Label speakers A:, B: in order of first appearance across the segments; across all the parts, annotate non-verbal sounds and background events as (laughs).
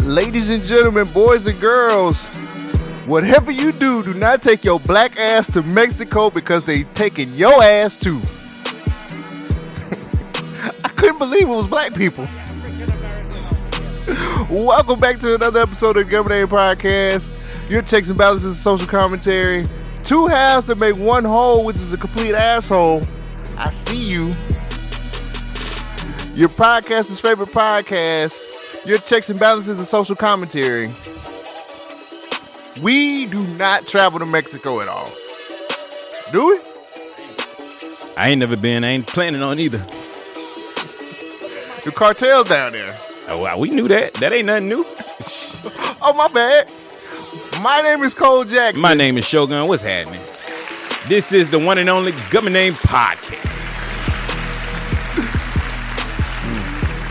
A: ladies and gentlemen, boys and girls, whatever you do, do not take your black ass to Mexico because they taking your ass too. (laughs) I couldn't believe it was black people. (laughs) Welcome back to another episode of the Government Podcast. Your checks and balances and social commentary. Two halves that make one whole, which is a complete asshole. I see you. Your podcast's favorite podcast. Your checks and balances and social commentary. We do not travel to Mexico at all. Do we?
B: I ain't never been. I ain't planning on either.
A: The cartel's down there.
B: Oh, wow, we knew that. That ain't nothing
A: (laughs)
B: new. (laughs)
A: Oh, my bad. My name is Cole Jackson.
B: My name is Shogun. What's happening? This is the one and only Government Name Podcast.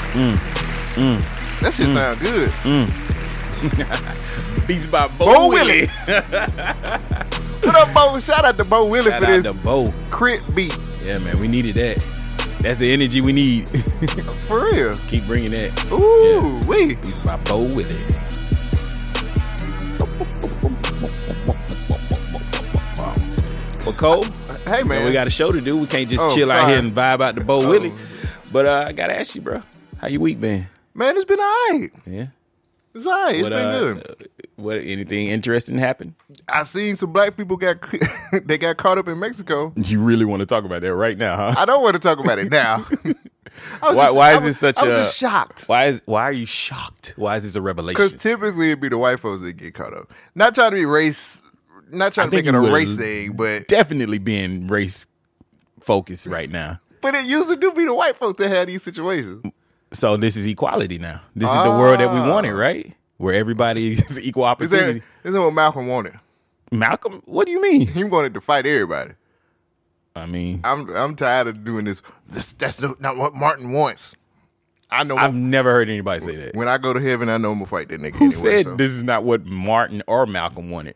B: mm,
A: that shit sound good.
B: (laughs) Beats by Bo,
A: Bo
B: (laughs)
A: Willie. What up, Bo? Shout out to Bo Willie
B: Shout
A: for
B: out
A: this
B: to Bo.
A: crit beat.
B: Yeah, man, we needed that. That's the energy we need.
A: (laughs) For real.
B: Keep bringing that.
A: Ooh, wee.
B: Beats by Bo Willie. Well, Cole,
A: Hey, man.
B: we got a show to do. We can't just
A: Oh,
B: chill out
A: sorry.
B: here and vibe out to Bo
A: Oh.
B: Willie. But uh, I gotta ask you, bro, how your week been?
A: man, it's been all right.
B: Yeah.
A: It's all right. It's
B: What,
A: been
B: uh,
A: good.
B: uh, What anything interesting happened?
A: I seen some black people got (laughs) they got caught up in Mexico.
B: You really want to talk about that right now, huh?
A: I don't want to talk about it
B: (laughs)
A: now. I was
B: Why,
A: just-
B: why
A: I
B: is
A: was-
B: this such
A: I was
B: a
A: just shocked.
B: Why is why are you shocked? Why is this a
A: Because
B: revelation?
A: typically it'd be the white folks that get caught up. Not trying to be race, not trying to
B: think
A: make it a
B: you would-
A: race thing, but
B: Definitely being race focused right now.
A: but it usually do be the white folks that had these situations.
B: So this is equality now. This is the world that we wanted, right? Where everybody (laughs) is equal
A: Ah. Is that
B: opportunity.
A: is that what Malcolm wanted?
B: Malcolm, what do you mean?
A: He wanted to fight everybody.
B: I mean,
A: I'm I'm tired of doing this. this that's no, not what Martin wants. I know
B: I've never heard anybody say that.
A: when I go to heaven, I know I'm gonna fight that nigga.
B: Who
A: anyway,
B: said
A: so.
B: this is not what Martin or Malcolm wanted?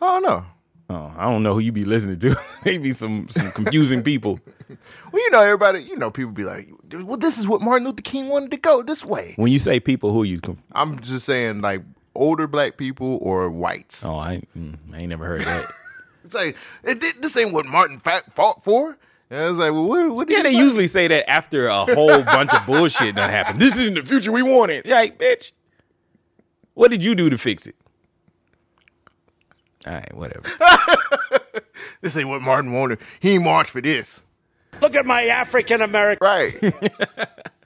A: I don't know.
B: Oh, I don't know who you be listening to. (laughs) they be some some
A: (laughs)
B: confusing people.
A: Well, you know, everybody, you know, people be like, well, this is what Martin Luther King wanted to go this way.
B: When you say people, who you? Conf-
A: I'm just saying, like, older black people or whites.
B: oh, I ain't, mm, I ain't never heard that.
A: It's like, it, thi- this ain't what Martin fa- fought for. And I was like, well, what, what did
B: yeah,
A: he
B: they
A: fight-
B: usually say that after a whole bunch of bullshit that happened. This isn't the future we wanted. Yeah, Like, bitch, what did you do to fix it? All right, whatever.
A: This ain't what Martin wanted. He ain't marched for this.
C: Look at my African American.
A: Right.
D: (laughs)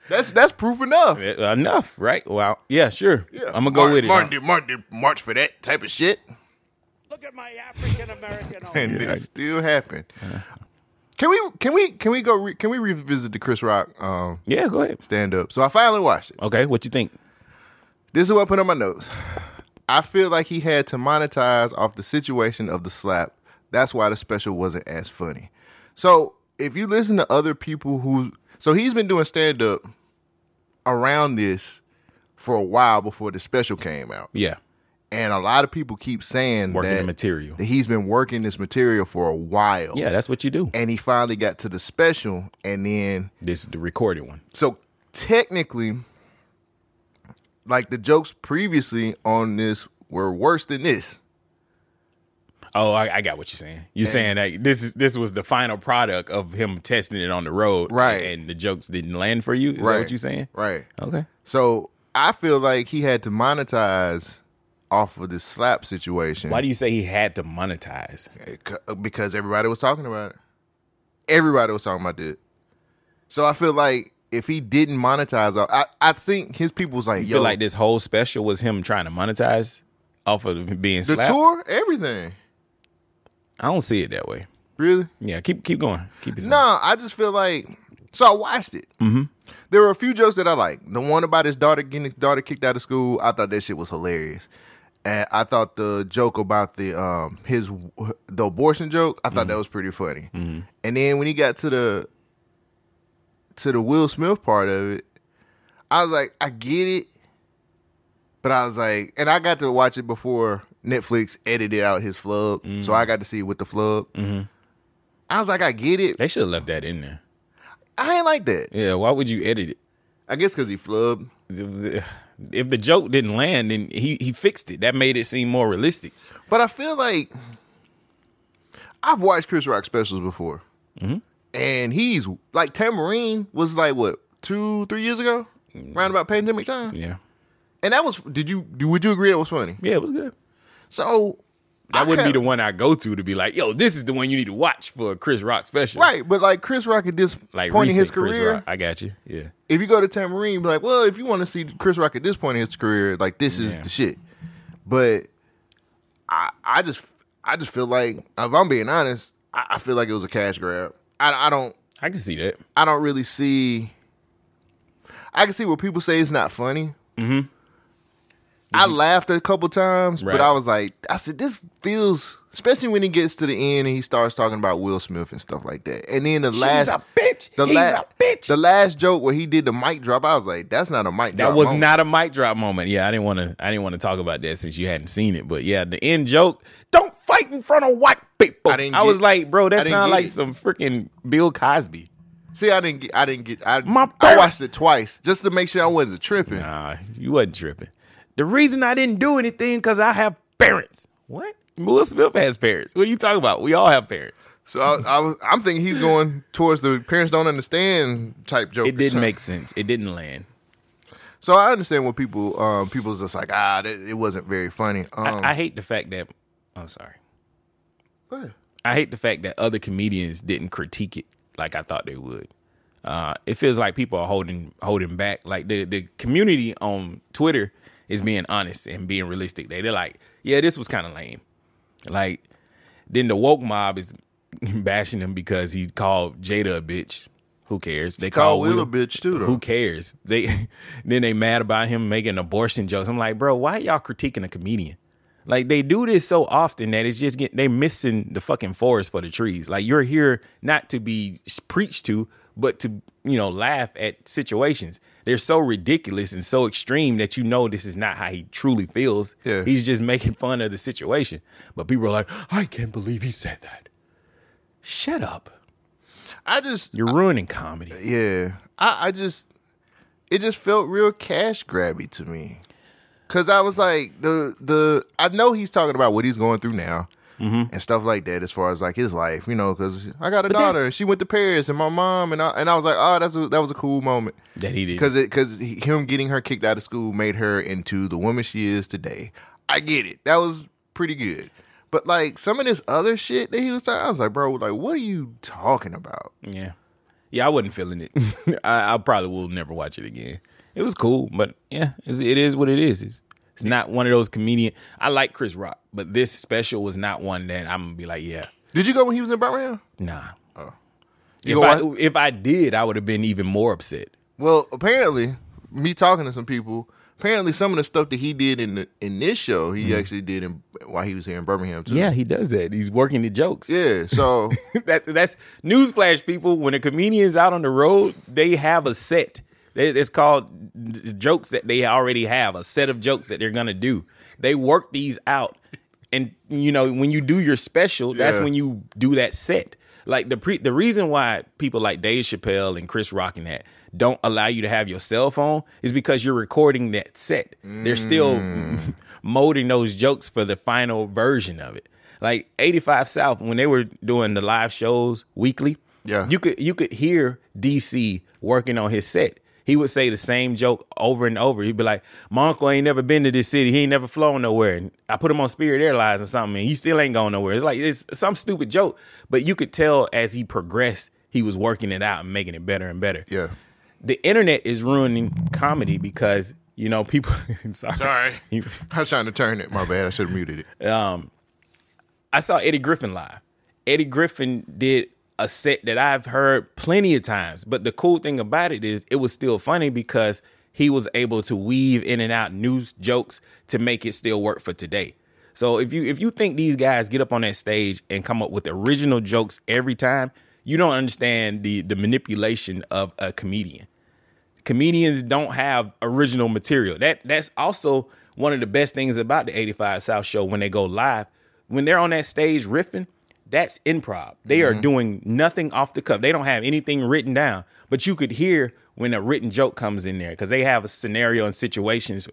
A: that's (laughs) that's proof enough.
B: Eh, Enough, right? Well, yeah, sure.
A: Yeah.
B: I'm gonna go
A: Martin,
B: with it.
A: Martin did, Martin did march for that type of shit.
C: Look at my African American.
A: (laughs) And
B: Yeah.
A: it still happened. Can we can we can we go re- can we revisit the Chris Rock um,
B: Yeah, go ahead.
A: stand up? So I finally watched it.
B: Okay, what you think?
A: This is what I put on my notes. I feel like he had to monetize off the situation of the slap. That's why the special wasn't as funny. So if you listen to other people who, so he's been doing stand up around this for a while before the special came out,
B: Yeah,
A: and a lot of people keep saying
B: Working
A: that,
B: the material.
A: that he's been working this material for a while.
B: yeah, that's what you do.
A: And he finally got to the special, and then
B: This is the recorded one.
A: so technically, like the jokes previously on this were worse than this.
B: Oh, I, I got what you're saying. You're saying that this is this was the final product of him testing it on the road,
A: Right.
B: And the jokes didn't land for you. Is that what you're saying?
A: Right.
B: Okay.
A: So I feel like he had to monetize off of this slap situation.
B: Why do you say he had to monetize?
A: you- because everybody was talking about it. Everybody was talking about it. So I feel like if he didn't monetize, I I think his people was like,
B: You
A: yo,
B: feel like this whole special was him trying to monetize off of being
A: the
B: slapped?
A: tour, everything.
B: I don't see it that way.
A: Really?
B: Yeah, keep keep going. Keep it.
A: No, I just feel like so I watched it. Mm-hmm. There were a few jokes that I like. The one about his daughter getting his daughter kicked out of school, I thought that shit was hilarious. And I thought the joke about the um his the abortion joke, I thought
B: Mm-hmm.
A: that was pretty funny.
E: Mm-hmm.
A: And then when he got to the to the Will Smith part of it, I was like, I get it, but I was like, and I got to watch it before Netflix edited out his flub,
B: Mm.
A: so I got to see it with the flub. I was like, I get it.
B: Mm-hmm. They should have left that in there.
A: I ain't like that.
B: Yeah, why would you edit it?
A: I guess because he flubbed.
B: It was- if the joke didn't land, then he he fixed it. That made it seem more realistic.
A: But I feel like I've watched Chris Rock specials before,
B: Mm-hmm.
A: and he's like Tamarine was like what two, three years ago, round about pandemic time,
B: Mm. Yeah,
A: and that was. Did you do? Would you agree that was funny?
B: yeah, it was good.
A: So
B: That
A: I
B: wouldn't
A: kinda-
B: be the one I go to to be like, yo, this is the one you need to watch for a Chris Rock special.
A: right, but like Chris Rock at this
B: Like
A: point in
B: recent
A: his
B: Chris
A: career,
B: Rock. I got you. Yeah.
A: if you go to Tamarine, be like, well, if you want to see Chris Rock at this point in his career, like this is
B: Yeah.
A: the shit. But I, I just, I just feel like if I'm being honest, I, I feel like it was a cash grab. I, I don't,
B: I can see that.
A: I don't really see. I can see where people say it's not funny. Mm-hmm. I laughed a couple times,
B: Right.
A: but I was like, I said, this feels, especially when he gets to the end and he starts talking about Will Smith and stuff like that. And then the last,
B: a bitch.
A: The
B: He's
A: la-
B: a bitch.
A: The last joke where he did the mic drop, I was like, that's not a mic drop.
B: That was
A: moment.
B: not a mic drop moment. Yeah, I didn't want to. I didn't want to talk about that since you hadn't seen it. But yeah, the end joke. Don't fight in front of white people.
A: I
B: I,
A: didn't
B: was
A: get-
B: like, bro,
A: I
B: that
A: didn't
B: sounds
A: get
B: like
A: it.
B: some freaking Bill Cosby.
A: See, I didn't get, I didn't get, I,
B: My
A: I
B: bad.
A: watched it twice just to make sure I wasn't tripping.
B: Nah, you wasn't tripping. The reason I didn't do anything because I have parents. What? Will Smith has parents. What are you talking about? We all have parents.
A: So I, I was, I'm thinking he's going towards the parents don't understand type joke. or
B: It didn't
A: something.
B: make sense. It didn't land.
A: So I understand what people um people's just like ah that, it wasn't very funny. Um,
B: I, I hate the fact that. I'm sorry.
A: go ahead.
B: I hate the fact that other comedians didn't critique it like I thought they would. Uh, it feels like people are holding holding back. Like the the community on Twitter is being honest and being realistic. They they're like, yeah, this was kind of lame. Like then the woke mob is (laughs) bashing him because he called Jada a bitch. Who cares? They
A: Call
B: call
A: Will a bitch too though.
B: Who cares? They (laughs) then they mad about him making abortion jokes. I'm like, bro, why y'all critiquing a comedian? Like they do this so often that it's just get, they missing the fucking forest for the trees. Like you're here not to be s- preached to, but to you know laugh at situations. They're so ridiculous and so extreme that you know this is not how he truly feels.
A: Yeah.
B: He's just making fun of the situation. But people are like, I can't believe he said that. Shut up.
A: I just
B: You're ruining comedy.
A: yeah. I, I just it just felt real cash grabby to me. Cause I was like the the I know he's talking about what he's going through now.
B: Mm-hmm.
A: And stuff like that, as far as like his life, you know, because I got a
B: that's-
A: daughter. and She went to Paris, and my mom and I and I was like, oh, that's a, that was a cool moment.
B: That he did.
A: because because him getting her kicked out of school made her into the woman she is today. I get it. That was pretty good. But like some of this other shit that he was talking, I was like, bro, like what are you talking about?
B: Yeah. Yeah, I wasn't feeling it. (laughs) (laughs) I, I probably will never watch it again. It was cool, but yeah, it's, it is what it is. It's, it's not one of those comedian. I like Chris Rock, but this special was not one that I'm gonna be like, yeah,
A: Did you go when he was in Birmingham?
B: nah.
A: You
B: if, I,
A: go watch-
B: if I did, I would have been even more upset.
A: Well, apparently, me talking to some people, apparently some of the stuff that he did in the, in this show, he actually did in, while he was here in Birmingham too.
B: Mm-hmm. Yeah, he does that. He's working the jokes.
A: yeah. So
B: (laughs) that's that's newsflash, people. When a comedian's out on the road, they have a set. It- It's called d- jokes that they already have a set of jokes that they're gonna do. They work these out, and you know when you do your special, that's
A: Yeah.
B: when you do that set. Like the pre- the reason why people like Dave Chappelle and Chris Rock and that don't allow you to have your cell phone is because you're recording that set. They're still (laughs) molding those Mm. jokes for the final version of it like 85 South when they were doing the live shows weekly.
A: Yeah.
B: You could you could hear DC working on his set. He would say the same joke over and over. He'd be like, "My uncle ain't never been to this city. He ain't never flown nowhere. And I put him on Spirit Airlines or something, and he still ain't going nowhere." It's like it's some stupid joke, but you could tell as he progressed, he was working it out and making it better and better.
A: yeah,
B: The internet is ruining comedy because you know people. (laughs) sorry.
A: Sorry.
B: (laughs) You- Um,
A: I was trying to turn it. My bad. I should have muted it.
B: I saw Eddie Griffin live. Eddie Griffin did a set that I've heard plenty of times, but the cool thing about it is it was still funny because he was able to weave in and out news jokes to make it still work for today. So if you if you think these guys get up on that stage and come up with original jokes every time, you don't understand the the manipulation of a comedian comedians don't have original material. That that's also one of the best things about the 85 South show when they go live. When they're on that stage riffing, that's
A: Mm-hmm.
B: improv. They are doing nothing off the cuff. They don't have anything written down, but you could hear when a written joke comes in there because they have a scenario and situations.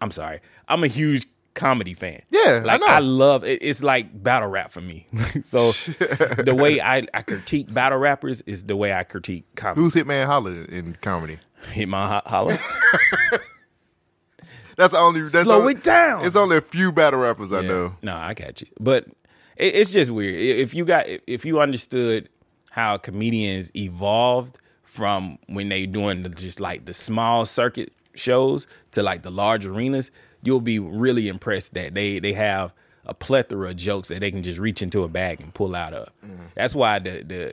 B: I'm sorry, I'm a huge comedy fan.
A: Yeah, I
B: like
A: know.
B: I, love it. It's like battle rap for me. (laughs)
A: (laughs)
B: so the way I, I critique battle rappers is the way I critique comedy.
A: Who's Hitman Holler in comedy?
B: Hit my ho- holler.
A: That's the only. That's
B: Slow
A: only-
B: it down.
A: It's only a few battle rappers I know.
B: No, I got you. But it, it's just weird. I- If you got if you understood how comedians evolved from when they doing the, just like the small circuit shows to like the large arenas, you'll be really impressed that they they have a plethora of jokes that they can just reach into a bag and pull out of.
A: Mm.
B: That's why the the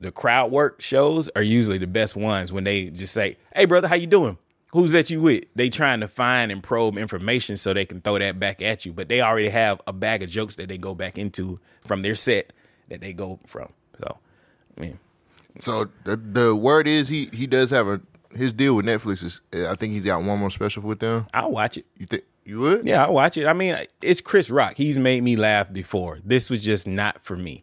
B: the crowd work shows are usually the best ones when they just say, "Hey, brother, how you doing? Who's that you with?" They trying to find and probe information so they can throw that back at you, but they already have a bag of jokes that they go back into from their set that they go from. So, I mean,
A: So the, the word is he he does have a his deal with Netflix is uh, I think he's got one more special with them.
B: I'll watch it.
A: You think you would?
B: Yeah, I'll watch it. I mean, it's Chris Rock. He's made me laugh before. This was just not for me.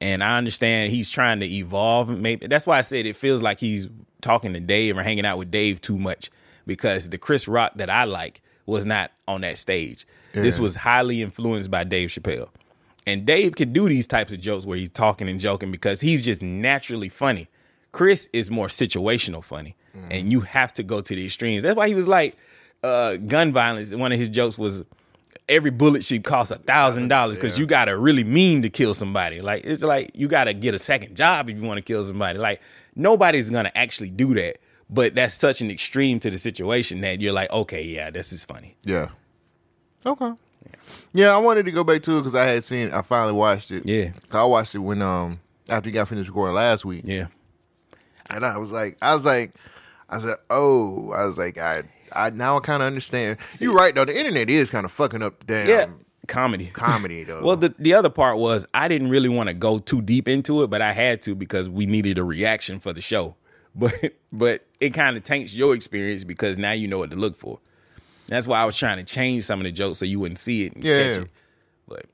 B: And I understand he's trying to evolve. Maybe that's why I said it feels like he's talking to Dave or hanging out with Dave too much because the Chris Rock that I like was not on that stage. This was highly influenced by Dave Chappelle. And Dave can do these types of jokes where he's talking and joking because he's just naturally funny. Chris is more situational funny, and you have to go to the extremes. That's why he was like uh, gun violence. One of his jokes was every bullet should cost a thousand dollars because you gotta really mean to kill somebody. Like it's like you gotta get a second job if you want to kill somebody. Like nobody's gonna actually do that, but that's such an extreme to the situation that you're like, okay, yeah, this is funny.
A: Yeah. Okay. Yeah, I wanted to go back to it because I had seen. I finally watched it.
B: Yeah.
A: I watched it when um after you got finished recording last week,
B: Yeah,
A: and I was like, I was like, I said, oh, I was like, I I now I kind of understand. You're right though. The internet is kind of fucking up the damn
B: yeah, comedy.
A: um,
B: (laughs)
A: comedy though.
B: Well, the, the other part was I didn't really want to go too deep into it, but I had to because we needed a reaction for the show. (laughs) But but it kind of taints your experience because now you know what to look for. That's why I was trying to change some of the jokes so you wouldn't see it and
A: Yeah.
B: catch it. But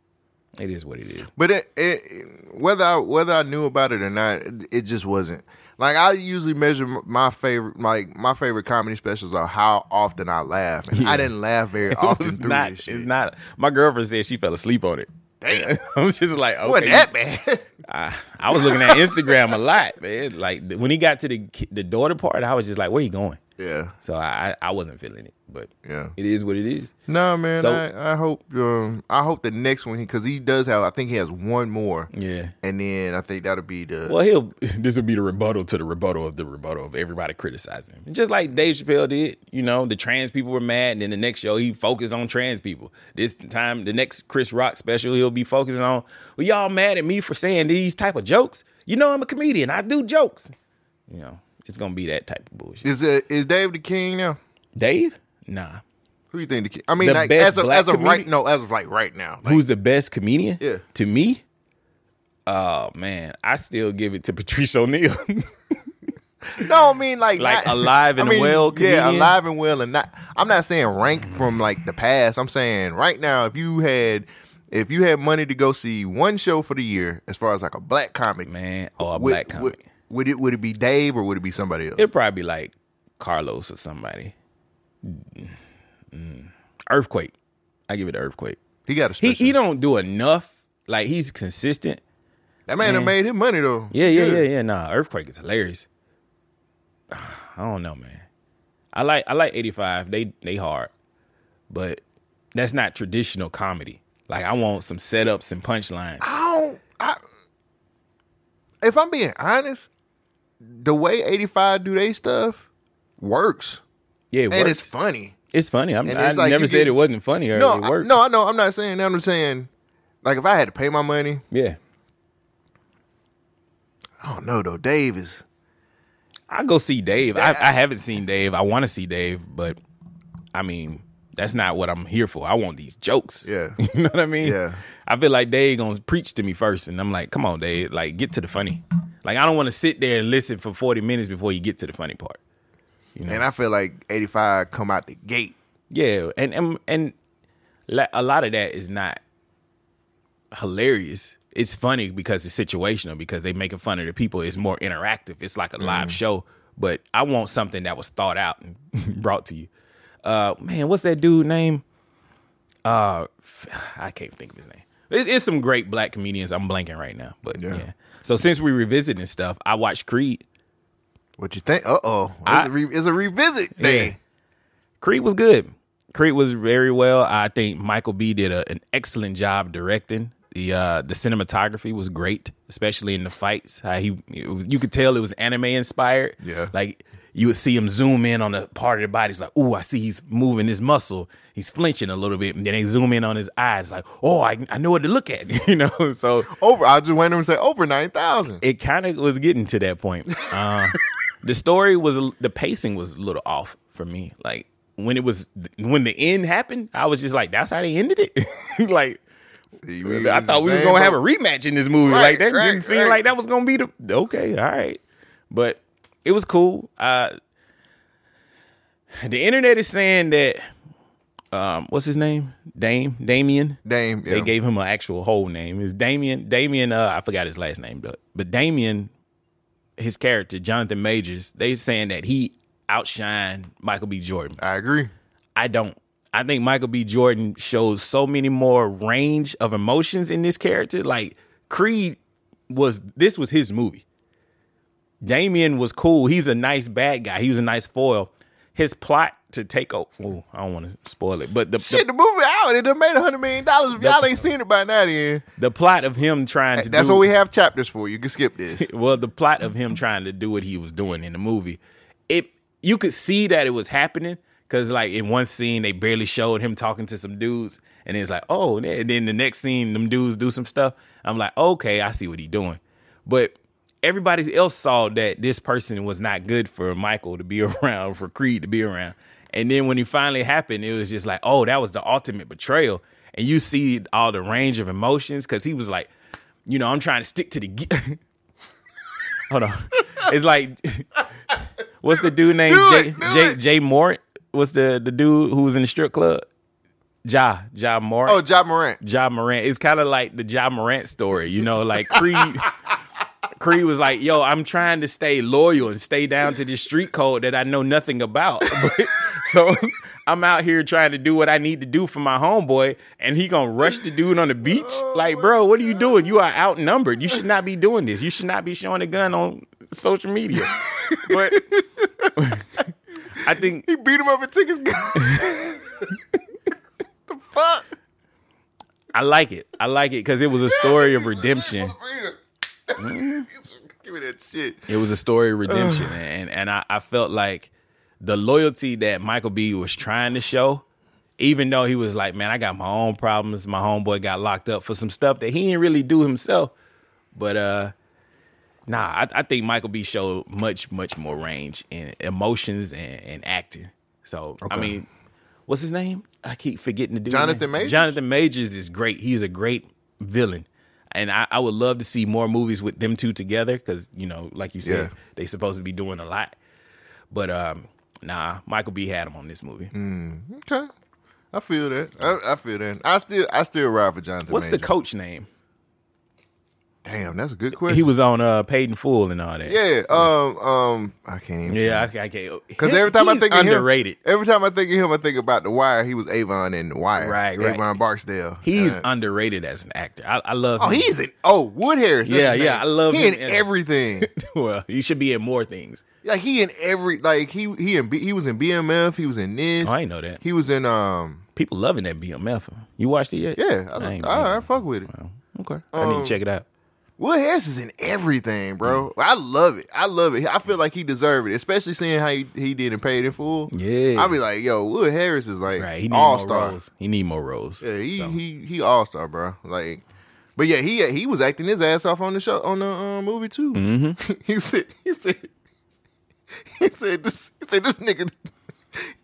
B: it is what it is.
A: But it, it whether I, whether I knew about it or not, it, it just wasn't. Like I usually measure m- my favorite, like my favorite comedy specials are how often I laugh, and I didn't laugh
B: (laughs)
A: very often
B: It's
A: through
B: not.
A: this
B: It's
A: shit.
B: not. My girlfriend said she fell asleep on it. Damn. (laughs) I was just like, okay.
A: it wasn't that
B: (laughs)
A: bad.
B: I, I
A: (laughs)
B: was looking at Instagram a lot, man. Like th- when he got to the ki- the daughter part, I was just like, where you going?
A: yeah,
B: So I I I wasn't feeling it, but
A: Yeah.
B: it is what it is.
A: no man.
B: So-
A: I, I hope um, I hope the next one because he does have. I think he has one more.
B: Yeah.
A: and then I think that'll be the.
B: Well, he'll. (laughs) This will be the rebuttal to the rebuttal of the rebuttal of everybody criticizing him, just like Dave Chappelle did. You know, the trans people were mad, and then the next show he focused on trans people. This time, the next Chris Rock special, he'll be focusing on. Well, y'all mad at me for saying these type of jokes? You know, I'm a comedian. I do jokes. You know, it's gonna be that type of bullshit.
A: Is it is Dave the king now?
B: Dave, nah.
A: Who you think the king? I mean,
B: The
A: like,
B: best
A: as of
B: black
A: as of right
B: comedian?
A: no, as of like right now. (laughs) Like,
B: Who's the best comedian?
A: Yeah.
B: To me, oh man, I still give it to (laughs) Patrice O'Neill.
A: No, I mean like
B: Like
A: not-
B: alive and
A: I mean,
B: well
A: Yeah,
B: comedian?
A: alive and well, and not. I'm not saying rank from like the past. I'm saying right now, if you had, if you had money to go see one show for the year, as far as like a black comic,
B: Man, or a
A: would-
B: black comic.
A: would, would it would it be Dave or would it be somebody else?
B: It'd probably be like Carlos or somebody. Mm. Earthquake. I give it Earthquake.
A: he got a
B: He
A: special.
B: he don't do enough. Like he's consistent.
A: that man, done made him money though.
B: Yeah, yeah, yeah, yeah. Nah, Earthquake is hilarious. Ah, I don't know, man. I like I like 85. They they hard. But that's not traditional comedy. Like I want some setups and punchlines.
A: I don't. I, if I'm being honest, the way 85 do they stuff works,
B: Yeah, it
A: and
B: works.
A: it's
B: It's,
A: funny.
B: funny. I'm,
A: and
B: I
A: it's like
B: never
A: you
B: said
A: get-
B: it wasn't funny or
A: No,
B: it
A: I-
B: worked.
A: no, I know. I'm not saying that. I'm just saying, like, if I had to pay my money,
B: Yeah.
A: I don't know though. Dave is
B: I go see Dave. I, I haven't seen Dave. I want to see Dave, but I mean, that's not what I'm here for. I want these jokes. (laughs)
A: Yeah.
B: you know what I mean.
A: Yeah.
B: I feel like Dave gonna preach to me first, and I'm like, come on, Dave, like get to the funny. Like I don't want to sit there and listen for 40 minutes before you get to the funny part.
A: and I feel like 85 come out the gate.
B: Yeah, and and and la- a lot of that is not hilarious.
A: Mm.
B: It's funny because it's situational because they making fun of the people. It's more interactive. It's like a live show, But I want something that was thought out and (laughs) brought to you. Uh, man, what's that dude name? Uh, (sighs) I can't think of his name. It's, it's some great black comedians. I'm blanking right now, but yeah.
A: Yeah.
B: So since we revisiting stuff, I watched Creed.
A: What you think? Uh oh,
B: I-
A: it's, a re- it's a revisit thing.
B: Creed was good. Creed was very well. I think Michael B did a, an excellent job directing. The uh, the cinematography was great, especially in the fights. How he you could tell it was anime inspired.
A: Yeah.
B: Like you would see him zoom in on a part of the body. It's like, oh, I see he's moving his muscle. He's flinching a little bit. And then they zoom in on his eyes. It's like, oh, I, I know what to look at. (laughs) You know, so
A: Over, I just went in and said over nine thousand.
B: it kind of was getting to that point.
A: (laughs)
B: Uh, the story was the pacing was a little off for me. Like when it was when the end happened, I was just like, "That's how they ended it." (laughs) like I thought we was gonna have a rematch in this movie.
A: Right,
B: like that
A: right,
B: didn't seem
A: right.
B: like that was gonna be the okay, all right. But it was cool. Uh, the internet is saying that um, what's his name? Dame Damien.
A: Dame. Yeah.
B: They gave him an actual whole name. Is Damien Damien uh I forgot his last name, but but Damien, his character, Jonathan Majors, they saying that he outshined Michael B. Jordan.
A: I agree.
B: I don't. I think Michael B. Jordan shows so many more range of emotions in this character. Like Creed was this was his movie. Damien was cool. He's a nice bad guy. He was a nice foil. His plot to take over. Oh, I don't want to spoil it, but the, the
A: Shit, the movie out. It done made a hundred million dollars. If y'all ain't seen it by now, then
B: the plot of him trying to
A: that's
B: do,
A: what we have chapters for. You can skip this.
B: (laughs) well the plot of him trying to do what he was doing in the movie it you could see that it was happening because like in one scene they barely showed him talking to some dudes and it's like oh and then the next scene them dudes do some stuff i'm like okay i see what he doing but everybody else saw that this person was not good for michael to be (laughs) around for creed to be around and then when it finally happened it was just like oh that was the ultimate betrayal and you see all the range of emotions because he was like you know i'm trying to stick to the gi- (laughs) Hold on. It's like (laughs) what's the dude named
A: Do it,
B: Jay
A: do
B: Jay,
A: it.
B: Jay Mort? What's the the dude who was in the strip club? Ja Ja Mort.
A: Oh, John Morant.
B: Ja Morant. It's kind of like the Ja Morant story, you know,
A: (laughs)
B: like Creed. Creed was like, "Yo, I'm trying to stay loyal and stay down to this street code that I know nothing about." (laughs) But- so (laughs) I'm out here trying to do what I need to do for my homeboy, and he gonna rush the dude on the beach.
A: Oh
B: Like, bro, what are you doing? You are outnumbered. You should not be doing this. You should not be showing a gun on social media. But (laughs) I think
A: He beat him up and took his gun. the (laughs) fuck?
B: (laughs)
A: (laughs)
B: I like it. I like it because it was a story
A: (laughs)
B: of redemption. Mm.
A: Give me that shit.
B: It was a story of redemption, and and I, I felt like the loyalty that Michael B was trying to show, even though he was like, man, I got my own problems. My homeboy got locked up for some stuff that he didn't really do himself. But uh, nah, I, I think Michael B showed much much more range in emotions and, and acting. So I
A: Okay.
B: mean, what's his name? I keep forgetting to do
A: Jonathan Majors?
B: Jonathan Majors is great. He's a great villain. And I, I would love to see more movies with them two together because, you know, like you said,
A: Yeah.
B: they supposed to be doing a lot. But um, nah, Michael B had him on this movie.
A: Okay. I feel that. Mm. I, I feel that. I still I still ride for Jonathan.
B: What's the
A: Majors.
B: coach name?
A: Damn, that's a good question.
B: He was on uh, Paid in Full and all that.
A: yeah. Um. Um. I can't even.
B: yeah. I, I can't.
A: Because every time I
B: he's
A: think of
B: underrated.
A: him, every time I think of him, I think about The Wire. He was Avon in The Wire.
B: Right, right.
A: Avon Barksdale.
B: He's
A: Uh,
B: underrated as an actor. I, I love.
A: oh,
B: him.
A: he's in. Oh, Wood Harris. that's
B: Yeah,
A: his
B: yeah,
A: name.
B: I love
A: he
B: him
A: in
B: in-
A: everything.
B: (laughs) well. He should be in more things.
A: like he in every. Like he he in B, he was in BMF. He was in this.
B: Oh, I didn't know that.
A: He was in um.
B: People loving that BMF. You watched it yet?
A: Yeah, I,
B: ain't-
A: I, I fuck with it.
B: Okay, I
A: Um,
B: need to check it out.
A: Will Harris is in everything, bro. I love it. I love it. I feel like he deserved it, especially seeing how he, he did and paid in full.
B: Yeah.
A: I'll be like, yo, Will Harris is like
B: Right, he need
A: all
B: more
A: star.
B: roles. He need more roles.
A: Yeah, he,
B: So,
A: he he all star, bro. Like, but yeah, he he was acting his ass off on the show on the uh, movie too. Mm-hmm. (laughs) he said he said he said this he said this nigga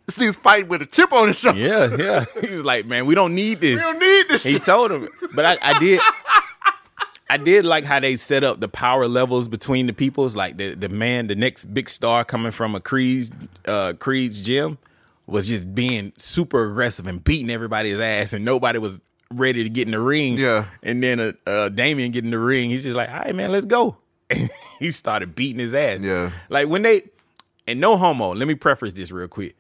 A: this nigga's fighting with a chip on his shoulder.
B: yeah, yeah. (laughs) He was like, man, we don't need this.
A: We don't need this.
B: He
A: shit.
B: told him, but I, I did. I did like how they set up the power levels between the peoples. Like the, the man, the next big star coming from a Creed's uh, Creed's gym was just being super aggressive and beating everybody's ass, and nobody was ready to get in the ring.
A: Yeah.
B: And then uh, uh, Damien get in (laughs) the ring. He's just like, all right, man, let's go. And he started beating his ass.
A: Yeah.
B: Like when they And no homo. Let me preface this real quick.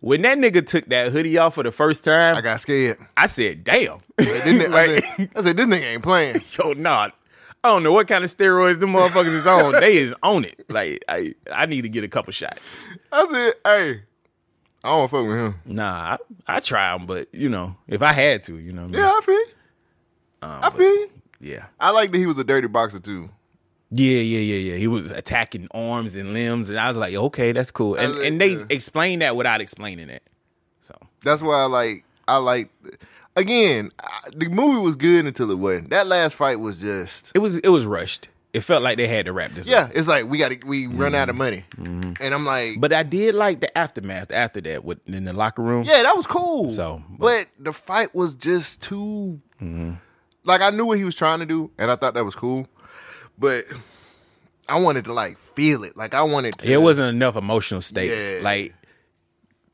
B: When that nigga took that hoodie off for the first time,
A: I got scared.
B: I said, damn.
A: Like, this
B: (laughs)
A: nigga-
B: Like-
A: I, said, I said, this nigga ain't playing.
B: (laughs) Yo, nah. I don't know what kind of steroids them motherfuckers is on. they is on it. Like, I, I need to get a couple shots.
A: I said, hey, I don't fuck with him.
B: Nah, I, I try them, but, you know, if I had to, you know. what I mean?
A: (laughs) Yeah, I feel you.
B: Oh,
A: I feel you.
B: Yeah.
A: I like that he was a dirty boxer too.
B: Yeah, yeah, yeah, yeah. He was attacking arms and limbs, and I was like, okay, that's cool. And,
A: like,
B: and they
A: yeah.
B: explained that without explaining it. So
A: That's why I like. I like. Again, I, the movie was good until it wasn't. That last fight was just.
B: it was it was rushed. It felt like they had to wrap this up.
A: Yeah, it's like we got to we run out of money, and I'm like,
B: Mm-hmm. But I did like the aftermath after that with in the locker room.
A: yeah, that was cool.
B: So,
A: but, the fight was just too.
B: Mm-hmm.
A: Like I knew what he was trying to do, and I thought that was cool, but I wanted to like feel it. Like I wanted to.
B: It wasn't enough emotional stakes.
A: Yeah.
B: Like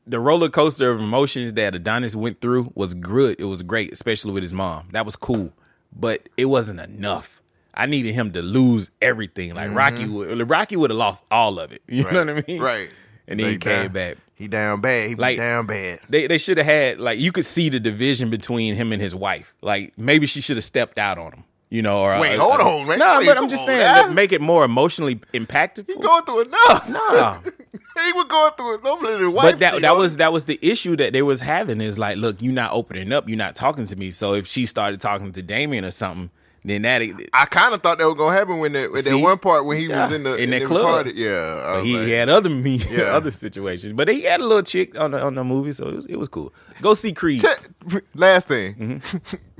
B: the roller coaster of emotions that Adonis went through was good. It was great, especially with his mom. That was cool, but it wasn't enough. I needed him to lose everything. Like Rocky would, Rocky would have lost all of it. (laughs) You know what I mean?
A: Mm-hmm. right.
B: And then he
A: Like,
B: came
A: down-
B: back.
A: He down bad. He was
B: Like-
A: down bad.
B: They they should have had like you could see the division between him and his wife. Like maybe she should have stepped out on him. You know? Or
A: Wait,
B: or-
A: hold
B: or-
A: on, man.
B: No,
A: Wait,
B: but I'm
A: come
B: just
A: on,
B: saying
A: man.
B: that make it more emotionally impactful.
A: Going through enough. (laughs)
B: Nah.
A: he was going through it. I'm letting his wife
B: but
A: see
B: that that
A: all
B: was that was the issue that they was having is like, look, you're not opening up, you're not talking to me. So if she started talking to Damien or something, then that
A: I kind of thought that was gonna happen when that, with that
B: See?
A: one part when he was
B: Yeah.
A: in the
B: In
A: in
B: that
A: the
B: club.
A: Party. Yeah, I was
B: he,
A: like,
B: he had other me (laughs)
A: Yeah.
B: other situations. But he had a little chick on the on the movie, so it was it was cool. Go see Creed.
A: Te- Last thing,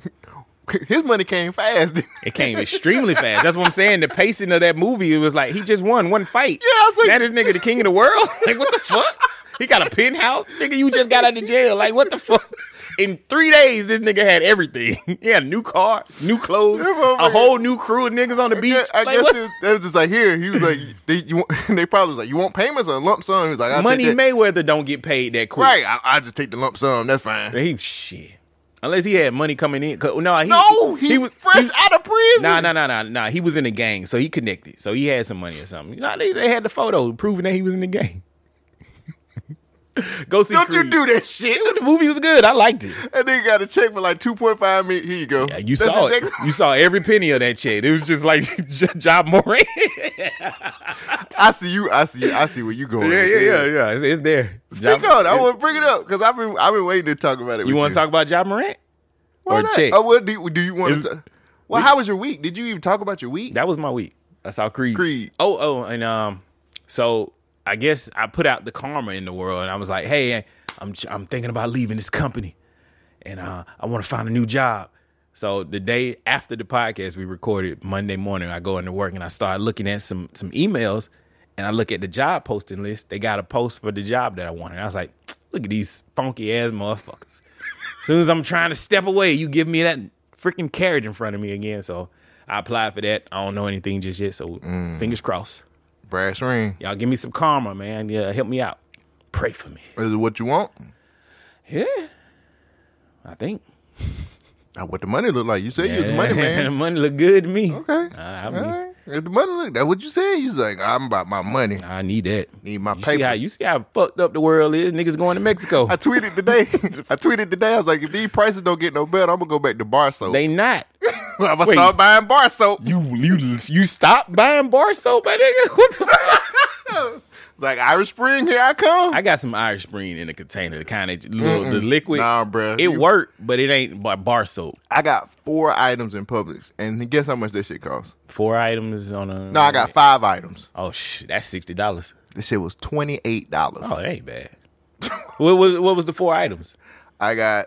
A: (laughs) his money came fast. yeah,
B: mm-hmm. It came extremely fast. That's what I'm saying. The pacing of that movie, it was like he just won one fight.
A: I was like-
B: that is nigga the king of the world. (laughs) Like what the fuck? He got a penthouse, nigga. You just got out of jail. Like what the fuck? In three days, this nigga had everything. (laughs) He had a new car, new clothes,
A: That motherfucker-
B: a whole new crew of niggas on the beach.
A: I
B: Like,
A: guess
B: what?
A: it was, it was just like here. He was like, they, you, want- (laughs) they probably was like, you want payments or a lump sum? He was like, I
B: Money
A: take that.
B: Mayweather don't get paid that quick.
A: right. I, I just take the lump sum. That's fine.
B: He shit. Unless he had money coming in. 'Cause- No, he,
A: No, he, was fresh out of prison.
B: Nah, nah, nah, nah, nah. He was in the gang, so he connected. So he had some money or something. Nah, they, they had the photo proving that he was in the gang. Go see.
A: Don't
B: Creed.
A: you do that shit?
B: The movie was good. I liked it.
A: That nigga got a check for like two point five million. Here you go.
B: Yeah, you saw it. (laughs) You saw every penny of that shit. It was just like (laughs) J- Job Moran. yeah,
A: I see you. I see you. I see where you going.
B: yeah, yeah, yeah. It's, it's there.
A: Speak on. it. I want to bring it up because I've been I've been waiting to talk about it.
B: You
A: want
B: want to talk about Job Moran?
A: Why
B: or
A: not?
B: check?
A: Oh, well, do, do you want
B: Is-
A: to? Well, how was your week? Did you even talk about your week?
B: That was my week. I saw Creed.
A: Creed.
B: Oh, oh, and um, so I guess I put out the karma in the world, and I was like, hey, I'm I'm thinking about leaving this company, and uh, I want to find a new job. So the day after the podcast we recorded Monday morning, I go into work and I start looking at some some emails, and I look at the job posting list. They got a post for the job that I wanted. I was like, look at these funky ass motherfuckers. soon as I'm trying to step away, you give me that freaking carrot in front of me again. So I applied for that. I don't know anything just yet. So fingers crossed.
A: Mm. Brass ring.
B: Y'all give me some karma, man. Yeah, help me out. Pray for me.
A: Is it what you want?
B: Yeah. I think.
A: Not what Oh, the money look like? You said you was the money
B: (laughs) the
A: man.
B: money look good to me.
A: Okay.
B: I, I,
A: All
B: mean,
A: right. If the money look, that's what you said. You was like, I'm about my money.
B: I need that.
A: Need my
B: you See
A: paper.
B: how, you see how fucked up the world is? Niggas going to Mexico.
A: I tweeted today.
B: (laughs)
A: I tweeted today. I was like, if these (laughs) prices don't get no better, I'm gonna go back to bar soap.
B: they not.
A: (laughs) I'm gonna
B: Wait.
A: start buying bar soap.
B: you you you stop buying bar soap, my nigga. (laughs) What the fuck?
A: (laughs) Like Irish Spring, here I come.
B: I got some Irish Spring in a container, the kind of little the liquid.
A: Nah, bruh.
B: It
A: You-
B: worked, but it ain't bar, bar soap.
A: I got four items in Publix, and guess how much that shit cost?
B: Four items on a.
A: No, I got five items.
B: Oh shit, that's sixty dollars.
A: This shit was twenty eight dollars.
B: Oh, that ain't bad. what was what was the four items?
A: I got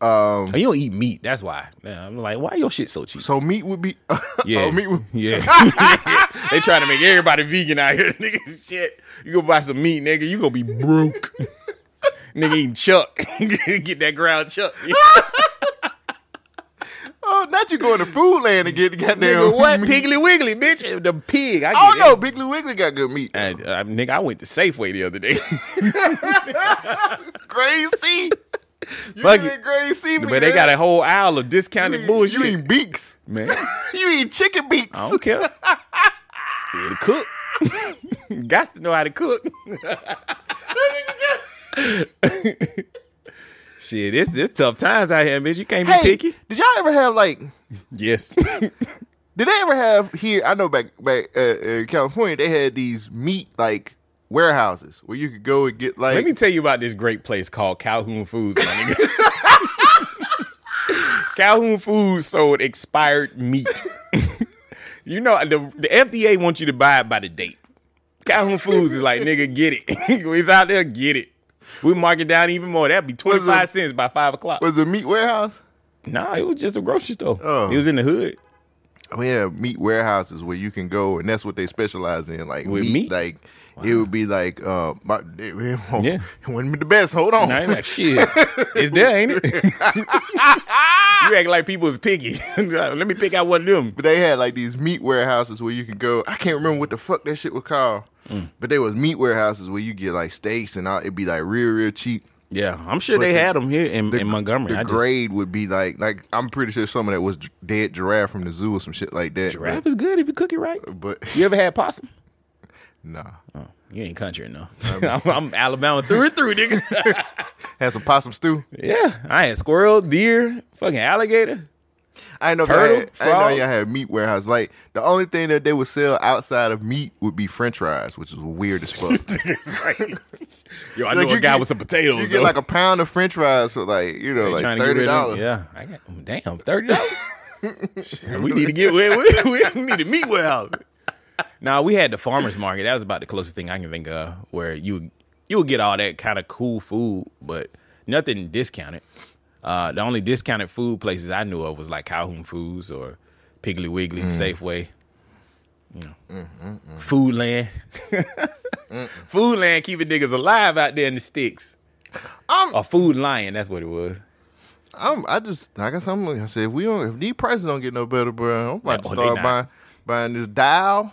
A: um,
B: Oh, you don't eat meat, that's why. Yeah, I'm like, why your shit so cheap?
A: so meat would be (laughs) (laughs)
B: Yeah,
A: oh, meat would
B: yeah. they trying to make everybody vegan out here, (laughs) nigga. Shit, you go buy some meat, nigga. You gonna be broke. (laughs) nigga eating chuck. (laughs) Get that ground chuck. (laughs)
A: Oh, not you going to food land and get the goddamn
B: nigga, what?
A: meat.
B: Piggly Wiggly, bitch. The pig. I
A: Oh
B: get
A: no, Big Lou Wiggly got good meat.
B: And, uh, nigga, I went to Safeway the other
A: (laughs)
B: day, (laughs)
A: Crazy. (laughs) You
B: Fuck
A: eating
B: it.
A: Crazy,
B: but they got a whole aisle of discounted bullshit.
A: You eat beaks.
B: man,
A: (laughs) You eat chicken beaks.
B: I don't care. It'll cook. (laughs) Got to know how to cook. Shit, it's it's tough times out here, bitch. You can't be
A: Hey,
B: picky.
A: did y'all ever have like?
B: Yes. (laughs)
A: Did they ever have here? I know back back uh, in California, they had these meat like warehouses where you could go and get like.
B: Let me tell you about this great place called Calhoun Foods, my nigga. (laughs) Calhoun Foods sold expired meat. (laughs) you know, the, the FDA wants you to buy it by the date. Calhoun Foods is like, nigga, get it. (laughs) it's out there, get it. We mark it down even more. That'd be 25 cents by 5 o'clock.
A: was it a meat warehouse?
B: nah, it was just a grocery store.
A: Oh.
B: It was in the hood.
A: We have meat warehouses where you can go, and that's what they specialize in. Like
B: With meat?
A: like it would be like uh, my, (laughs) it,
B: Yeah.
A: wasn't the best. Hold on,
B: And I ain't like, shit, it's there, ain't
A: (laughs)
B: it? (laughs) you act like people is picky. (laughs) Let me pick out one of them.
A: But they had like these meat warehouses where you could go. I can't remember what the fuck that shit was called.
B: Mm.
A: But they was meat warehouses where you get like steaks and all, it'd be like real, real cheap.
B: Yeah, I'm sure
A: But
B: they
A: the-
B: had them here in, in Montgomery.
A: The
B: I just,
A: grade would be like like I'm pretty sure some of that was gi- dead giraffe from the zoo or some shit like that.
B: Rap is good if you cook it right.
A: But, (laughs) but
B: You ever had possum?
A: nah,
B: You ain't country enough. (laughs) I'm, I'm Alabama through and through, nigga.
A: (laughs) had some possum stew.
B: yeah, I had squirrel, deer, fucking alligator.
A: I didn't know y'all
B: Turtle,
A: had, I didn't know
B: frogs.
A: y'all had meat warehouse. Like (laughs) the only thing that they would sell outside of meat would be French fries, which is weird as fuck.
B: (laughs) Yo, I
A: Like,
B: know a
A: you
B: guy
A: get-
B: with some potatoes.
A: you get
B: though.
A: like a pound of French fries for like you know
B: They
A: like
B: trying to get
A: thirty
B: rid of
A: dollars.
B: them. Yeah, I got oh, damn thirty dollars.
A: (laughs)
B: we need to get we, we, we need to meet well. Now we had the farmers market. That was about the closest thing I can think of where you you would get all that kind of cool food, but nothing discounted. Uh, the only discounted food places I knew of was like Calhoun Foods or Piggly Wiggly,
A: Mm.
B: Safeway. You know, Foodland.
A: Mm.
B: (laughs) Foodland keeping niggas alive out there in the sticks.
A: I'm-
B: a food lion. That's what it was.
A: I'm, I just, like I said, I'm, I said, if we don't, if these prices don't get no better, bro, I'm about to
B: Oh, they
A: start
B: not.
A: buying, buying this dial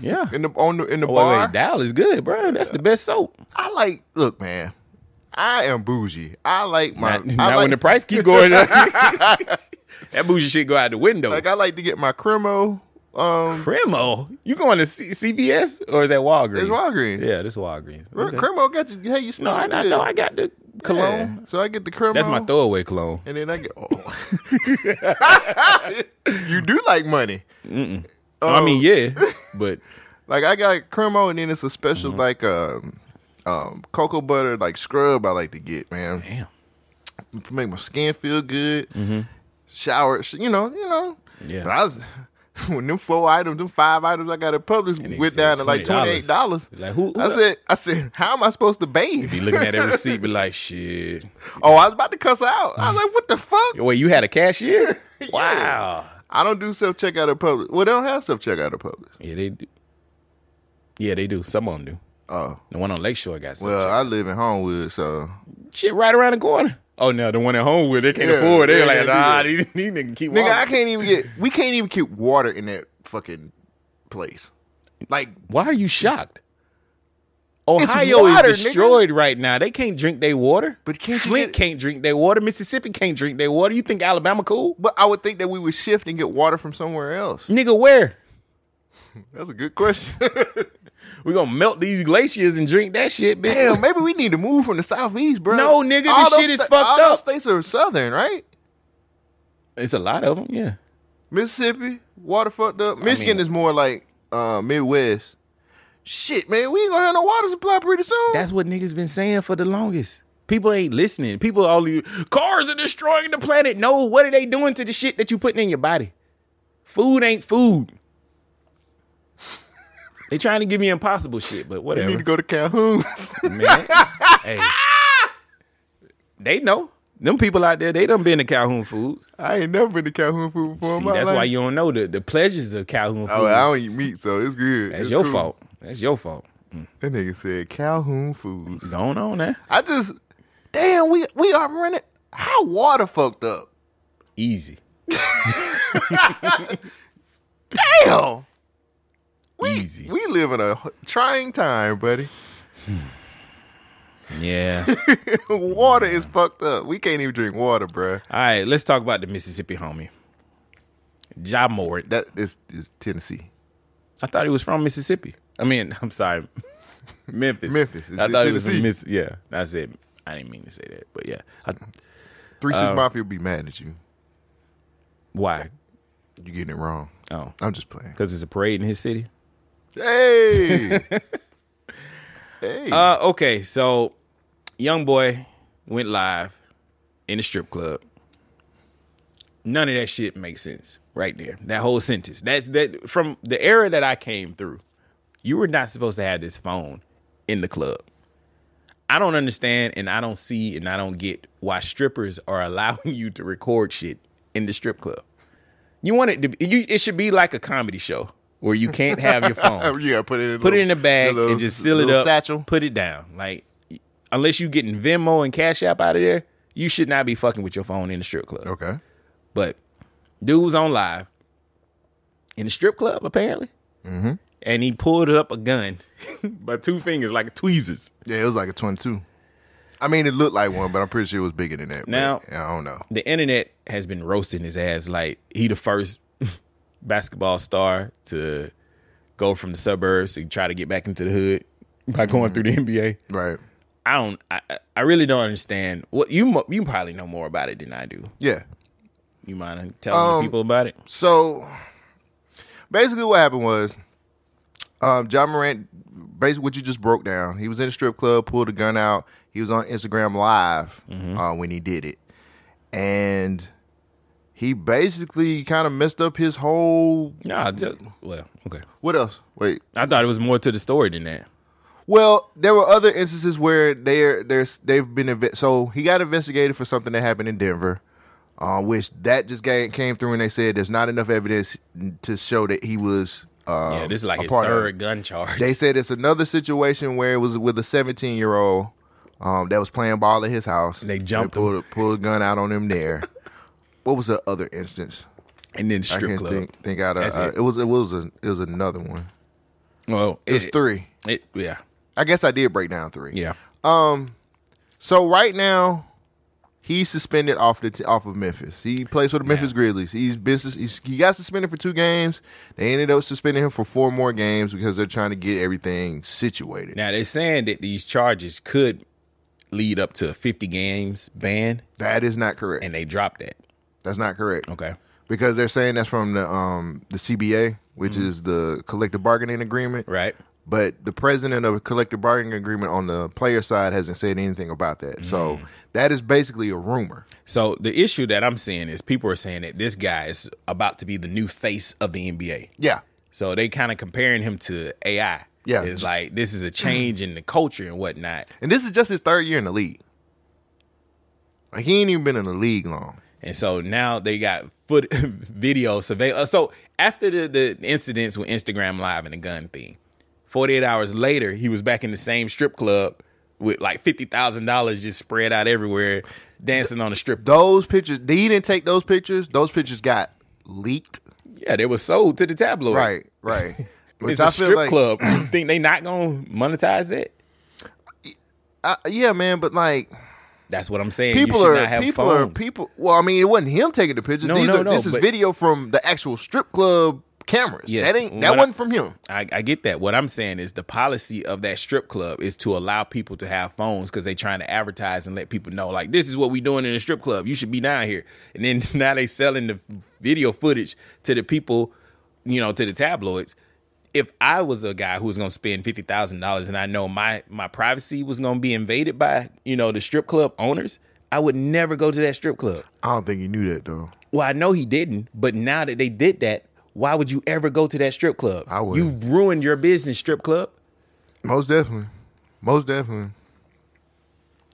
B: Yeah.
A: (laughs) in the on the in the
B: Oh,
A: bar.
B: wait, wait, Dial is good, bro. That's the best soap.
A: I like, look, man, I am bougie. I like my,
B: Not,
A: I
B: not
A: like,
B: when the price keep going up. (laughs) that bougie shit go out the window.
A: like I like to get my cremo. Um,
B: Cremo, you going to C- CVS or is that Walgreens?
A: it's Walgreens.
B: Yeah, this Walgreens. Okay.
A: Cremo got you. Hey, you
B: no,
A: smell
B: I,
A: it
B: I
A: good.
B: know. I got the
A: Yeah.
B: cologne.
A: So I get the cremo.
B: That's my throwaway cologne.
A: And then I get. Oh. you do like money. Um,
B: I mean, yeah, (laughs) but
A: (laughs)
B: Mm-hmm.
A: Like I got cremo, and then it's a special like um, um cocoa butter like scrub I like to get, man.
B: damn, Mm-hmm.
A: make my skin feel good. Shower, sh- you know, you know.
B: Yeah.
A: But I was (laughs) when them four items, them five items I got at Publix
B: nigga
A: went
B: said
A: down to like twenty
B: $28.
A: eight dollars.
B: Like, who- who
A: I
B: the-
A: said, I said, how am I supposed to bathe?
B: be looking at that
A: (laughs)
B: receipt, be like, shit.
A: Oh, I was about to cuss her out. I was like, what the fuck?
B: Wait, you had
A: (laughs)
B: a cashier? Wow.
A: I don't do self checkout at Publix. Well, they don't have self checkout at Publix.
B: Yeah, they do. Yeah, they do. Some of them do.
A: Oh,
B: The one on Lakeshore got some.
A: well, I live in Homewood, so
B: shit right around the corner. Oh no, the one at home with they can't
A: Yeah,
B: afford. They're
A: yeah,
B: like,
A: they do
B: nah,
A: that.
B: these, these niggas keep
A: nigga, I
B: walking.
A: can't even get. We can't even get water in that fucking place. Like
B: Why are you shocked? Ohio
A: water, nigga.
B: is destroyed right now. They can't drink their water.
A: But can't you
B: Flint
A: get-
B: can't drink their water. Mississippi can't drink their water. You think Alabama cool?
A: But I would think that we would shift and get water from somewhere else.
B: Nigga, where?
A: (laughs) That's a good question.
B: (laughs) We gonna melt these glaciers and drink that shit, bitch.
A: Damn, maybe we need to move from the southeast, bro.
B: No, nigga,
A: All
B: this
A: those
B: shit is
A: sta-
B: fucked
A: all those
B: up.
A: states are southern, right?
B: It's a lot of them, yeah.
A: Mississippi, water fucked up. Michigan
B: mean-
A: is more like uh, Midwest. Shit, man, we ain't gonna have no water supply pretty soon.
B: That's what niggas been saying for the longest. People ain't listening. People only cars are destroying the planet. No, what are they doing to the shit that you putting in your body? Food ain't food. they trying to give me impossible shit, but
A: we need
B: whatever.
A: to go to Calhoun.
B: (laughs) Man. hey. They know. Them people out there, they done been to Calhoun Foods.
A: I ain't never been to Calhoun food before.
B: See, that's why you don't know the, the pleasures of Calhoun Foods.
A: Oh, I don't eat meat, so it's good.
B: that's
A: It's
B: your
A: cool.
B: fault. That's your fault.
A: That nigga said Calhoun Foods.
B: Going on now.
A: I just, damn, we we are running. How water fucked up?
B: Easy. (laughs)
A: Damn.
B: Easy.
A: We live in a h- trying time, buddy.
B: yeah.
A: (laughs) water is fucked up. We can't even drink water, bruh.
B: All right, let's talk about the Mississippi homie. Ja Morant.
A: That is is Tennessee.
B: I thought he was from Mississippi. I mean, (laughs) I'm sorry, Memphis.
A: Memphis.
B: I
A: It's
B: thought
A: in
B: it was
A: Tennessee.
B: from Miss. Yeah, that's it. I didn't mean to say that, but yeah. I, Um,
A: Three Six Mafia will be mad at you.
B: why?
A: You getting it wrong.
B: Oh,
A: I'm just playing.
B: because it's a parade in his city. (laughs)
A: Hey, hey.
B: Uh, okay, so young boy went live in the strip club. None of that shit makes sense right there. That whole sentence. That's that from the era that I came through. You were not supposed to have this phone in the club. I don't understand and I don't see and I don't get why strippers are (laughs) allowing you to record shit in the strip club. You want it to be, you, it should be like a comedy show where you can't have
A: (laughs)
B: your phone
A: you gotta put it in
B: put it
A: little-
B: in a bag
A: little-
B: and just seal it
A: little
B: up.
A: Satchel.
B: Put it down. Like unless you getting Venmo and Cash App out of there, you should not be fucking with your phone in the strip club.
A: Okay.
B: But dude was on live in the strip club apparently, and he pulled up a gun by two fingers like tweezers.
A: Yeah, it was like a twenty-two. I mean, it looked like one, but I'm pretty sure it was bigger than that. but
B: Now-
A: I don't know.
B: The internet has been roasting his ass like he the first (laughs) basketball star to go from the suburbs and try to get back into the hood by going through the NBA.
A: Right.
B: I don't. I, I- I really don't understand. What you mo- you probably know more about it than I do.
A: Yeah.
B: You mind telling the
A: Um,
B: people about it?
A: So basically, what happened was um, John Morant, basically what you just broke down, he was in a strip club, pulled a gun out. He was on Instagram Live
B: Mm-hmm.
A: uh, when he did it. And he basically kind of messed up his whole.
B: Nah. Just, well, okay.
A: What else? Wait.
B: I thought it was more to the story than that.
A: Well, there were other instances where they're there's they've been inve- so he got investigated for something that happened in Denver, uh, which that just ga- came through and they said there's not enough evidence to show that he was. Uh,
B: yeah, this is like
A: a
B: his
A: part of it.
B: third gun charge.
A: They said it's another situation where it was with a 17 year old um, that was playing ball at his house.
B: They jumped
A: pulled, a, pulled a gun out on him
B: (laughs)
A: there. what was the other instance?
B: and then
A: I
B: strip
A: can't
B: club.
A: think think out of
B: That's
A: uh,
B: it.
A: it. was it was a, it was another one.
B: Well,
A: It was
B: it,
A: three.
B: it- yeah,
A: I guess I did break down three. Um,
B: yeah.
A: So right now, he's suspended off the t- off of Memphis. He plays for the Memphis Grizzlies. He's been sus- he's, he got suspended for two games. They ended up suspending him for four more games because they're trying to get everything situated.
B: Now they're saying that these charges could lead up to a fifty games ban,
A: that is not correct.
B: and they dropped that.
A: That's not correct.
B: Okay.
A: because they're saying that's from the um the CBA, which is the collective bargaining agreement.
B: Mm-hmm. Right.
A: But the president of a collective bargaining agreement on the player side hasn't said anything about that. So
B: Mm.
A: that is basically a rumor.
B: So the issue that I'm seeing is people are saying that this guy is about to be the new face of the NBA.
A: Yeah.
B: So they kind of comparing him to AI.
A: Yeah.
B: It's like this is a change in the culture and whatnot.
A: And this is just his third year in the league. Like he ain't even been in the league long.
B: And so now they got foot (laughs) video surveil. uh, So after the, the incidents with Instagram Live and the gun thing, 48 hours later, he was back in the same strip club with like $50,000 just spread out everywhere, dancing on the strip.
A: Those pictures, he didn't take those pictures. Those pictures got leaked.
B: Yeah, they were sold to the tabloids.
A: Right, right.
B: (laughs)
A: Which
B: It's a strip club.
A: (clears throat)
B: You think they not going to monetize that?
A: I- yeah, man, but like
B: That's what I'm saying. you
A: people
B: should
A: are
B: not have
A: people
B: phones.
A: are people. Well, I mean, it wasn't him taking the pictures.
B: No,
A: These
B: no,
A: are,
B: no,
A: this is
B: but-
A: video from the actual strip club cameras.
B: Yes,
A: that ain't that
B: what I-
A: wasn't from him.
B: I, I get that. What I'm saying is the policy of that strip club is to allow people to have phones because they're trying to advertise and let people know, like, this is what we doing in the strip club. You should be down here. And then (laughs) now they selling the video footage to the people, you know, to the tabloids. If I was a guy who was gonna spend fifty thousand dollars and I know my my privacy was gonna be invaded by, you know, the strip club owners, I would never go to that strip club.
A: I don't think he knew that though.
B: Well, I know he didn't, but now that they did that, why would you ever go to that strip club?
A: I
B: You
A: wouldn't.
B: ruined your business, strip club.
A: Most definitely, most definitely.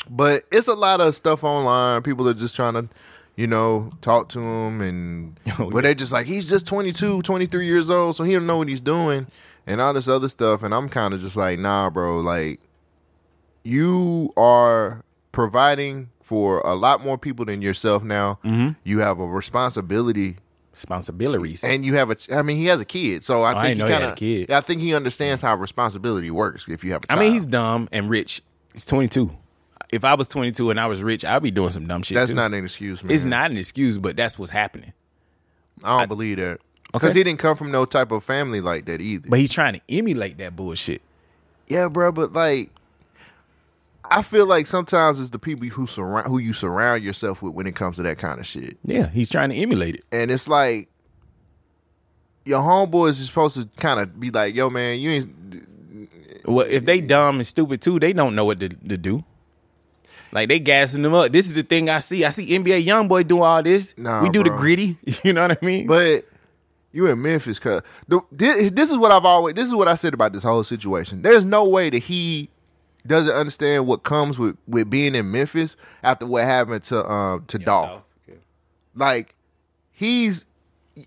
A: But it's a lot of stuff online. People are just trying to, you know, talk to him, and
B: (laughs) Oh,
A: but they're just like he's just 22, 23 years old, so he don't know what he's doing, and all this other stuff. And I'm kind of just like, nah, bro, like you are providing for a lot more people than yourself now. You have a responsibility
B: Mm-hmm. Responsibilities. Oh,
A: and you have a ch- I mean he has a kid, so I think
B: didn't
A: he
B: know he had
A: kind
B: a kid.
A: of I think he understands how responsibility works if you have a
B: I
A: child.
B: mean, he's dumb and rich. He's 22. If I was 22 and I was rich, I'd be doing some dumb shit.
A: that's
B: too.
A: not an excuse, man.
B: It's not an excuse, but that's what's happening.
A: I don't believe that. because
B: Okay.
A: he didn't come from no type of family like that either.
B: But he's trying to emulate that bullshit.
A: yeah, bro, but like, I feel like sometimes it's the people who surround who you surround yourself with when it comes to that kind of shit,
B: Yeah, he's trying to emulate it.
A: and it's like your homeboys is supposed to kind of be like, "Yo, man, you ain't."
B: Well, if they dumb and stupid too, they don't know what to, to do. Like they gassing them up. This is the thing I see. I see NBA young boy do all this.
A: Nah,
B: we do the
A: bro.
B: gritty. (laughs) You know what I mean?
A: But you in Memphis, cause the, this, this is what I've always. This is what I said about this whole situation. There's no way that he doesn't understand what comes with with being in Memphis after what happened to um to Dolph. Like he's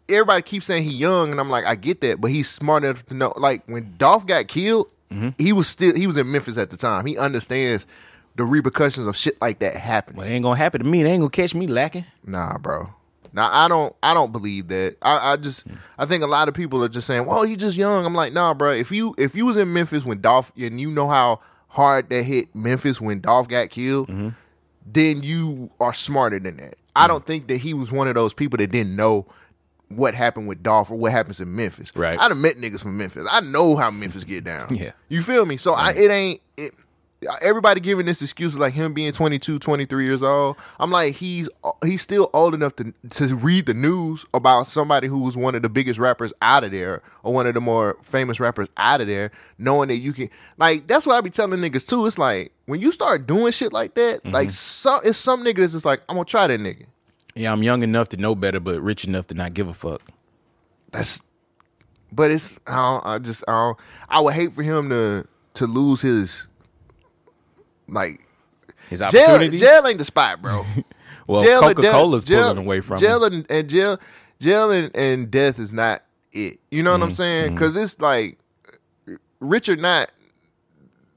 A: everybody keeps saying he young, and I'm like, I get that, but he's smart enough to know. Like when Dolph got killed,
B: Mm-hmm.
A: he was still he was in Memphis at the time. He understands the repercussions of shit like that happening.
B: But it ain't gonna happen to me. They ain't gonna catch me lacking.
A: Nah, bro. Now I don't I don't believe that. I, I just I think a lot of people are just saying, "Well, you just young." I'm like, "Nah, bro. If you if you was in Memphis when Dolph and you know how hard that hit Memphis when Dolph got killed,
B: Mm-hmm.
A: then you are smarter than that." I don't think that he was one of those people that didn't know what happened with Dolph or what happens in Memphis.
B: Right.
A: I done met niggas from Memphis. I know how Memphis get down.
B: (laughs) Yeah.
A: You feel me? So I it ain't it, everybody giving this excuse like him being 22, 23 years old. I'm like he's he's still old enough to to read the news about somebody who was one of the biggest rappers out of there or one of the more famous rappers out of there, knowing that you can like that's what I be telling niggas too. It's like when you start doing shit like that, like
B: Mm-hmm.
A: some it's some niggas that's just like I'm gonna try that nigga.
B: Yeah, I'm young enough to know better, but rich enough to not give a fuck.
A: that's but it's I, don't, I just I, don't, I would hate for him to to lose his like
B: His
A: jail
B: opportunities.
A: jail ain't the
F: (laughs)
A: spot bro
B: well,
A: Jail and
B: Coca
A: death-
B: Cola's
A: jail-
B: pulling away from
A: jail
B: him.
A: and, and jail jail and, and death is not it you know what
B: Mm-hmm.
A: I'm saying because it's like rich or not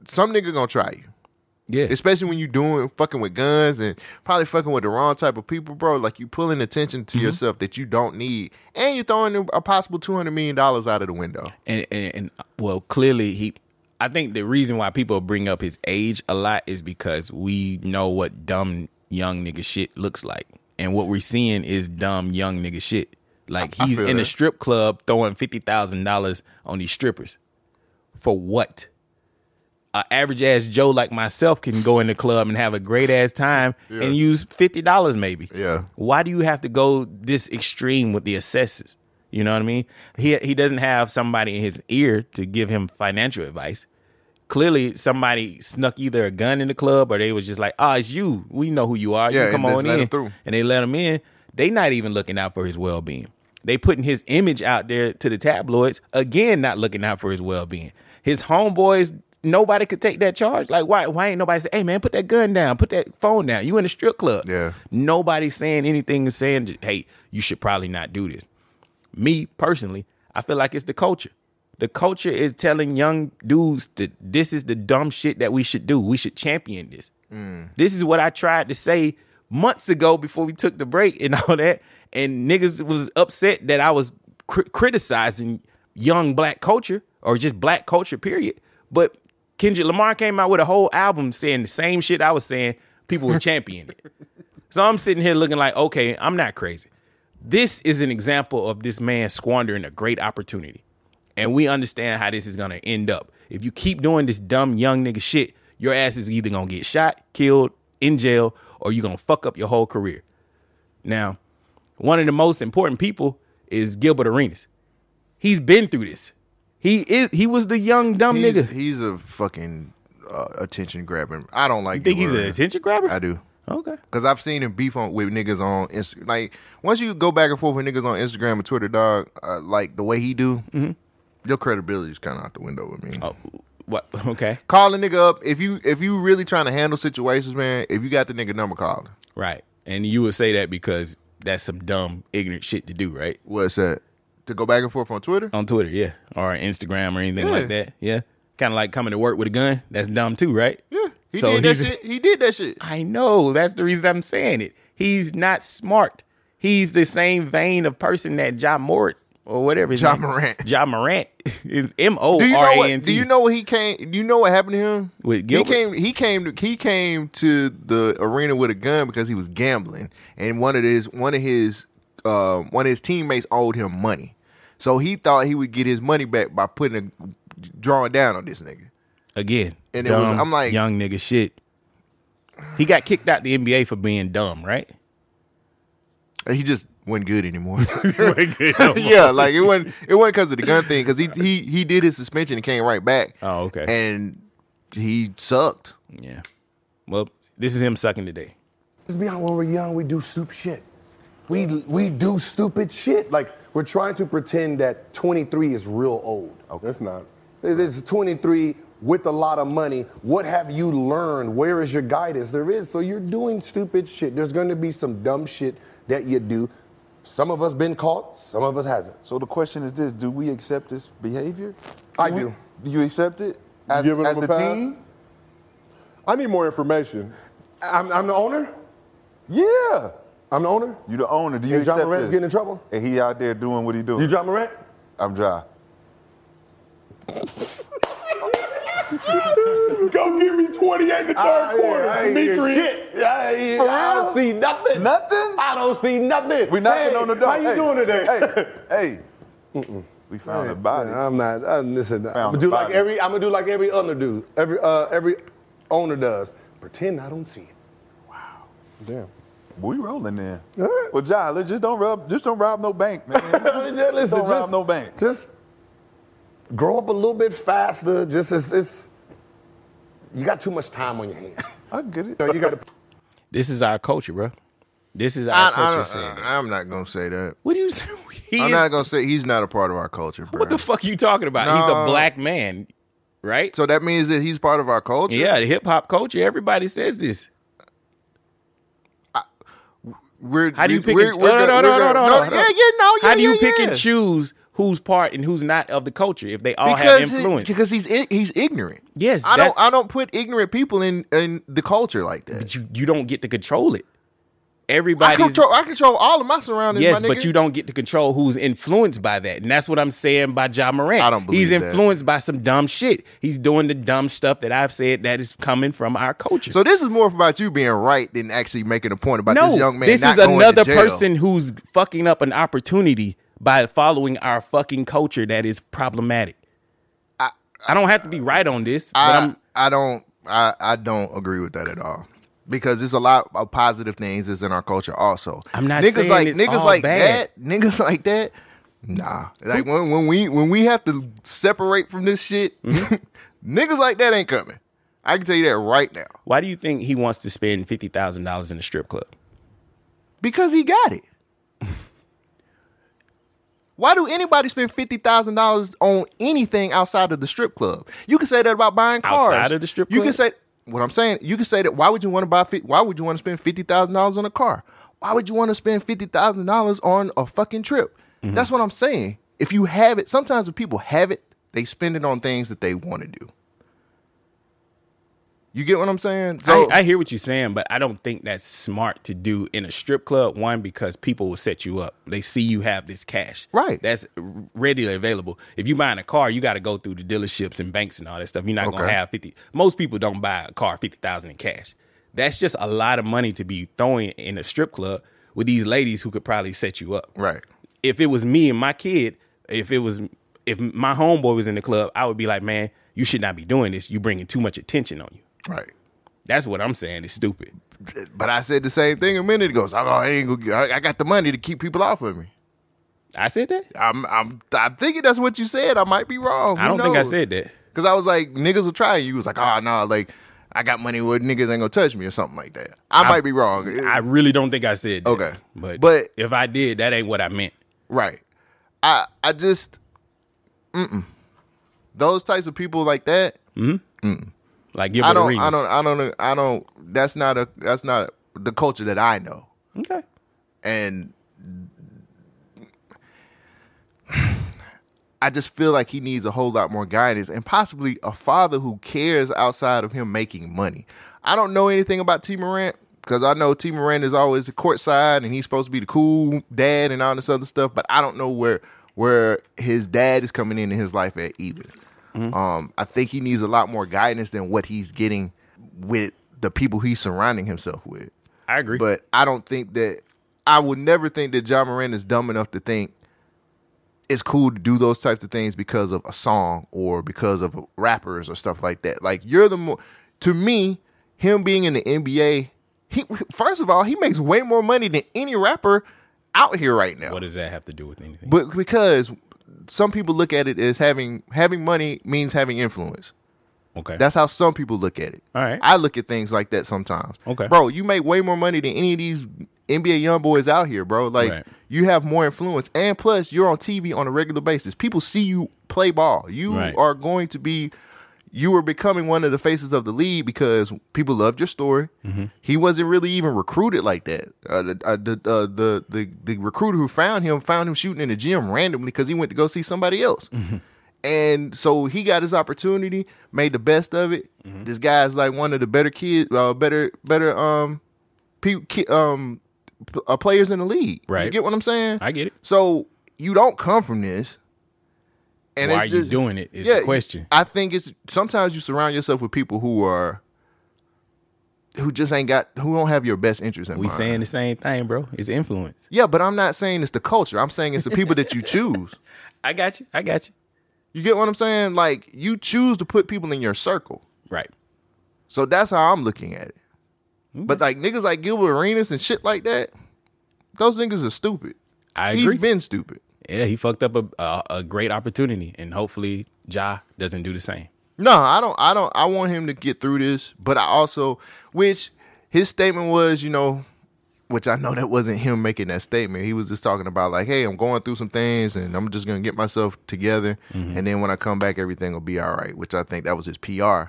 A: some nigga gonna try you
B: Yeah,
A: especially when you doing fucking with guns and probably fucking with the wrong type of people, bro. Like you pulling attention
B: Mm-hmm.
A: to yourself that you don't need, and you're throwing a possible two hundred million dollars out of the window.
B: and, and, and well, clearly he. I think the reason why people bring up his age a lot is because we know what dumb young nigga shit looks like, and what we're seeing is dumb young nigga shit. Like
A: I
B: he's
A: feel
B: in a
A: that.
B: strip club throwing fifty thousand dollars on these strippers, for what? A average ass Joe like myself can go in the club and have a great ass time and use fifty dollars maybe.
A: Yeah.
B: Why do you have to go this extreme with the assessors? You know what I mean? He he doesn't have somebody in his ear to give him financial advice. Clearly, somebody snuck either a gun in the club or they was just like, "Ah, it's you. We know who you are.
A: Yeah,
B: you come
A: and just
B: on
A: let him
B: in."
A: through.
B: And they let him in. They not even looking out for his well being. They putting his image out there to the tabloids again, not looking out for his well being. His homeboys, nobody could take that charge. Like why? Why ain't nobody say, "Hey man, put that gun down, put that phone down. You in a strip club."
A: Yeah.
B: Nobody's saying anything and saying, hey, you should probably not do this. Me personally, I feel like it's the culture. The culture is telling young dudes that this is the dumb shit that we should do. We should champion this.
A: Mm.
B: This is what I tried to say months ago before we took the break and (laughs) all that. And niggas was upset that I was cr- criticizing young black culture or just black culture, period. But Kendrick Lamar came out with a whole album saying the same shit I was saying. People were championing it. So I'm sitting here looking like, okay, I'm not crazy. This is an example of this man squandering a great opportunity. And we understand how this is going to end up. If you keep doing this dumb young nigga shit, your ass is either going to get shot, killed, in jail, or you're going to fuck up your whole career. Now, one of the most important people is Gilbert Arenas. He's been through this. He is he was the young dumb
A: He's,
B: nigga.
A: he's a fucking uh, attention grabbing. I don't like.
B: Think he's
A: Gilbert
B: an
A: Arenas.
B: attention grabber?
A: I do.
B: Okay.
A: Cause I've seen him beef on with niggas on Instagram. Like once you go back and forth with niggas on Instagram and Twitter, dog, uh, like the way he do, your credibility's kind of out the window with me.
B: Mm-hmm. Oh, what? (laughs) Okay.
A: Call a nigga up if you if you really trying to handle situations, man. If you got the nigga number, call. him.
B: Right. And you would say that because that's some dumb, ignorant shit to do, right?
A: What's that? To go back and forth on Twitter?
B: On Twitter, yeah. Or Instagram or anything
A: Yeah.
B: like that. Yeah. Kind of like coming to work with a gun. That's dumb too, right?
A: Yeah, he
B: So
A: did that
B: he's-
A: shit. He did that shit.
B: I know. That's the reason I'm saying it. He's not smart. He's the same vein of person that Ja Mort or whatever. his
A: Ja
B: name-
A: Morant.
B: Ja Morant (laughs) is M O
A: Do you
B: R
A: know
B: A
A: what?
B: N
A: Do you
B: T.
A: know what he came? Do you know what happened to him?
B: With
A: he
B: Gilbert?
A: came, he came, to, he came to the arena with a gun because he was gambling, and one of his one of his uh, one of his teammates owed him money. So he thought he would get his money back by putting a drawing down on this
B: (laughs)
A: nigga.
B: Again,
A: And it was-
B: dumb,
A: I'm like-
B: young nigga shit. He got kicked out the NBA for being dumb, right?
A: And he just wasn't good
B: (laughs)
A: anymore. (laughs)
B: yeah.
A: yeah, like it wasn't it wasn't because of the gun thing because he he he did his suspension and came right back.
B: Oh, okay.
A: And he sucked.
B: Yeah. Well, this is him sucking today.
F: Let's be honest, when we're young, we do stupid shit. We, we do stupid shit. Like, we're trying to pretend that 23 is real old.
G: Okay, it's not.
F: It- It's 23 with a lot of money. What have you learned? Where is your guidance? There is. So you're doing stupid shit. There's going to be some dumb shit that you do. Some of us been caught, some of us hasn't.
D: So the question is this: Do we accept this behavior?
F: I
D: we-
F: do.
D: Do you accept it as,
G: Giving
D: as
G: them
D: the
G: a pass?
D: team?
G: I need more information.
F: I'm, I'm the owner?
D: Yeah.
F: I'm the owner?
D: You the owner. Do you
F: And John
D: accept
F: Morant's
D: this?
F: getting in trouble?
D: And he out there doing what he doing.
F: You drop Morant?
D: I'm dry.
G: Go give me 28 in the third
F: I-
G: quarter,
F: I ain't hear
G: Demetrius.
F: shit. I, I
D: real?
F: don't see nothing.
D: Nothing.
F: I don't see nothing.
D: We knocking
F: Hey,
D: on the door.
F: How you
D: Hey,
F: doing today? (laughs)
D: Hey, hey. We found a body.
F: Yeah, I'm not. i listen, I'm
D: Found
F: gonna
D: the
F: do like
D: body.
F: every. I'm gonna do like every other dude. Every uh, every owner does. Pretend I don't see it.
G: Damn.
D: we rolling then.
F: right.
D: Well, John, let's just don't rob. Just don't rob no
F: (laughs)
D: bank, man.
F: Just listen,
D: don't rob no bank.
F: Just grow up a little bit faster. Just it's, it's you got too much time on your hands.
D: (laughs) I get it.
F: You, know, you got to.
B: This is our culture, bro. This is
A: I,
B: our
A: I,
B: culture. saying that.
A: am not gonna say that.
B: what do you say? (laughs) He
A: I'm
B: is-
A: not gonna say he's not a part of our culture, bro.
B: (laughs) what the fuck you talking about? He's a
A: No.
B: black man, right?
A: So that means that he's part of our culture.
B: yeah, the hip hop culture. Everybody says this.
A: We're,
B: How do you
A: we-
B: pick?
A: we're,
B: and,
A: we're
B: no,
A: the-
B: no, no,
A: we're the-
B: no, no, no, no, no.
A: Yeah, yeah, no, yeah,
B: How do you
A: yeah,
B: pick
A: yeah.
B: and choose who's part and who's not of the culture if they all have
A: he-
B: influence?
A: because he's i- he's ignorant.
B: Yes,
A: I don't
B: that-
A: I don't put ignorant people in in the culture like that.
B: but you, you don't get to control it.
A: I
B: Everybody's
A: control I control all of my surroundings.
B: yes,
A: my
B: but
A: nigga.
B: you don't get to control who's influenced by that, and that's what I'm saying by John Morant.
A: I don't believe
B: he's
A: that.
B: influenced by some dumb shit. He's doing the dumb stuff that I've said that is coming from our culture.
A: So this is more about you being right than actually making a point about
B: no,
A: this young man.
B: this
A: not
B: is
A: going to
B: another
A: jail.
B: person who's fucking up an opportunity by following our fucking culture that is problematic. I, don't have to be right on this, but
A: I
B: I'm
A: I don't I I don't agree with that at all. Because there's a lot of positive things that's in our culture also.
B: (laughs) I'm not
A: niggas
B: saying
A: like
B: it's
A: niggas
B: all
A: like
B: bad.
A: that, niggas like that. Nah. Like when, when we when we have to separate from this shit, (laughs) niggas like that ain't coming. I can tell you that right now.
B: Mm-hmm. why do you think he wants to spend fifty thousand dollars in a strip club?
A: Because he got it. (laughs) Why do anybody spend fifty thousand dollars on anything outside of the strip club? You can say that about buying cars
B: Outside of the strip
A: You can say
B: club?
A: what I'm saying. You can say that. Why would you want to buy? fi- Why would you want to spend fifty thousand dollars on a car? Why would you want to spend fifty thousand dollars on a fucking trip?
B: Mm-hmm.
A: That's what I'm saying. If you have it, sometimes when people have it, they spend it on things that they want to do. You get what I'm saying? So
B: I, I hear what you're saying, but I don't think that's smart to do in a strip club. One, because people will set you up. They see you have this cash.
A: Right.
B: That's readily available. If you buying a car, you got to go through the dealerships and banks and all that stuff. You're not going
A: Okay.
B: to have 50. Most people don't buy a car 50,000 in cash. That's just a lot of money to be throwing in a strip club with these ladies who could probably set you up.
A: right.
B: If it was me and my kid, if it was if my homeboy was in the club, I would be like, "Man, you should not be doing this. You bringing too much attention on you."
A: Right.
B: That's what I'm saying. It's stupid.
A: But I said the same thing a minute ago. So I ain't gonna. get- I I got the money to keep people off of me.
B: I said that.
A: I'm. I'm. I'm thinking that's what you said. I might be wrong.
B: I don't think I said that.
A: because I was like niggas will try. You was like, oh no, like I got money where niggas ain't gonna touch me or something like that. I, might be wrong.
B: I really don't think I said that.
A: Okay.
B: But,
A: But-
B: if I did, that ain't what I meant.
A: Right. I I just. Mm-mm. Those types of people like that.
B: Mm-hmm. Like Gilbert
A: I don't.
B: Arenas.
A: I don't. I don't. I don't. That's not a. That's not the culture that I know.
B: Okay.
A: and I just feel like he needs a whole lot more guidance and possibly a father who cares outside of him making money. I don't know anything about T Morant because I know T Morant is always the court side and he's supposed to be the cool dad and all this other stuff, but I don't know where where his dad is coming in in his life at either.
B: Mm-hmm.
A: Um, I think he needs a lot more guidance than what he's getting with the people he's surrounding himself with.
B: I agree.
A: But I don't think that I would never think that John Moran is dumb enough to think it's cool to do those types of things because of a song or because of rappers or stuff like that. Like you're the more to me, him being in the NBA, he first of all, he makes way more money than any rapper out here right now.
B: What does that have to do with anything?
A: But because some people look at it as having having money means having influence.
B: okay.
A: That's how some people look at it.
B: All right.
A: I look at things like that sometimes.
B: Okay.
A: Bro, you make way more money than any of these NBA young boys out here, bro. Like
B: Right.
A: you have more influence. And plus you're on TV on a regular basis. People see you play ball. You
B: Right.
A: are going to be you are becoming one of the faces of the league because people loved your story.
B: Mm-hmm.
A: Mm-hmm. He wasn't really even recruited like that. Uh, the, uh, the, uh, the the the recruiter who found him found him shooting in the gym randomly because he went to go see somebody else. And so he got his opportunity, made the best of it.
B: Mm-hmm.
A: This guy's like one of the better kids, uh, better better um, pe- ki- um, p- uh, players in the league. you
B: Right.
A: get what I'm saying?
B: I get it.
A: So you don't come from this. And
B: Why
A: it's
B: are you
A: just-
B: doing it? Is the question.
A: I think it's sometimes you surround yourself with people who are who just ain't got who don't have your best interest in
B: we
A: mind.
B: saying the same thing, bro. It's influence.
A: yeah, but I'm not saying it's the culture. I'm saying it's the people that you choose.
B: (laughs) I got you. I got you.
A: You get what I'm saying? Like you choose to put people in your circle.
B: Right.
A: So that's how I'm looking at it. But like niggas like Gilbert Arenas and shit like that, those niggas are stupid.
B: I
A: He's
B: agree.
A: been stupid.
B: Yeah, he fucked up a, a a great opportunity, and hopefully Ja doesn't do the same.
A: No, I don't. I don't. I want him to get through this, but I also, which his statement was, you know, which I know that wasn't him making that statement. He was just talking about like, hey, I'm going through some things, and I'm just gonna get myself together, and then when I come back, everything will be all right. Which I think that was his PR.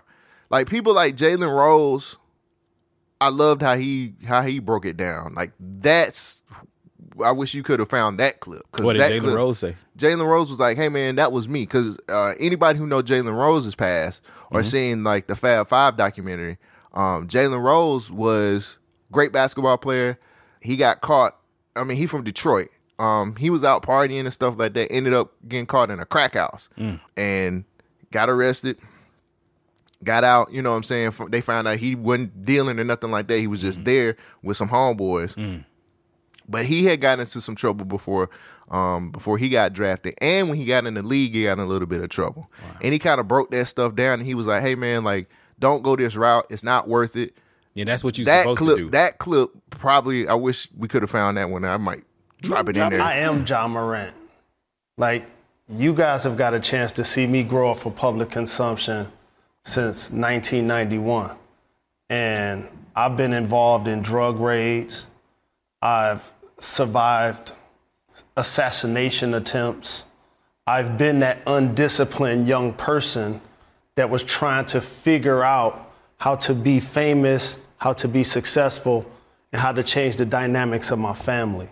A: Like people like Jalen Rose, I loved how he how he broke it down. Like that's. I wish you could have found that clip. 'cause
B: What did
A: that
B: Jalen
A: clip-
B: Rose say?
A: Jalen Rose was like, "Hey man, that was me." Because uh, anybody who know Jalen Rose's past or
B: Mm-hmm.
A: seen like the Fab Five documentary, um, Jalen Rose was great basketball player. He got caught. I mean, he from Detroit. Um, he was out partying and stuff like that. Ended up getting caught in a crack house
B: Mm.
A: and got arrested. Got out, you know what I'm saying? F- They found out he wasn't dealing or nothing like that. He was
B: Mm-hmm.
A: just there with some homeboys
B: Mm.
A: but he had gotten into some trouble before um before he got drafted and when he got in the league he got in a little bit of trouble and he kind of broke that stuff down and he was like hey man like don't go this route it's not worth it
B: Yeah, that's what you're
A: that
B: supposed
A: clip
B: to do.
A: that clip probably i wish we could have found that one i might drop it in there
H: I am John Morant. Like, you guys have got a chance to see me grow up for public consumption since 1991. And I've been involved in drug raids. I've survived assassination attempts. I've been that undisciplined young person that was trying to figure out how to be famous, how to be successful, and how to change the dynamics of my family.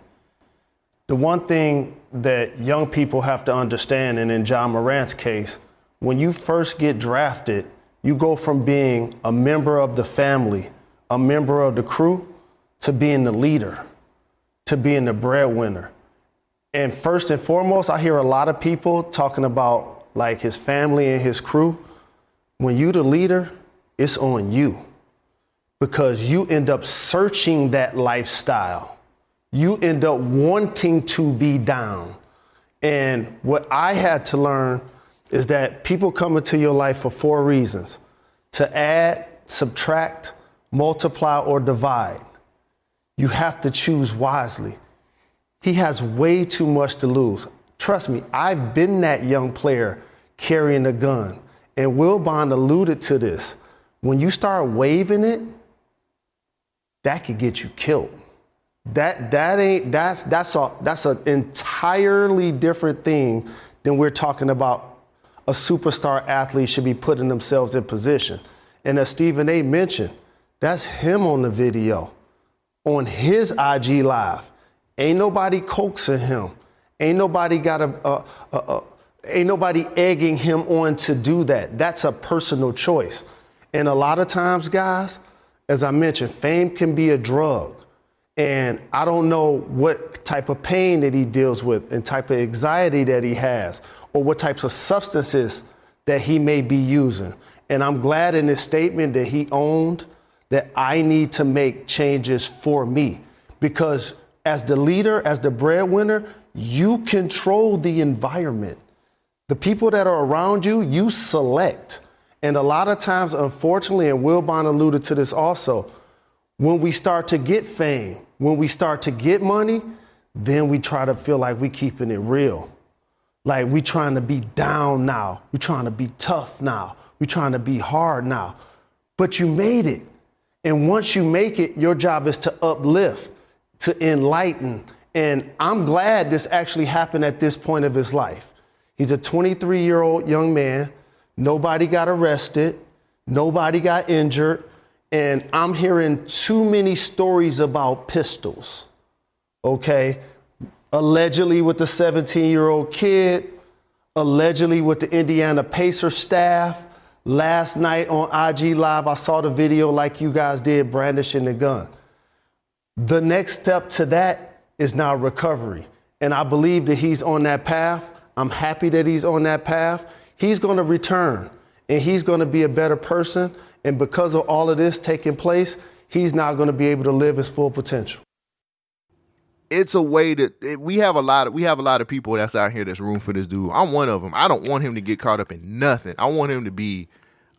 H: The one thing that young people have to understand, and in John Morant's case, when you first get drafted, you go from being a member of the family, a member of the crew, to being the leader, to being the breadwinner. And first and foremost, I hear a lot of people talking about like his family and his crew. When you the leader, it's on you because you end up searching that lifestyle you end up wanting to be down. And what I had to learn is that people come into your life for four reasons to add, subtract, multiply, or divide. You have to choose wisely. He has way too much to lose. Trust me, I've been that young player carrying a gun. And Will Bond alluded to this. When you start waving it, that could get you killed. That that ain't that's that's a that's an entirely different thing than we're talking about. A superstar athlete should be putting themselves in position, and as Stephen A. mentioned, that's him on the video, on his IG live. Ain't nobody coaxing him. Ain't nobody got a, a, a, a ain't nobody egging him on to do that. That's a personal choice, and a lot of times, guys, as I mentioned, fame can be a drug. And I don't know what type of pain that he deals with and type of anxiety that he has or what types of substances that he may be using. And I'm glad in his statement that he owned that I need to make changes for me because as the leader, as the breadwinner, You control the environment. The people that are around you, you select. And a lot of times, unfortunately, and Wilbon alluded to this also, when we start to get fame, when we start to get money, then we try to feel like we keeping it real. Like we trying to be down now. We trying to be tough now. We trying to be hard now. But you made it. And once you make it, your job is to uplift, to enlighten. And I'm glad this actually happened at this point of his life. He's a 23 year old young man. Nobody got arrested, nobody got injured. And I'm hearing too many stories about pistols, okay? Allegedly with the 17 year old kid, allegedly with the Indiana Pacer staff. Last night on IG Live, I saw the video like you guys did, brandishing the gun. The next step to that is now recovery. And I believe that he's on that path. I'm happy that he's on that path. He's going to return and he's going to be a better person. And because of all of this taking place, he's now going to be able to live his full potential.
A: it's a way that it- we have a lot of we have a lot of people that's out here that's room for this dude. I'm one of them. I don't want him to get caught up in nothing. I want him to be,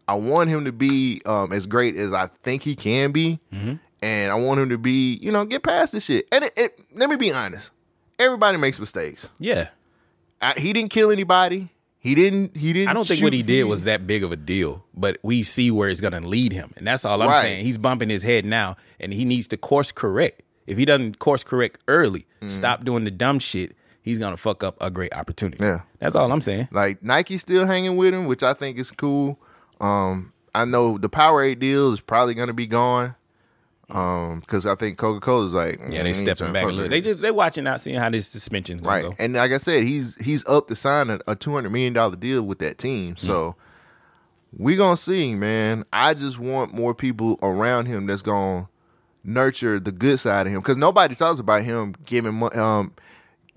A: I want him to be um, as great as I think he can be,
B: Mm-hmm.
A: and I want him to be, you know, get past this shit. And it, it, let me be honest, everybody makes mistakes.
B: Yeah.
A: I, he didn't kill anybody. He didn't. He didn't.
B: I don't think what
A: shoot-
B: he did was that big of a deal, but we see where it's going to lead him. And that's all I'm
A: Right.
B: saying. He's bumping his head now, and he needs to course correct. If he doesn't course correct early,
A: Mm.
B: stop doing the dumb shit, he's going to fuck up a great opportunity.
A: Yeah.
B: That's all I'm saying.
A: Like Nike's still hanging with him, which I think is cool. Um, I know the Powerade deal is probably gonna be gone. Um, because I think Coca Cola's like,
B: Yeah, they
A: "Mm,
B: stepping
A: tryna
B: back a
A: fuck
B: little.
A: with
B: They
A: it."
B: just they watching out, seeing how this suspension's going
A: right.
B: to go.
A: And like I said, he's he's up to sign a, a two hundred million dollar deal with that
B: Mm.
A: team. So we gonna see, man. I just want more people around him that's gonna nurture the good side of him because nobody talks about him giving mo- um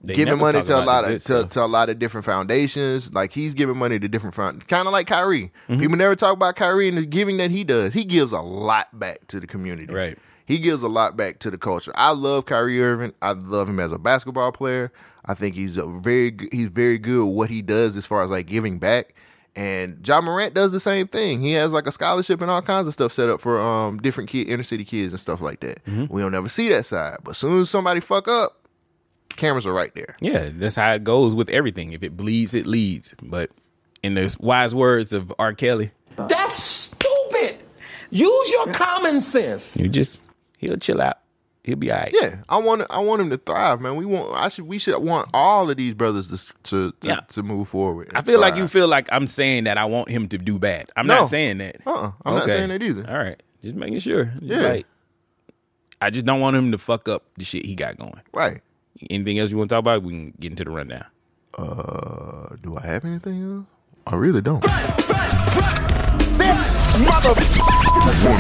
B: They
A: giving
B: never
A: money
B: talk
A: to a
B: about
A: lot
B: the good
A: of to,
B: stuff.
A: to a lot of different foundations. Like he's giving money to different found, kind of like Kyrie.
B: Mm-hmm.
A: People never talk about Kyrie and the giving that he does. He gives a lot back to the community.
B: Right.
A: He gives a lot back to the culture. I love Kyrie Irving. I love him as a basketball player. I think he's a very g- he's very good at what he does as far as like giving back. And John Morant does the same thing. He has like a scholarship and all kinds of stuff set up for um different kid inner city kids and stuff like that.
B: Mm-hmm.
A: We don't ever see that side. But soon as somebody fuck up, cameras are right there.
B: Yeah, that's how it goes with everything. If it bleeds, it leads. But in the wise words of R. Kelly,
I: That's stupid. Use your common sense.
B: you just he'll chill out. He'll be all right.
A: Yeah, I want I want him to thrive, man. We want I should we should want all of these brothers to to to,
B: Yeah.
A: to move forward.
B: I feel like you feel like I'm saying that I want him to do bad. I'm
A: No.
B: not saying that.
A: Uh-uh. I'm not saying that either.
B: All right. Just making sure.
A: Yeah.
B: Just like, I just don't want him to fuck up the shit he got going.
A: right.
B: Anything else you want to talk about? We can get into the rundown.
A: Uh, do I have anything else? I really don't.
I: (laughs)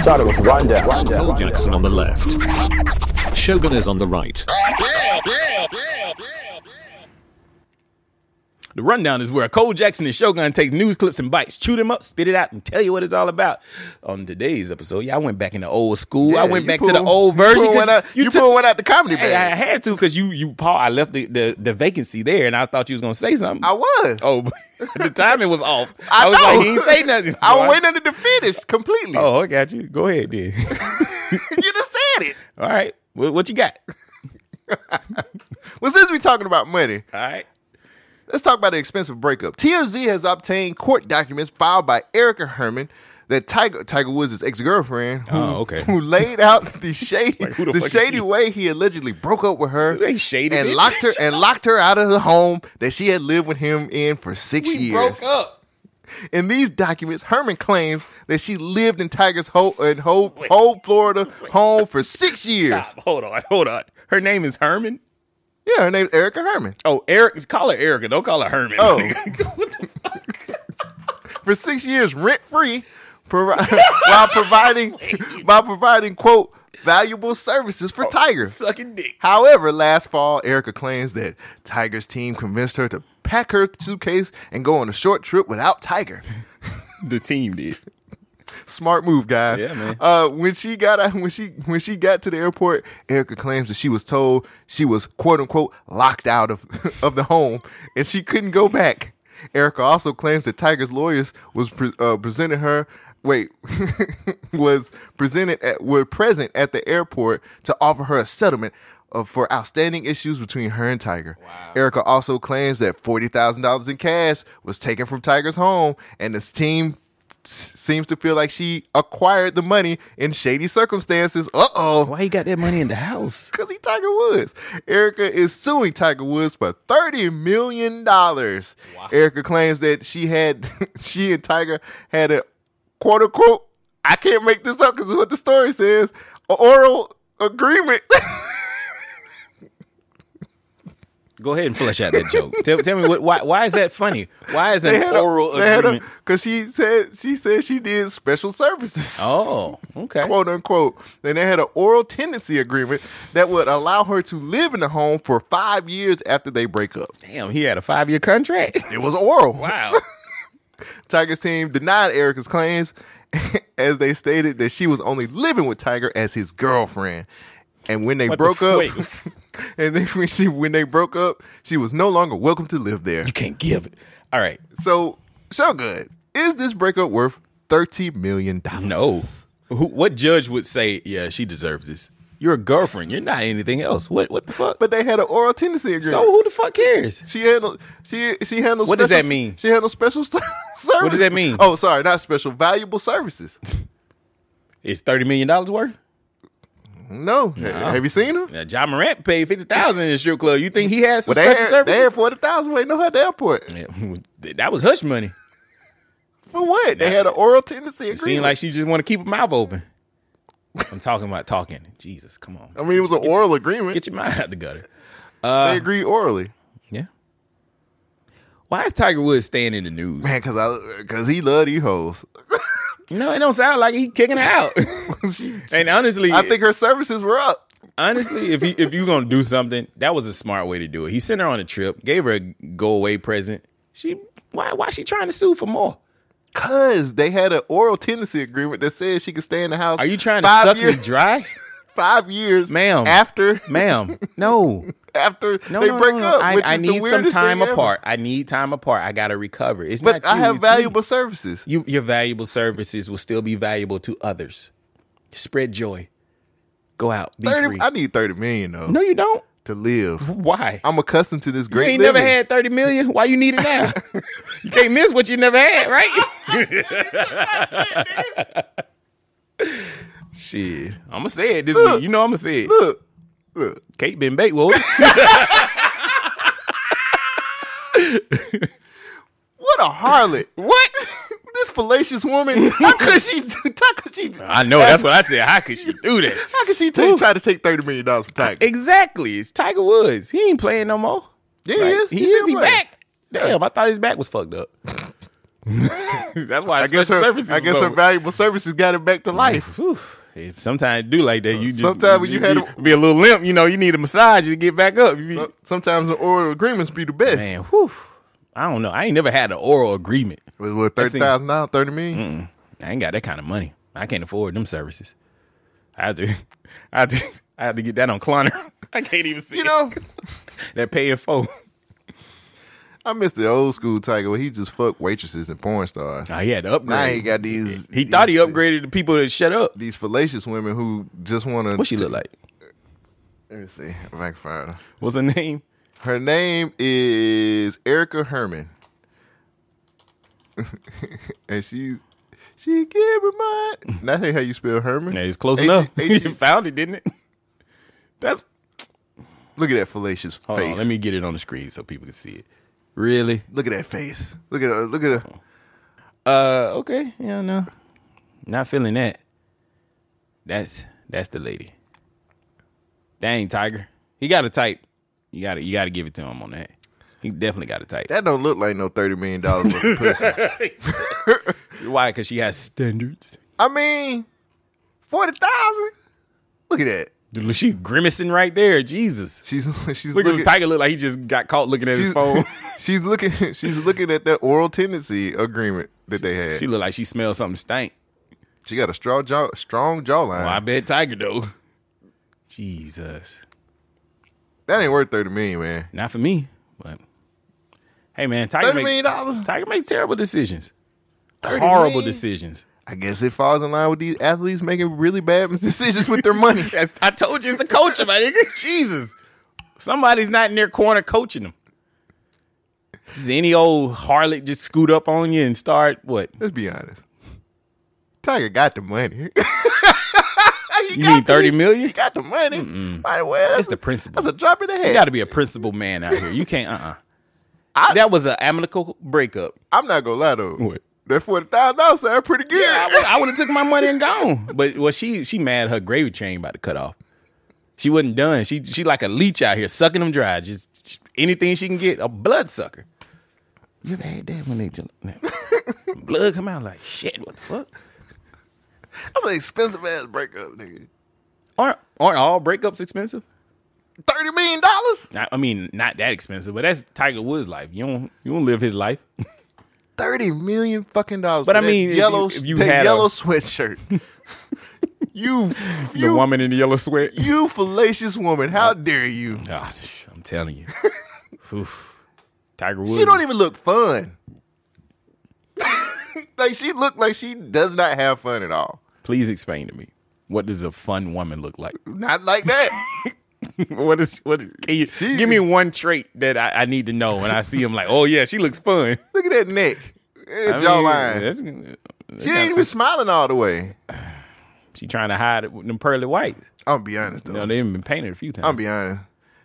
J: Started with Rondell. Jackson on the left. Shogun is on the right.
B: The rundown is where Cole Jackson and Shogun take news clips and bites, chew them up, spit it out, and tell you what it's all about. On today's episode, yeah, I went back in the old school.
A: Yeah,
B: I went
A: you
B: back
A: pulled-
B: to the old
A: you
B: version.
A: pulled
B: 'cause
A: one out- you
B: took-
A: pulled one out the comedy
B: Hey,
A: bag.
B: I had to because you, you, Paul, I left the, the, the vacancy there, and I thought you was gonna say something.
A: I was.
B: Oh, but (laughs) the timing was off.
A: I,
B: I, was
A: know.
B: like, he ain't say nothing.
A: (laughs) I
B: So
A: went under the finish completely.
B: Oh, I got you. Go
A: (laughs)
B: ahead
A: You
B: then.
A: just said it.
B: All right. What, what you got?
A: Well, since we talking about money,
B: All right.
A: Let's talk about the expensive breakup. TMZ has obtained court documents filed by Erica Herman that Tiger Tiger Woods' ex girlfriend, who,
B: Oh, okay.
A: who laid out
B: (laughs)
A: the shady
B: who the
A: the,
B: fuck is
A: shady
B: she?
A: way he allegedly broke up with her.
B: Dude, they shady,
A: and
B: bitch.
A: locked her
B: Shut
A: and
B: up.
A: locked her out of the home that she had lived with him in for six
B: We
A: years.
B: broke up.
A: In these documents, Herman claims that she lived in Tiger's whole in whole, whole Florida home for six years.
B: Stop. Hold on. Hold on. Her name is Herman.
A: Yeah, her name's Erica Herman.
B: Oh, Eric. Call her Erica. Don't call her Herman.
A: Oh.
B: nigga. what the fuck?
A: for six years rent free (laughs) while
B: (laughs)
A: providing while providing quote valuable services for Tiger.
B: Oh, Sucking dick.
A: However, last fall, Erica claims that Tiger's team convinced her to
B: (laughs)
A: pack her suitcase and go on a short trip without Tiger.
B: The team did.
A: Smart move, guys.
B: Yeah, man.
A: Uh, when she got out, when she when she got to the airport, Erica claims that she was told she was quote unquote locked out of (laughs) of the home and she couldn't go back. Erica also claims that Tiger's lawyers was pre- uh, presented her wait (laughs) was presented at were present at the airport to offer her a settlement. uh, For outstanding issues between her and Tiger. Erica also claims that $40,000 in cash was taken from Tiger's home and his team s- seems to feel like she acquired the money in shady circumstances. Uh oh.
B: Why he got that money in
A: (laughs)
B: the house?
A: Because he Tiger Woods. Erica is suing Tiger Woods for $30 million. Erica claims that she had, (laughs) she and Tiger had a quote unquote, I can't make this up because what the story says, a oral agreement.
B: (laughs) Go ahead and flesh out that joke. (laughs) tell, tell me what, why why is that funny? Why is an oral agreement?
A: Because she said, she said she did special services.
B: (laughs) oh, okay.
A: quote unquote. Then they had an oral tenancy agreement that would allow her to live in the home for five years after they break up.
B: Damn, he had a five year contract.
A: It was oral. (laughs)
B: wow.
A: Tiger's team denied Erica's claims (laughs) as they stated that she was only living with Tiger as his girlfriend. And when they
B: What the
A: broke
B: f-
A: up,
B: wait.
A: (laughs) and then when, she, when they broke up, she was no longer welcome to live there.
B: You can't give it. All right.
A: So, so good. Is this breakup worth thirty million dollars?
B: No. Who, what judge would say, yeah, she deserves this? You're a girlfriend. You're not anything else. What what the fuck?
A: But they had an oral tenancy agreement.
B: so who the fuck cares?
A: She handled she she handles.
B: What does that mean?
A: She handles special (laughs) ser- services.
B: does that mean?
A: Oh, sorry, not special. Valuable services.
B: It's thirty million dollars worth.
A: No, have you seen her?
B: Now, John Morant paid fifty thousand in the strip club. You think he had some
A: Well, they
B: special
A: had, they had
B: services?
A: forty thousand waiting on her at the airport.
B: Yeah, (laughs) that was hush money.
A: For what? They had an oral tenancy agreement.
B: It seemed like she just want to keep her mouth open. I'm talking about talking. Jesus, come on.
A: I mean, it was an oral agreement.
B: Get your mind out the gutter. Uh,
A: they agreed orally.
B: Yeah. Why is Tiger Woods staying in the news?
A: Man, cause I cause he loved these hoes. (laughs)
B: No, it don't sound like he kicking her out. and honestly,
A: I think her services were up.
B: honestly, if he, if you gonna do something, that was a smart way to do it. He sent her on a trip, gave her a go away present. She why why she trying to sue for more?
A: Cause they had an oral tenancy agreement that said she could stay in the house.
B: Are you trying to
A: five
B: suck
A: years,
B: me dry,
A: (laughs) Five years,
B: Ma'am.
A: After
B: ma'am? No,
A: (laughs) after
B: no,
A: they
B: no, no,
A: break
B: no, no.
A: up,
B: I,
A: which
B: I
A: is the
B: need some
A: weirdest
B: time
A: thing ever.
B: apart. I need time apart. I gotta recover. It's
A: But
B: not
A: I
B: you,
A: have
B: it's me.
A: valuable services.
B: You, your valuable services will still be valuable to others. Spread joy. Go out. Be
A: Thirty.
B: free.
A: I need thirty million though
B: no, you don't.
A: to live.
B: Why?
A: I'm accustomed to this
B: You
A: great.
B: ain't
A: living.
B: never had 30 million. Why you need it
A: (laughs)
B: now? you can't miss what you never had, right? Shit. I'ma say it this week. You know I'ma say it.
A: Look, look.
B: Kate been
A: (laughs)
B: baked, well.
A: (laughs) What a harlot!
B: (laughs) what?
A: (laughs) this fallacious woman.
B: (laughs)
A: How could she? do- How could she?
B: (laughs) I know, that's what I said. How could she do that?
A: (laughs) How could she take, try to take thirty million dollars from Tiger?
B: Exactly. It's Tiger Woods. He ain't playing no more.
A: yeah, he
B: Right?
A: is.
B: He
A: He's
B: is.
A: still
B: He
A: playing.
B: back. Damn, I thought his back was fucked up. (laughs) That's why
A: I guess her. I guess her valuable services got her back to life.
B: sometimes do like that. You just,
A: Sometimes when you had
B: be, be a little limp, you know, you need a massage to get back up. You be-
A: So- Sometimes the oral agreements be the best.
B: man, whew. I don't know. I ain't never had an oral agreement.
A: With, with thirty thousand dollars, thirty million.
B: I ain't got that kind of money. I can't afford them services. I have to, (laughs) I have to, I have to get that on Cloner. I can't even see.
A: You know,
B: (laughs) that pay and four.
A: I miss the old school Tiger where he just fucked waitresses and porn stars.
B: Nah, he had to
A: Now
B: upgrade.
A: he got these.
B: he thought he
A: these-
B: upgraded the people to shut up.
A: These fallacious women who just want to.
B: What she look like?
A: Let me see. if I can find her.
B: What's her name?
A: Her name is Erica Herman, (laughs) and she's she gave me mine. That ain't how you spell Herman.
B: Yeah, it's close
A: H-
B: enough.
A: H-
B: (laughs) you found it, didn't it? That's
A: Look at that fallacious
B: hold
A: face.
B: on. Let me get it on the screen so people can see it. Really?
A: look at that face. Look at her. Look at her.
B: Uh, okay. Yeah, no, not feeling that. That's that's the lady. Dang, Tiger. He got a type. You got to you got to give it to him on that. He definitely got a type.
A: That don't look like no thirty million dollars worth of pussy.
B: (laughs) Why? Because she has standards.
A: I mean, forty thousand. Look at that.
B: Dude, she grimacing right there. Jesus.
A: She's (laughs) she's
B: Look
A: looking.
B: at Tiger. Look like he just got caught looking at his
A: she's, (laughs)
B: phone.
A: she's looking. She's looking at that oral tenancy agreement that they had.
B: she look like she smells something stank.
A: She got a straw jaw, strong jawline.
B: Well, I bet Tiger though. Jesus,
A: That ain't worth thirty million, man.
B: not for me. But hey, man, Tiger
A: Thirty
B: make,
A: million dollars.
B: Tiger makes terrible decisions, horrible
A: million?
B: decisions.
A: I guess it falls in line with these athletes making really bad (laughs) decisions with their money.
B: (laughs) That's, I told you it's the coach, my nigga. (laughs) Jesus, somebody's not in their corner coaching them. Does any old harlot just scoot up on you and start what?
A: Let's be honest. Tiger got the money. (laughs)
B: You mean thirty million?
A: he got the money. Might as well. That's
B: It's the principle.
A: That's a drop in the
B: You
A: head.
B: got to be a principled man out here. You can't.
A: (laughs)
B: Uh. uh That was an amicable breakup.
A: I'm not gonna lie though.
B: What?
A: That forty thousand dollars sound pretty good.
B: I would, have took my money and gone. But well, she she mad her gravy train about to cut off. She wasn't done. She she like a leech out here sucking them dry. Just sh- anything she can get. A blood sucker. You ever had that when they just blood come out like shit? What the fuck?
A: That's an expensive ass breakup, nigga.
B: Aren't aren't all breakups expensive?
A: Thirty million dollars.
B: Not- I mean, not that expensive, but that's Tiger Woods' life. You don't you don't live his life.
A: Thirty million fucking dollars.
B: But
A: for
B: I mean,
A: that
B: if
A: yellow,
B: you- if you
A: that
B: had a-
A: yellow
B: (laughs)
A: sweatshirt. you, you,
B: in the yellow sweat. Uh,
A: you fallacious woman. How dare you?
B: Ah, sh- I'm telling
A: (laughs)
B: you. Oof. Tiger Woods.
A: She don't even look fun. like she looked like she does not have fun at all.
B: Please explain to me. What does a fun woman look like?
A: Not like that.
B: (laughs) what is what? Can you give me one trait that I, I need to know? And I see him like, oh yeah, she looks fun.
A: look at that neck, Eh,
B: I mean,
A: jawline.
B: that's-
A: she ain't even smiling all the way.
B: (sighs) she trying to hide (laughs) it with them pearly whites.
A: I'm gonna be honest though.
B: No, they even been painted a few times.
A: I'm gonna be honest.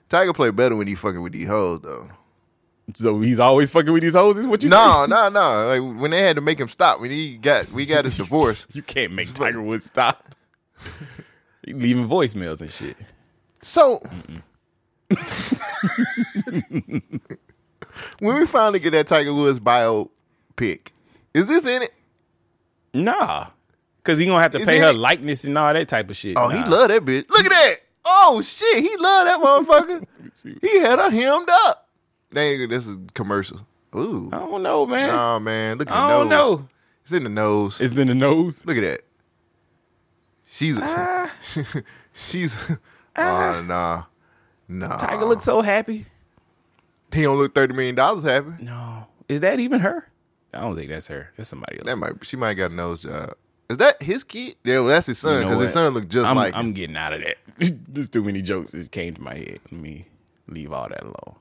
A: Tiger play better when he fucking with these hoes though.
B: so he's always fucking with these hoes. Is what you say?
A: No, no, no. Like when they had to make him stop, when he got we got
B: (laughs)
A: his divorce.
B: You can't make Tiger Woods stop. (laughs) He leaving voicemails and shit.
A: So (laughs) when we finally get that Tiger Woods bio pic, is this in it?
B: Nah, cause he gonna have to
A: Ah. Is
B: pay
A: he-
B: her likeness and all that type of shit.
A: Oh,
B: Nah.
A: he love that bitch. Look at that. Oh shit, he love that (laughs) motherfucker.
B: see.
A: he had her hemmed up. Dang, this is commercial. Ooh.
B: I don't know, man.
A: Oh man, look at the
B: I
A: nose.
B: don't know.
A: It's in the nose.
B: It's in the nose.
A: Look at that. She's
B: Ah.
A: she's oh (laughs) nah. Nah.
B: Tiger looks so happy.
A: he don't look thirty million dollars happy.
B: No, is that even her? I don't think that's her. That's somebody else.
A: That might she might got a nose job. Is that his kid? Yeah, well, that's his son
B: You know
A: because his
B: what?
A: son look just
B: I'm,
A: like.
B: I'm
A: him.
B: getting out of that. (laughs) There's too many jokes that came to my head. Let me leave all that alone.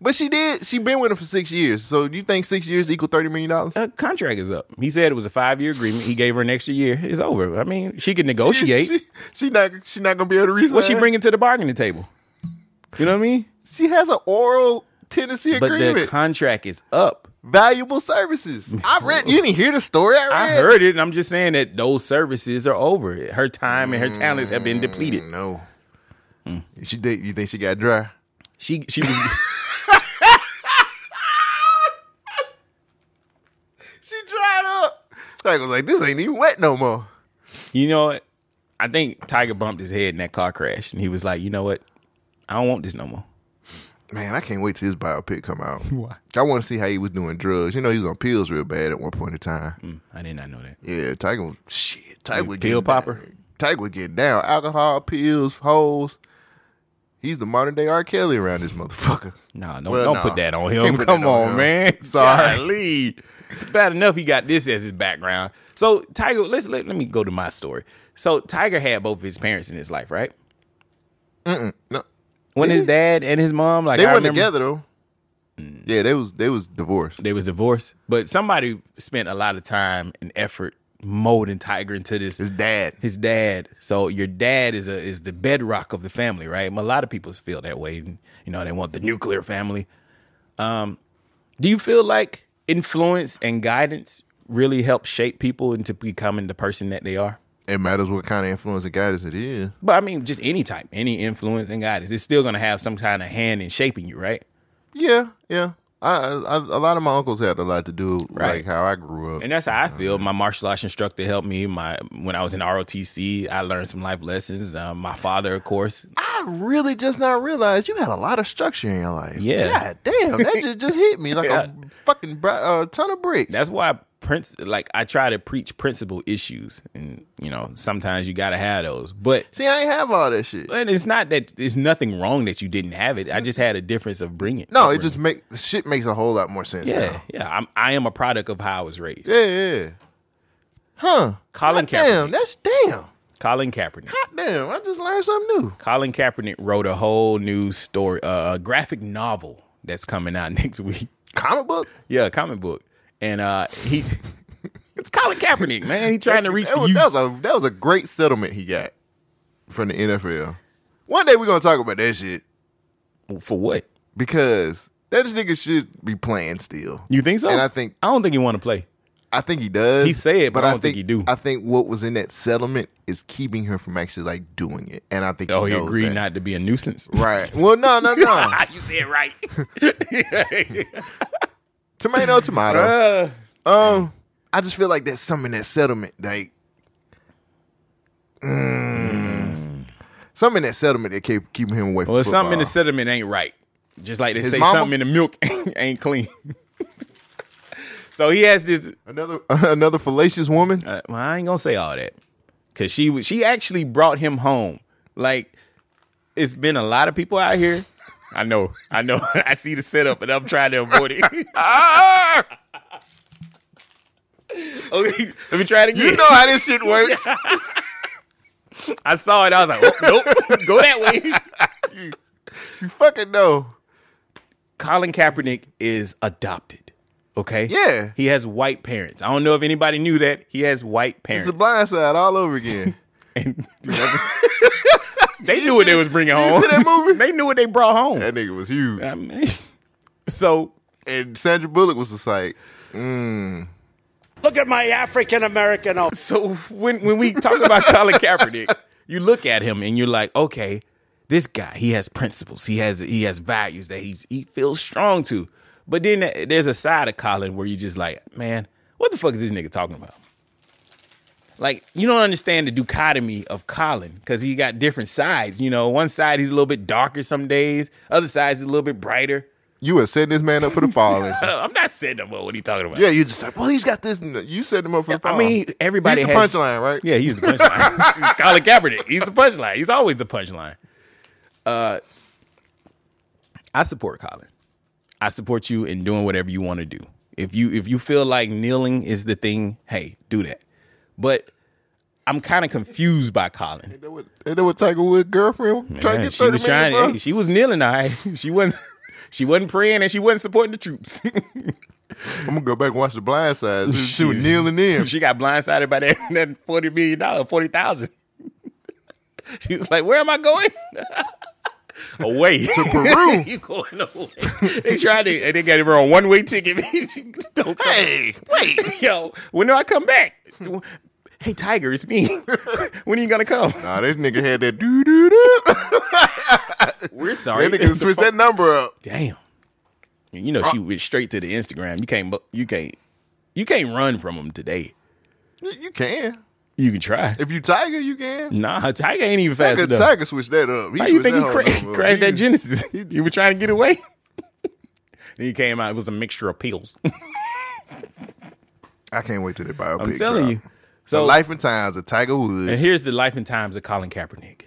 A: But she did. She been with him for six years. So do you think six years equal thirty million dollars?
B: Uh, contract is up. He said it was a five year agreement. He gave her an extra year. It's over. I mean, she can negotiate.
A: She, she not. She not gonna be able to reason.
B: what she bringing to the bargaining table? You know what I mean?
A: She has an oral Tennessee
B: But the
A: agreement.
B: contract is up.
A: Valuable
B: (laughs)
A: services. I read. You didn't hear the story. I read.
B: I heard it, and I'm just saying that those services are over. Her time and her talents have been depleted.
A: Mm, No. She think you think she got dry?
B: She she was
A: She dried up. Tiger was like, this ain't even wet no more.
B: You know what? I think Tiger bumped his head in that car crash, and he was like, "You know what? I don't want this no more."
A: Man, I can't wait till his biopic come out.
B: Why?
A: I want to see how he was doing drugs. You know, he was on pills real bad at one point in time.
B: Mm, I did not know that.
A: Yeah, Tiger. was- Shit, Tiger was
B: pill
A: getting
B: popper?
A: down. Tiger was getting down. Alcohol, pills, hoes. He's the modern day R. Kelly around this motherfucker.
B: Nah, don't
A: Well,
B: don't
A: nah.
B: put that on him.
A: Can't put
B: Come
A: that on
B: on,
A: him. (laughs)
B: man. (laughs)
A: Sorry.
B: Golly. Bad enough he got this as his background. So Tiger, let's let, let me go to my story. So Tiger had both of his parents in his life, right?
A: No,
B: When his dad and his mom, like
A: they
B: I
A: weren't
B: remember-
A: together though. Yeah, they was they was divorced.
B: they was divorced. But somebody spent a lot of time and effort molding Tiger into this
A: His dad.
B: his dad. So your dad is a is the bedrock of the family, right? A lot of people feel that way. and, You know, they want the nuclear family. Um, do you feel like influence and guidance really help shape people into becoming the person that they are?
A: It matters what kind of influence and guidance it is.
B: But I mean, just any type, any influence and guidance, it's still gonna have some kind of hand in shaping you, right?
A: Yeah, yeah. I, I, a lot of my uncles had a lot to do
B: Right.
A: like how I grew up. Um,
B: And that's how I feel. My martial arts instructor helped me. My when I was in ROTC, I learned some life lessons. Um, my father, of course,
A: I really just not realized you had a lot of structure in your life. (laughs)
B: Yeah.
A: God damn, that just, just hit me like
B: Yeah.
A: a fucking bri- uh, ton of bricks.
B: That's why prince like I try to preach principle issues, and you know sometimes you gotta have those. But
A: See, I ain't have all that shit.
B: but it's not that there's nothing wrong that you didn't have it. I just had a difference of bringing.
A: No,
B: of
A: it just make shit makes a whole lot more sense.
B: bringing- yeah,
A: now.
B: yeah. I'm I am a product of how I was raised.
A: yeah, yeah. Huh?
B: Colin
A: Damn,
B: Kaepernick.
A: that's damn.
B: Colin Kaepernick.
A: Damn, I just learned something new.
B: Colin Kaepernick wrote a whole new story, uh, a graphic novel that's coming out (laughs) next week.
A: Comic book.
B: Yeah, comic book, and uh, he. (laughs) It's Colin Kaepernick, man. He trying to reach
A: that
B: the
A: was,
B: youth.
A: that was a that was a great settlement he got from the NFL. One day we're gonna talk about that shit
B: For what?
A: because that nigga should be playing still.
B: You think so?
A: And I think
B: I don't think he want to play.
A: I think he does.
B: He said, but I don't think he do.
A: I think what was in that settlement is keeping her from actually like doing it, and I think
B: Oh, he
A: knows
B: agreed
A: that.
B: not to be a nuisance.
A: Right. Well, no, no,
B: (laughs)
A: no. (laughs)
B: you said right. (laughs)
A: tomato, tomato.
B: Uh,
A: Um, I just feel like that's something in that settlement, like, mm, something in that settlement that keep keeping him away. From
B: (laughs) well, something in the
A: football.
B: sediment ain't right. Just like they
A: His
B: say,
A: mama?
B: something in the milk (laughs) ain't clean. so he has this.
A: Another (laughs) another fallacious woman.
B: Uh, well, I ain't gonna say all that because she was- she actually brought him home. Like it's been a lot of people out here. I know, I know. (laughs) I see the setup, and I'm trying to avoid
A: (laughs)
B: it. (laughs) okay, let me try it again.
A: You know how this shit
B: (laughs)
A: works.
B: I saw it. I was like, oh, nope, (laughs) go that way.
A: (laughs) you fucking know.
B: Colin Kaepernick is adopted. Okay.
A: Yeah.
B: He has white parents. I don't know if anybody knew that. He has white
A: It's the
B: parents.
A: blind side all over
B: (laughs)
A: again.
B: And- they knew what they was bringing home.
A: see that movie?
B: (laughs) they knew what they brought home.
A: that nigga was huge.
B: I mean, (laughs) so
A: And Sandra Bullock was just like, mm,
C: Look at my African American home.
B: so when when we talk about
A: (laughs)
B: Colin Kaepernick, you look at him and you're like, okay, this guy he has principles, he has he has values that he's he feels strong to. But then there's a side of Colin where you're just like, man, what the fuck is this nigga talking about? Like you don't understand the dichotomy of Colin because he got different sides. You know, one side he's a little bit darker some days, other side he's a little bit brighter.
A: "You are setting this man up for the fall." and shit.
B: Uh, (laughs) I'm not saying about what he talking about.
A: yeah, you just like, well, he's got this. and that." You set him up for the fall.
B: I mean, everybody
A: He's the
B: has
A: punchline, right?
B: Yeah, he's the
A: (laughs)
B: punchline. (laughs) he's Colin Kaepernick. He's the punchline. He's always the punchline. Uh, I support Colin. I support you in doing whatever you want to do. If you if you feel like kneeling is the thing, hey, do that. But I'm kind of confused by Colin.
A: That what- Ain't that what Tiger Woods' girlfriend was trying to
B: Man,
A: get
B: she
A: thirty
B: was
A: million,
B: trying.
A: bro?
B: hey, she was kneeling. All right. (laughs) She wasn't. She wasn't praying and she wasn't supporting the troops. (laughs)
A: I'm gonna go back and watch The Blind Side. She, she was
B: Shit.
A: kneeling in.
B: (laughs) she got blindsided by that, that forty million dollar, forty thousand. (laughs) She was like, "Where am I going? (laughs) away to
A: Peru.
B: (laughs) you going away? (laughs) They tried to, and they got her on one way ticket. (laughs) She Don't come.
A: Hey, wait.
B: (laughs) yo, when do I come back? Hey, Tiger, it's me. (laughs) when are you gonna come?
A: Nah, this nigga had that doo doo doo.
B: We're sorry.
A: That nigga switched that number up.
B: Damn. You know she went straight to the Instagram. You can't. bu- You can't. You can't run from them today.
A: You- You can.
B: You can try.
A: If you Tiger, you can.
B: Nah, Tiger ain't even fast
A: Tiger,
B: enough.
A: Tiger switched that up. He
B: How
A: switched
B: you think he
A: that
B: cra- (laughs)
A: whole number up.
B: crashed that
A: He-
B: Genesis? You were trying to get away. (laughs) then he came out. It was a mixture of pills.
A: I can't wait till they biopic.
B: I'm telling
A: drop.
B: you.
A: The
B: So
A: life and times of Tiger Woods.
B: and here's the life and times of Colin Kaepernick.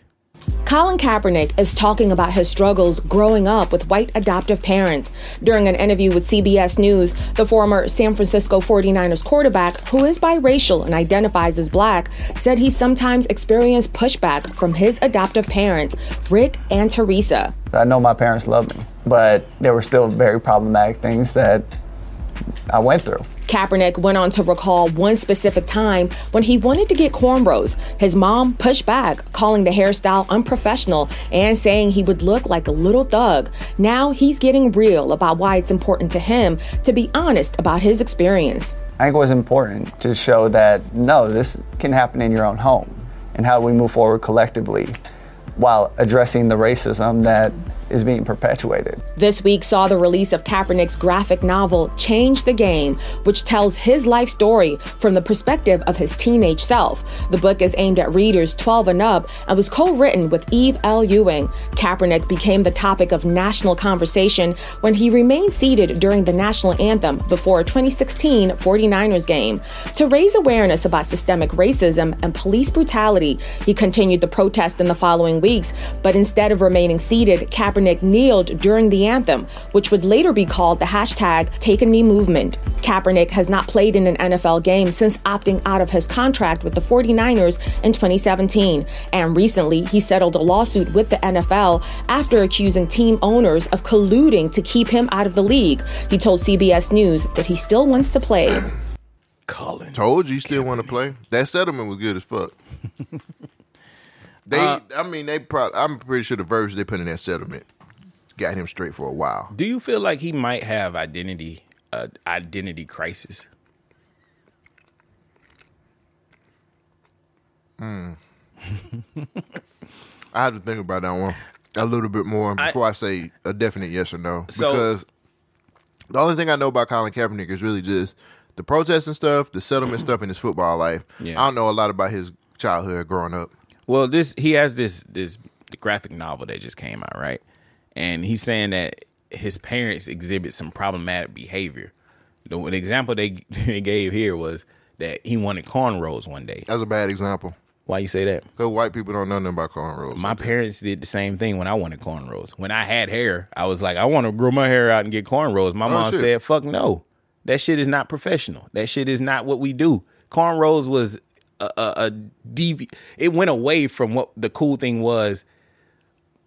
K: Colin Kaepernick is talking about his struggles growing up with white adoptive parents. During an interview with CBS News, the former San Francisco 49ers quarterback, who is biracial and identifies as black, said he sometimes experienced pushback from his adoptive parents, Rick and Teresa.
L: I know my parents loved me, but there were still very problematic things that I went through.
K: Kaepernick went on to recall one specific time when he wanted to get cornrows. His mom pushed back, calling the hairstyle unprofessional and saying he would look like a little thug. Now he's getting real about why it's important to him to be honest about his experience.
L: I think it was important to show that no, this can happen in your own home and how we move forward collectively while addressing the racism that is being perpetuated.
K: This week saw the release of Kaepernick's graphic novel, Change the Game, which tells his life story from the perspective of his teenage self. The book is aimed at readers 12 and up and was co written with Eve L. Ewing. Kaepernick became the topic of national conversation when he remained seated during the national anthem before a 2016 49ers game. To raise awareness about systemic racism and police brutality, he continued the protest in the following weeks, but instead of remaining seated, Kaepernick kneeled during the anthem, which would later be called the hashtag Take a Knee Movement. Kaepernick has not played in an NFL game since opting out of his contract with the 49ers in 2017, and recently he settled a lawsuit with the NFL after accusing team owners of colluding to keep him out of the league. He told CBS News that he still wants to play.
A: Colin. Told you, you still want to play. That settlement was good as
B: (laughs)
A: fuck. they,
B: Uh,
A: I mean, they probably. I'm pretty sure the verse they put in that settlement got him straight for a while.
B: Do you feel like he might have identity uh, identity crisis?
A: Hmm. I have to think about that one a little bit more before I, say a definite yes or no.
B: So-
A: because the only thing I know about Colin Kaepernick is really just the protests and stuff, the settlement stuff, and his football life.
B: Yeah.
A: I don't know a lot about his childhood growing up.
B: Well, this he has this this graphic novel that just came out, right? And he's saying that his parents exhibit some problematic behavior. The, the example they (laughs) they gave here was that he wanted cornrows one day.
A: That's a bad example.
B: Why you say that?
A: Because white people don't know nothing about cornrows.
B: My parents did the same thing when I wanted cornrows. When I had hair, I was like, I want to grow my hair out and get cornrows. My
A: Oh,
B: mom
A: shit.
B: said, "Fuck no, that shit is not professional. That shit is not what we do." Cornrows was a, a, a devi- It went away from what the cool thing was.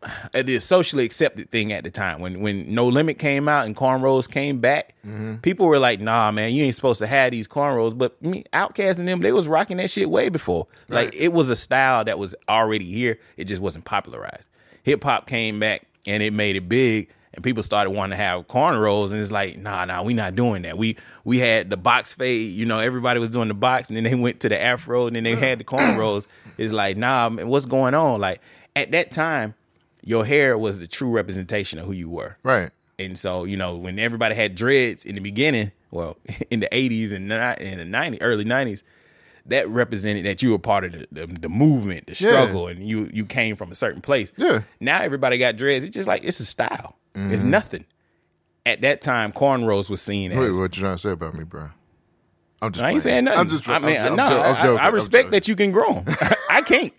B: uh, The socially accepted thing at the time when when No Limit came out and cornrows came back,
A: Mm-hmm.
B: people were like, "Nah, man, you ain't supposed to have these cornrows." But me, Outkast and them, they was rocking that shit way before. Like it was a style that was already here. It just wasn't popularized. Hip hop came back and it made it big, and people started wanting to have cornrows. And it's like, nah, nah, we not doing that. We we had the box fade. You know, everybody was doing the box, and then they went to the afro, and then they had the cornrows. It's like, nah, man, what's going on? Like at that time, your hair was the true representation of who you were.
A: Right.
B: And so, you know, when everybody had dreads in the beginning, well, (laughs) in the 80s and ni- in the 90s, early 90s, that represented that you were part of the, the, the movement, the
A: Yeah.
B: struggle, and you you came from a certain place. Yeah. Now everybody got dreads. It's just like it's a style. It's
A: Mhm.
B: nothing. At that time, cornrows was seen as
A: Wait, what you trying to say about me, bro? I'm just.
B: I
A: playing.
B: ain't saying nothing.
A: I'm just.
B: I mean,
A: I'm,
B: no,
A: I'm, jo- I'm
B: I-
A: joking.
B: I,
A: I'm
B: respect that you can grow 'em. (laughs) I can't.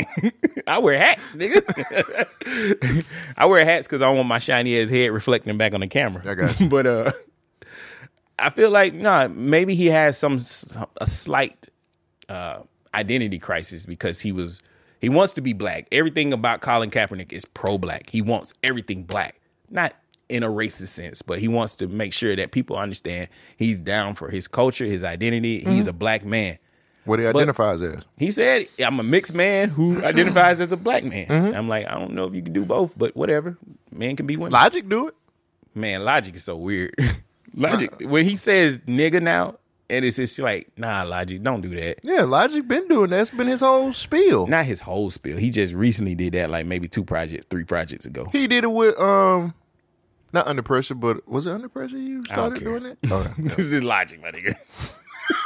B: I wear hats, nigga. (laughs) I wear hats because I don't want my shiny ass head reflecting back on the camera. I got (laughs) but uh, I feel like nah, maybe he has some s- a slight uh identity crisis because he was he wants to be black. Everything about Colin Kaepernick is pro-black. He wants everything black, not in a racist sense, but he wants to make sure that people understand he's down for his culture, his identity. He's
A: Mhm.
B: a black man.
A: What he
B: But-
A: identifies as.
B: He said, "I'm a mixed man
A: (laughs)
B: who identifies as a black man."
A: Mhm.
B: I'm like, I don't know if you can do both, but whatever. Man can be women.
A: Logic do it.
B: Man, logic is so weird. (laughs) logic when he says nigga now, and it's just like, nah, logic, don't do that.
A: Yeah, Logic been doing that. It's been his whole spiel.
B: Not his whole spiel. He just recently did that, like maybe two projects, three projects ago.
A: He did it with um, not under pressure, but was it under pressure? You
B: I don't
A: started
B: care.
A: doing it.
B: (laughs) this is logic,
A: (laughs)
B: my nigga. (laughs)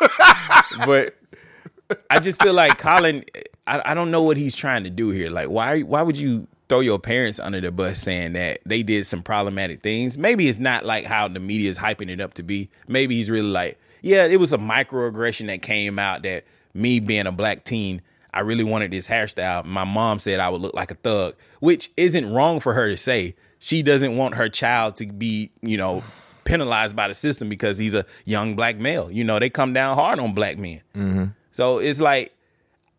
B: but I just feel like Colin. I, I don't know what he's trying to do here. Like, why why would you throw your parents under the bus saying that they did some problematic things? Maybe it's not like how the media is hyping it up to be. Maybe he's really like, yeah, it was a microaggression that came out that me being a black teen. I really wanted this hairstyle. My mom said I would look like a thug, which isn't wrong for her to say. She doesn't want her child to be, you know, penalized by the system because he's a young black male. You know, they come down hard on black men.
A: Mm-hmm.
B: So it's like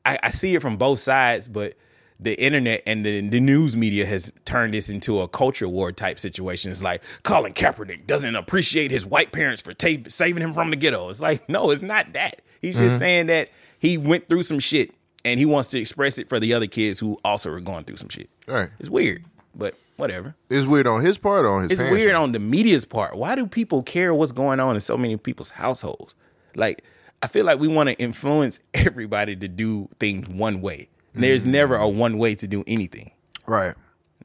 B: I, I see it from both sides, but the internet and the, the news media has turned this into a culture war type situation. It's like Colin Kaepernick doesn't appreciate his white parents for ta- saving him from the ghetto. It's like no, it's not that. He's just
A: Mhm.
B: saying that he went through some shit and he wants to express it for the other kids who also are going through some shit.
A: Right.
B: It's weird, but whatever.
A: It's weird on his part or on his
B: It's
A: parents'
B: weird on the media's part. Why do people care what's going on in so many people's households? Like, I feel like we want to influence (laughs) everybody to do things one way. There's never a one way to do anything.
A: Mm. Right.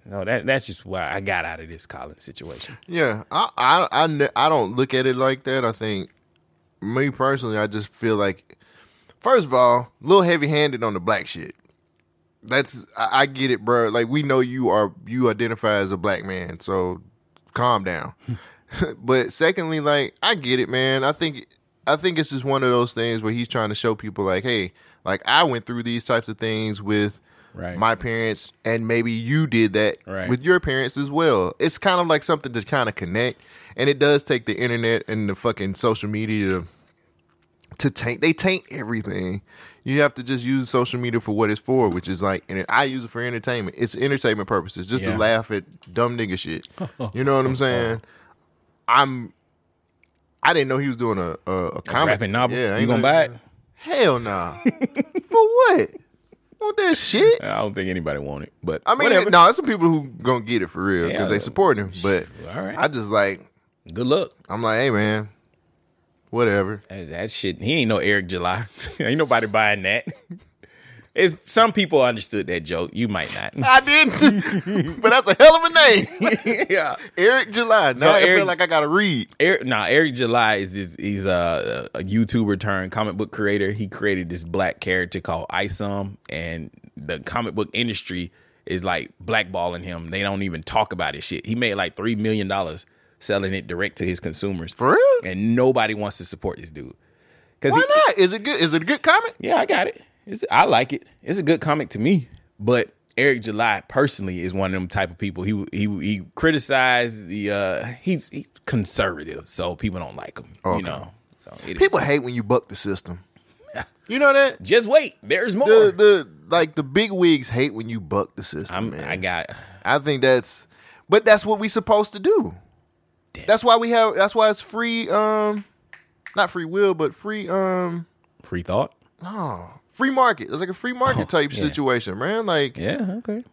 B: No, that that's just why I got out of this college situation.
A: Yeah, I, I, I, ne- I don't look at it like that. I think, me personally, I just feel like, first of all, a little heavy handed on the black shit. That's I, I get it, bro. Like we know you are you identify as a black man, so calm
B: (laughs)
A: down. but secondly, like I get it, man. I think I think it's just one of those things where he's trying to show people, like, hey, like I went through these types of things with
B: Right.
A: my parents, and maybe you did that
B: Right.
A: with your parents as well. It's kind of like something to kind of connect, and it does take the internet and the fucking social media to, to taint. They taint everything. You have to just use social media for what it's for, which is like, and I use it for entertainment. It's entertainment purposes, just
B: Yeah.
A: to laugh at dumb nigga
B: (laughs)
A: shit. You know what I'm saying? I'm. I didn't know he was doing a a, a comic
B: graphic novel?
A: Yeah, I
B: You
A: ain't
B: gonna
A: know-
B: buy it?
A: Hell nah. (laughs) for what? Want that shit?
B: I don't think anybody want it, but
A: I mean,
B: whatever.
A: no, there's some people who gonna get it for real because
B: Yeah.
A: they support him. But
B: All right.
A: I just like,
B: good luck.
A: I'm like, hey man, whatever.
B: That, that shit, he ain't no Eric July. (laughs) ain't nobody buying that. (laughs) It's some people understood that joke. You might not.
A: (laughs) I didn't, (laughs) but that's a hell of a name.
B: (laughs) yeah,
A: Eric July. Now I feel like I gotta read.
B: Eric, er, nah, Eric July is this. He's a, a YouTuber turned comic book creator. He created this black character called Isom, and the comic book industry is like blackballing him. They don't even talk about his shit. He made like three million dollars selling it direct to his consumers. For
A: real?
B: And nobody wants to support this dude. Cause
A: Why
B: he-
A: not? Is it good? Is it a good comic?
B: Yeah, I got it. It's, I like it. It's a good comic to me. But Eric July personally is one of them type of people. He he he criticized the. uh He's, he's conservative, so people don't like him.
A: Okay.
B: You know, so it is.
A: People hate when you buck the
B: (laughs)
A: system. You know that?
B: Just wait. There's more.
A: The the like the big wigs hate when you buck the system. man.
B: I got.
A: I think that's, but that's what we supposed to do. That's why we have. That's why it's free. Um, not free will, but free. Um,
B: Free thought.
A: no, free market. It's like a free market type situation, man. Like,
B: yeah, okay.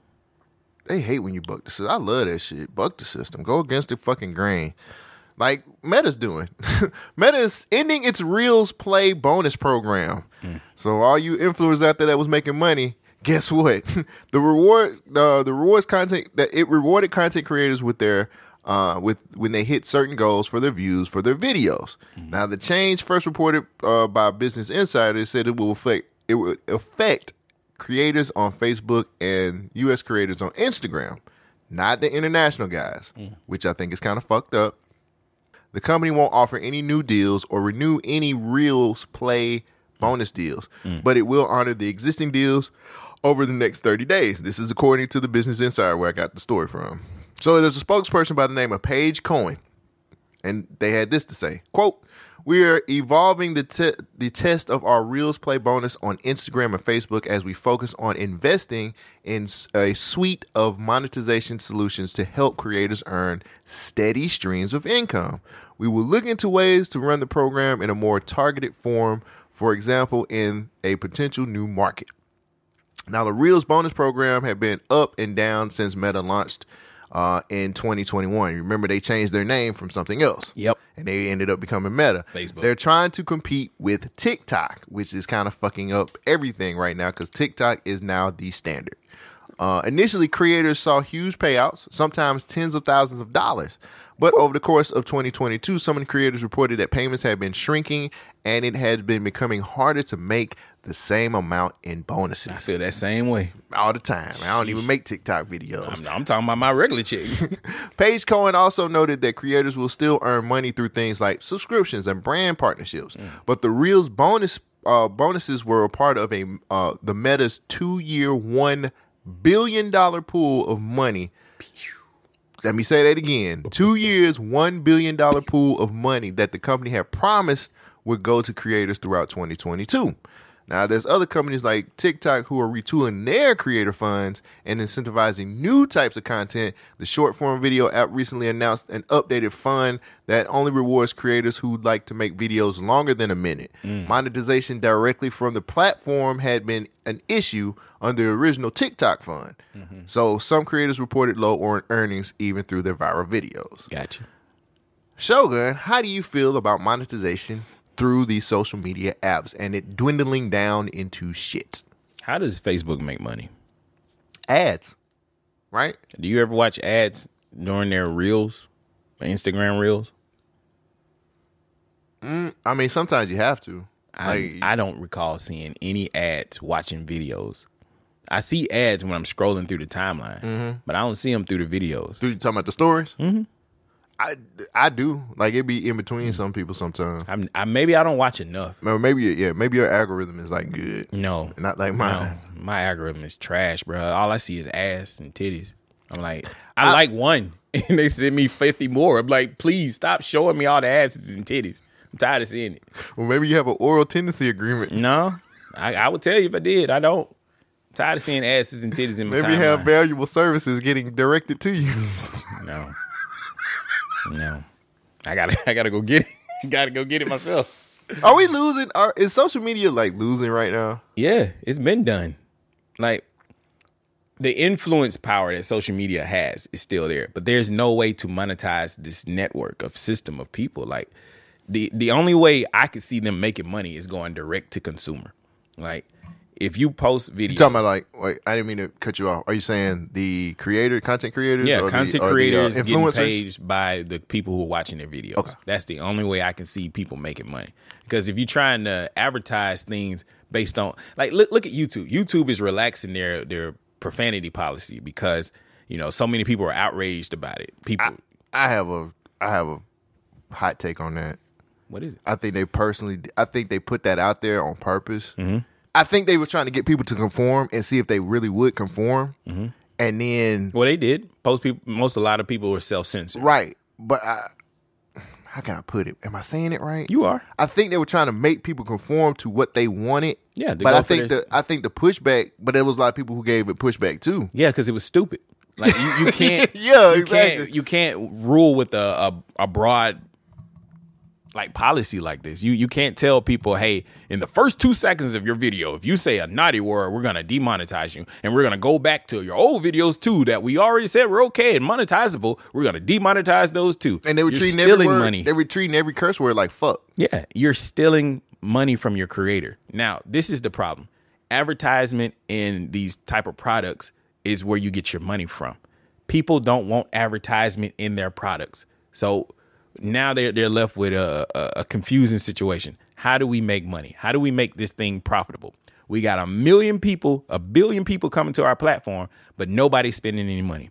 A: They hate when you buck the system. I love that shit. Buck the system. Go against the fucking grain. Like Meta's doing. (laughs) Meta's ending its Reels Play bonus program. So all you influencers out there that was making money, guess what? (laughs) the reward, uh, the rewards content that it rewarded content creators with their uh, with when they hit certain goals for their views for their videos. Now the change, first reported uh, by Business Insider, said it will affect it will affect creators on Facebook and US creators on Instagram, not the international guys, which I think is kind of fucked up. The company won't offer any new deals or renew any Reels Play bonus deals, but it will honor the existing deals over the next 30 days. This is according to the Business Insider where I got the story from. So there's a spokesperson by the name of Paige Cohen and they had this to say quote we are evolving the, te- the test of our reels play bonus on instagram and facebook as we focus on investing in s- a suite of monetization solutions to help creators earn steady streams of income we will look into ways to run the program in a more targeted form for example in a potential new market now, the Reels bonus program had been up and down since Meta launched uh, in 2021. Remember, they changed their name from something else.
B: Yep.
A: And they ended up becoming Meta.
B: Facebook.
A: They're trying to compete with TikTok, which is kind of fucking up everything right now because TikTok is now the standard. Uh, initially, creators saw huge payouts, sometimes tens of thousands of dollars. But over the course of 2022, some of the creators reported that payments had been shrinking and it had been becoming harder to make the same amount in bonuses. I
B: feel that same way
A: all the time. I don't even make TikTok videos.
B: I'm, I'm talking about my
A: (laughs)
B: regular chick.
A: Paige Cohen also noted that creators will still earn money through things like subscriptions and brand partnerships,
B: Mm.
A: but the Reels bonus uh, bonuses were a part of a uh, the Meta's two year one billion dollar pool of money. Let me say that again: two years, one billion dollar pool of money that the company had promised would go to creators throughout 2022. Now, there's other companies like TikTok who are retooling their creator funds and incentivizing new types of content. The short form video app recently announced an updated fund that only rewards creators who like to make videos longer than a minute.
B: Mm.
A: Monetization directly from the platform had been an issue under the original TikTok fund.
B: Mm-hmm.
A: So, some creators reported low or earnings even through their viral videos.
B: Gotcha.
A: Shogun, how do you feel about monetization through these social media apps and it dwindling down into shit?
B: How does Facebook make money?
A: Ads. right?
B: Do you ever watch ads during their reels, Instagram reels?
A: Mm, I mean, sometimes you have to.
B: I I don't recall seeing any ads watching videos. I see ads when I'm scrolling through the timeline,
A: Mhm.
B: but I don't see them through the videos.
A: Do you talking about the stories?
B: Mm-hmm.
A: I I do. Like it be in between some people sometimes.
B: Mm. I'm, I maybe I don't watch enough.
A: Maybe yeah. Maybe your algorithm is like good.
B: No,
A: not like mine.
B: No, my algorithm is trash, bro. All I see is ass and titties. I'm like, I, like one, (laughs) and they send me fifty more. I'm like, please stop showing me all the asses and titties. I'm tired of seeing it.
A: Well, maybe you have an oral tendency agreement.
B: No, I, I would tell you if I did. I don't. I'm tired of seeing asses and titties in my
A: Maybe you
B: (laughs)
A: have valuable services getting directed to you.
B: no, no. I gotta, (laughs) I gotta go get it. gotta go get it myself.
A: Are we losing? Are, is social media like losing right now?
B: Yeah, it's been done. Like the influence power that social media has is still there, but there's no way to monetize this network of system of people. Like the the only way I could see them making money is going direct to consumer. Like if you post videos,
A: You talking about like? Wait, I didn't mean to cut you off. Are you saying the creator, content creators,
B: yeah,
A: or the-
B: content
A: or the, uh,
B: creators getting
A: influencers?
B: paid by the people who are watching their videos. That's the only way I can see people making money. Because if you're trying to advertise things based on like look look at YouTube. YouTube is relaxing their their profanity policy because you know so many people are outraged about it. People,
A: I have a I have a hot take on that.
B: What is it?
A: I think they personally. I think they put that out there on purpose.
B: Mm-hmm.
A: I think they were trying to get people to conform and see if they really would conform.
B: Mm-hmm.
A: And then,
B: well, they did. Most people, most a lot of people were self censored.
A: Right, but I, how can I put it? Am I saying it right?
B: You are.
A: I think they were trying to make people conform to what they wanted.
B: Yeah, to
A: but
B: go
A: I
B: for
A: think
B: this-
A: the I think the pushback. But there was a lot of people who gave it pushback too.
B: Yeah, because it was stupid. Like you, you can't.
A: (laughs) Yeah,
B: you
A: exactly.
B: Can't, you can't rule with a, a a broad like policy like this. You you can't tell people, hey, in the first two seconds of your video, if you say a naughty word, we're gonna demonetize you, and we're gonna go back to your old videos too that we already said were okay and monetizable. We're gonna demonetize those too.
A: And they were
B: You're
A: treating every
B: stealing
A: word,
B: money.
A: They were treating every curse word like fuck.
B: Yeah, you're stealing money from your creator. Now, this is the problem. Advertisement in these type of products is where you get your money from. People don't want advertisement in their products. So now they're they're left with a, a, a confusing situation. How do we make money? How do we make this thing profitable? We got a million people, a billion people coming to our platform, but nobody's spending any money.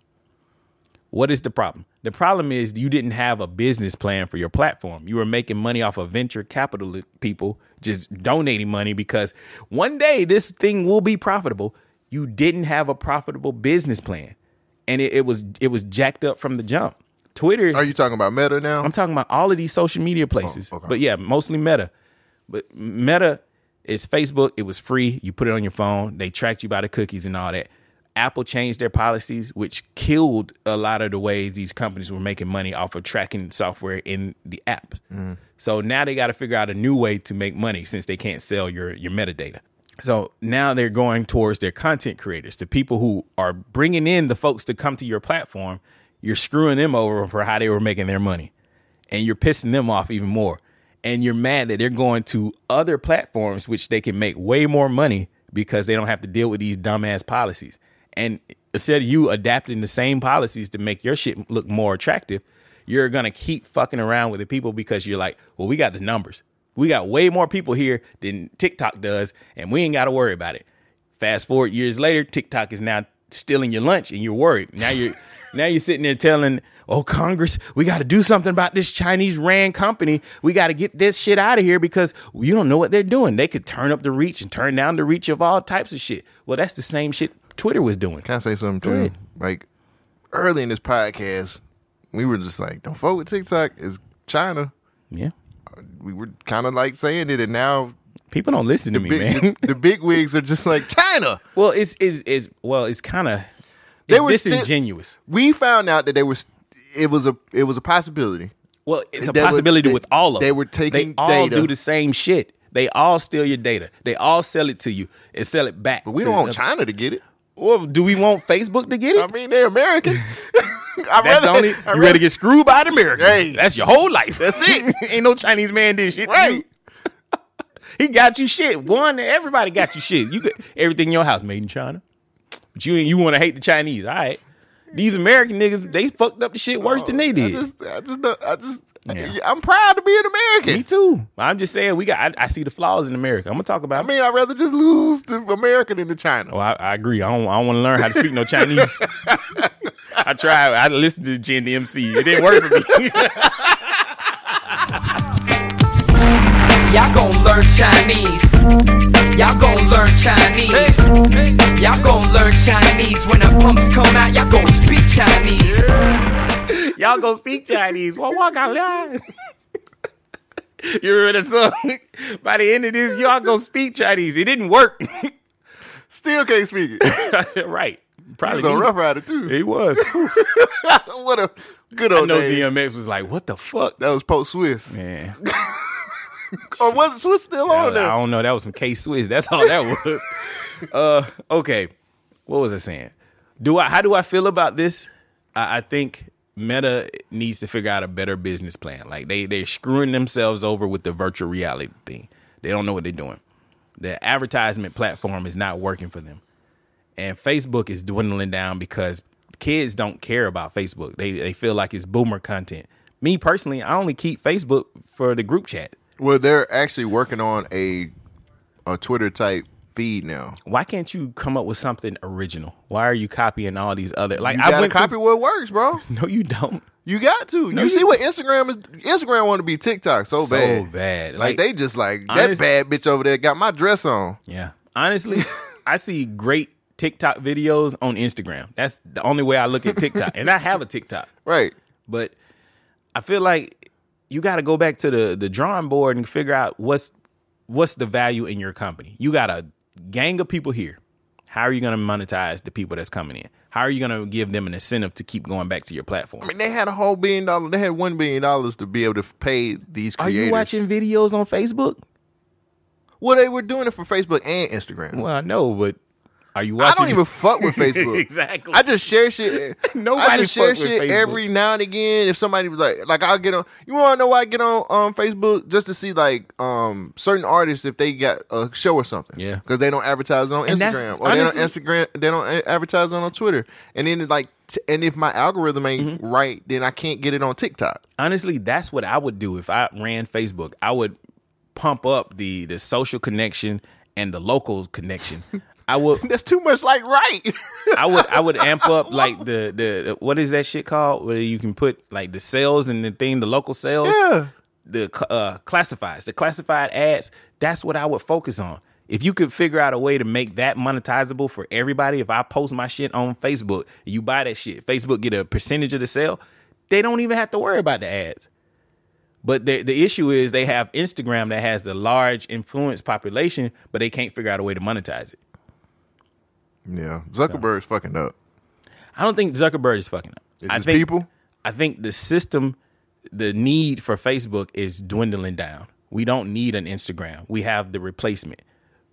B: What is the problem? The problem is you didn't have a business plan for your platform. You were making money off of venture capital people just donating money because one day this thing will be profitable. You didn't have a profitable business plan. And it, it was it was jacked up from the jump. Twitter Are
A: you talking about Meta now? Oh,
B: I'm talking about all of these social media places. But yeah, mostly Meta. But Meta is Facebook. It was free. You put it on your phone. They tracked you by the cookies and all that. Apple changed their policies, which killed a lot of the ways these companies were making money off of tracking software in the app.
F: mm.
B: So now they got to figure out a new way to make money since they can't sell your your metadata. So now they're going towards their content creators, the people who are bringing in the folks to come to your platform. You're screwing them over for how they were making their money, and you're pissing them off even more. And you're mad that they're going to other platforms which they can make way more money because they don't have to deal with these dumbass policies. And instead of you adapting the same policies to make your shit look more attractive, you're gonna keep fucking around with the people because you're like, well, we got the numbers. We got way more people here than TikTok does, and we ain't gotta worry about it. Fast forward years later, TikTok is now stealing your lunch and you're worried. Now you're (laughs) now you're sitting there telling, oh Congress, we gotta do something about this Chinese ran company. We gotta get this shit out of here because you don't know what they're doing. They could turn up the reach and turn down the reach of all types of shit. Well, that's the same shit Twitter was doing.
A: Can I say something
B: Go
A: too?
B: ahead.
A: Like early in this podcast, we were just like, "Don't fuck with TikTok." It's China.
B: Yeah,
A: we were kind of like saying it, and now
B: people don't listen to me,
A: big,
B: man.
A: the big wigs are just like China.
B: Well, it's is is well, it's kind of
A: They
B: it's
A: were still-
B: disingenuous.
A: We found out that they were. It was a. It was a possibility.
B: Well, it's a
A: They were-
B: possibility
A: they-
B: with all of them.
A: they were taking
B: They all
A: data.
B: do the same shit. They all steal your data. They all sell it to you and sell it back. But
A: we don't want China to get it.
B: Well, do we want Facebook to get it? I
A: mean, they're American. (laughs)
B: That's the only.
A: I
B: you
A: rather-
B: ready to get screwed by the American?
A: Hey.
B: that's your whole life. That's it. (laughs) Ain't no Chinese man did shit. Right. (laughs) he got you shit. One, everybody got you shit. You got everything in your house made in China. But you you want to hate the Chinese? All right. These American niggas, they fucked up the shit worse than they did.
A: Oh, I just, don't- I just, I'm proud to be an American.
B: Me too. I'm just saying, we got. I, I see the flaws in America. I'm gonna talk about.
A: I mean, I'd rather just lose to America than to China.
B: Well, I, I agree. I don't. I don't want to learn how to speak
A: (laughs)
B: no Chinese. I tried. I listened to Gen DMC. It didn't work for me. (laughs)
M: Y'all gon' learn Chinese. Y'all gon' learn Chinese. Y'all gon' learn Chinese. When the pumps come out, y'all gon' speak Chinese.
B: Y'all gonna speak Chinese. Well, walk out loud. you remember the song? (laughs) By the end of this, y'all gonna speak Chinese. It didn't work. (laughs)
A: Still can't speak
B: it. (laughs) right.
A: He was a
B: need-
A: Rough Rider too.
B: He was.
A: what a good old
B: I know
A: days.
B: DMX was like, "What the fuck?"
A: That was post Swiss.
B: Man,
A: or was Swiss still
B: I
A: on there?
B: don't know. That was some K Swiss. That's all that was. uh, okay, what was I saying? Do I? How do I feel about this? I, I think Meta needs to figure out a better business plan. Like they they're screwing themselves over with the virtual reality thing. They don't know what they're doing. The advertisement platform is not working for them, and Facebook is dwindling down because kids don't care about Facebook. They they feel like it's boomer content. Me personally, I only keep Facebook for the group chat.
A: Well, they're actually working on a a Twitter type feed now.
B: why can't you come up with something original? Why are you copying all these other like
A: You
B: I
A: gotta
B: went
A: copy what works, bro.
B: Through, (laughs) no, you don't.
A: You got to.
B: No,
A: you
B: you-
A: see what Instagram is? Instagram want to be TikTok so,
B: So
A: bad,
B: bad.
A: Like,
B: Like,
A: they just like
B: honest-
A: that bad bitch over there got my dress on.
B: Yeah. Honestly, I see great TikTok videos on Instagram. That's the only way I look at TikTok. and I have a TikTok.
A: (laughs) Right.
B: But I feel like you gotta go back to the the drawing board and figure out what's what's the value in your company. You got a gang of people here. How are you gonna monetize the people that's coming in? How are you gonna give them an incentive to keep going back to your platform?
A: I mean, they had a whole billion dollar. They had one billion dollars to be able to pay these
B: Are
A: creators.
B: you watching videos on Facebook?
A: Well, they were doing it for Facebook and Instagram.
B: Well, I know, but are you
A: I
B: watching?
A: don't even fuck
B: (laughs)
A: with Facebook.
B: exactly.
A: I just share shit.
B: (laughs) Nobody
A: I just share
B: fucks with
A: shit
B: Facebook.
A: every now and again. If somebody was like, like I'll get on. You want to know why I get on um, Facebook just to see like um certain artists if they got a show or something.
B: Yeah.
A: because they don't advertise it on
B: And that's-
A: Instagram or they
B: honestly-
A: don't Instagram. They don't a- advertise it on Twitter. And then it's like, t- and if my algorithm ain't
B: Mm-hmm.
A: right, then I can't get it on TikTok.
B: Honestly, that's what I would do if I ran Facebook. I would pump up the the social connection and the local connection. I would
A: (laughs) That's too much like right.
B: I would I would
A: (laughs)
B: amp up like the, the the- what is that shit called where you can put like the sales and the thing the local sales
A: Yeah.
B: the cl- uh, classifieds the classified ads that's what I would focus on if you could figure out a way to make that monetizable for everybody if I post my shit on Facebook you buy that shit Facebook get a percentage of the sale they don't even have to worry about the ads but the the issue is they have Instagram that has the large influence population but they can't figure out a way to monetize it
A: yeah, Zuckerberg's fucking up.
B: I don't think Zuckerberg is fucking up.
A: It's
B: I
A: just
B: think
A: people?
B: I think the system, the need for Facebook is dwindling down. We don't need an Instagram. We have the replacement.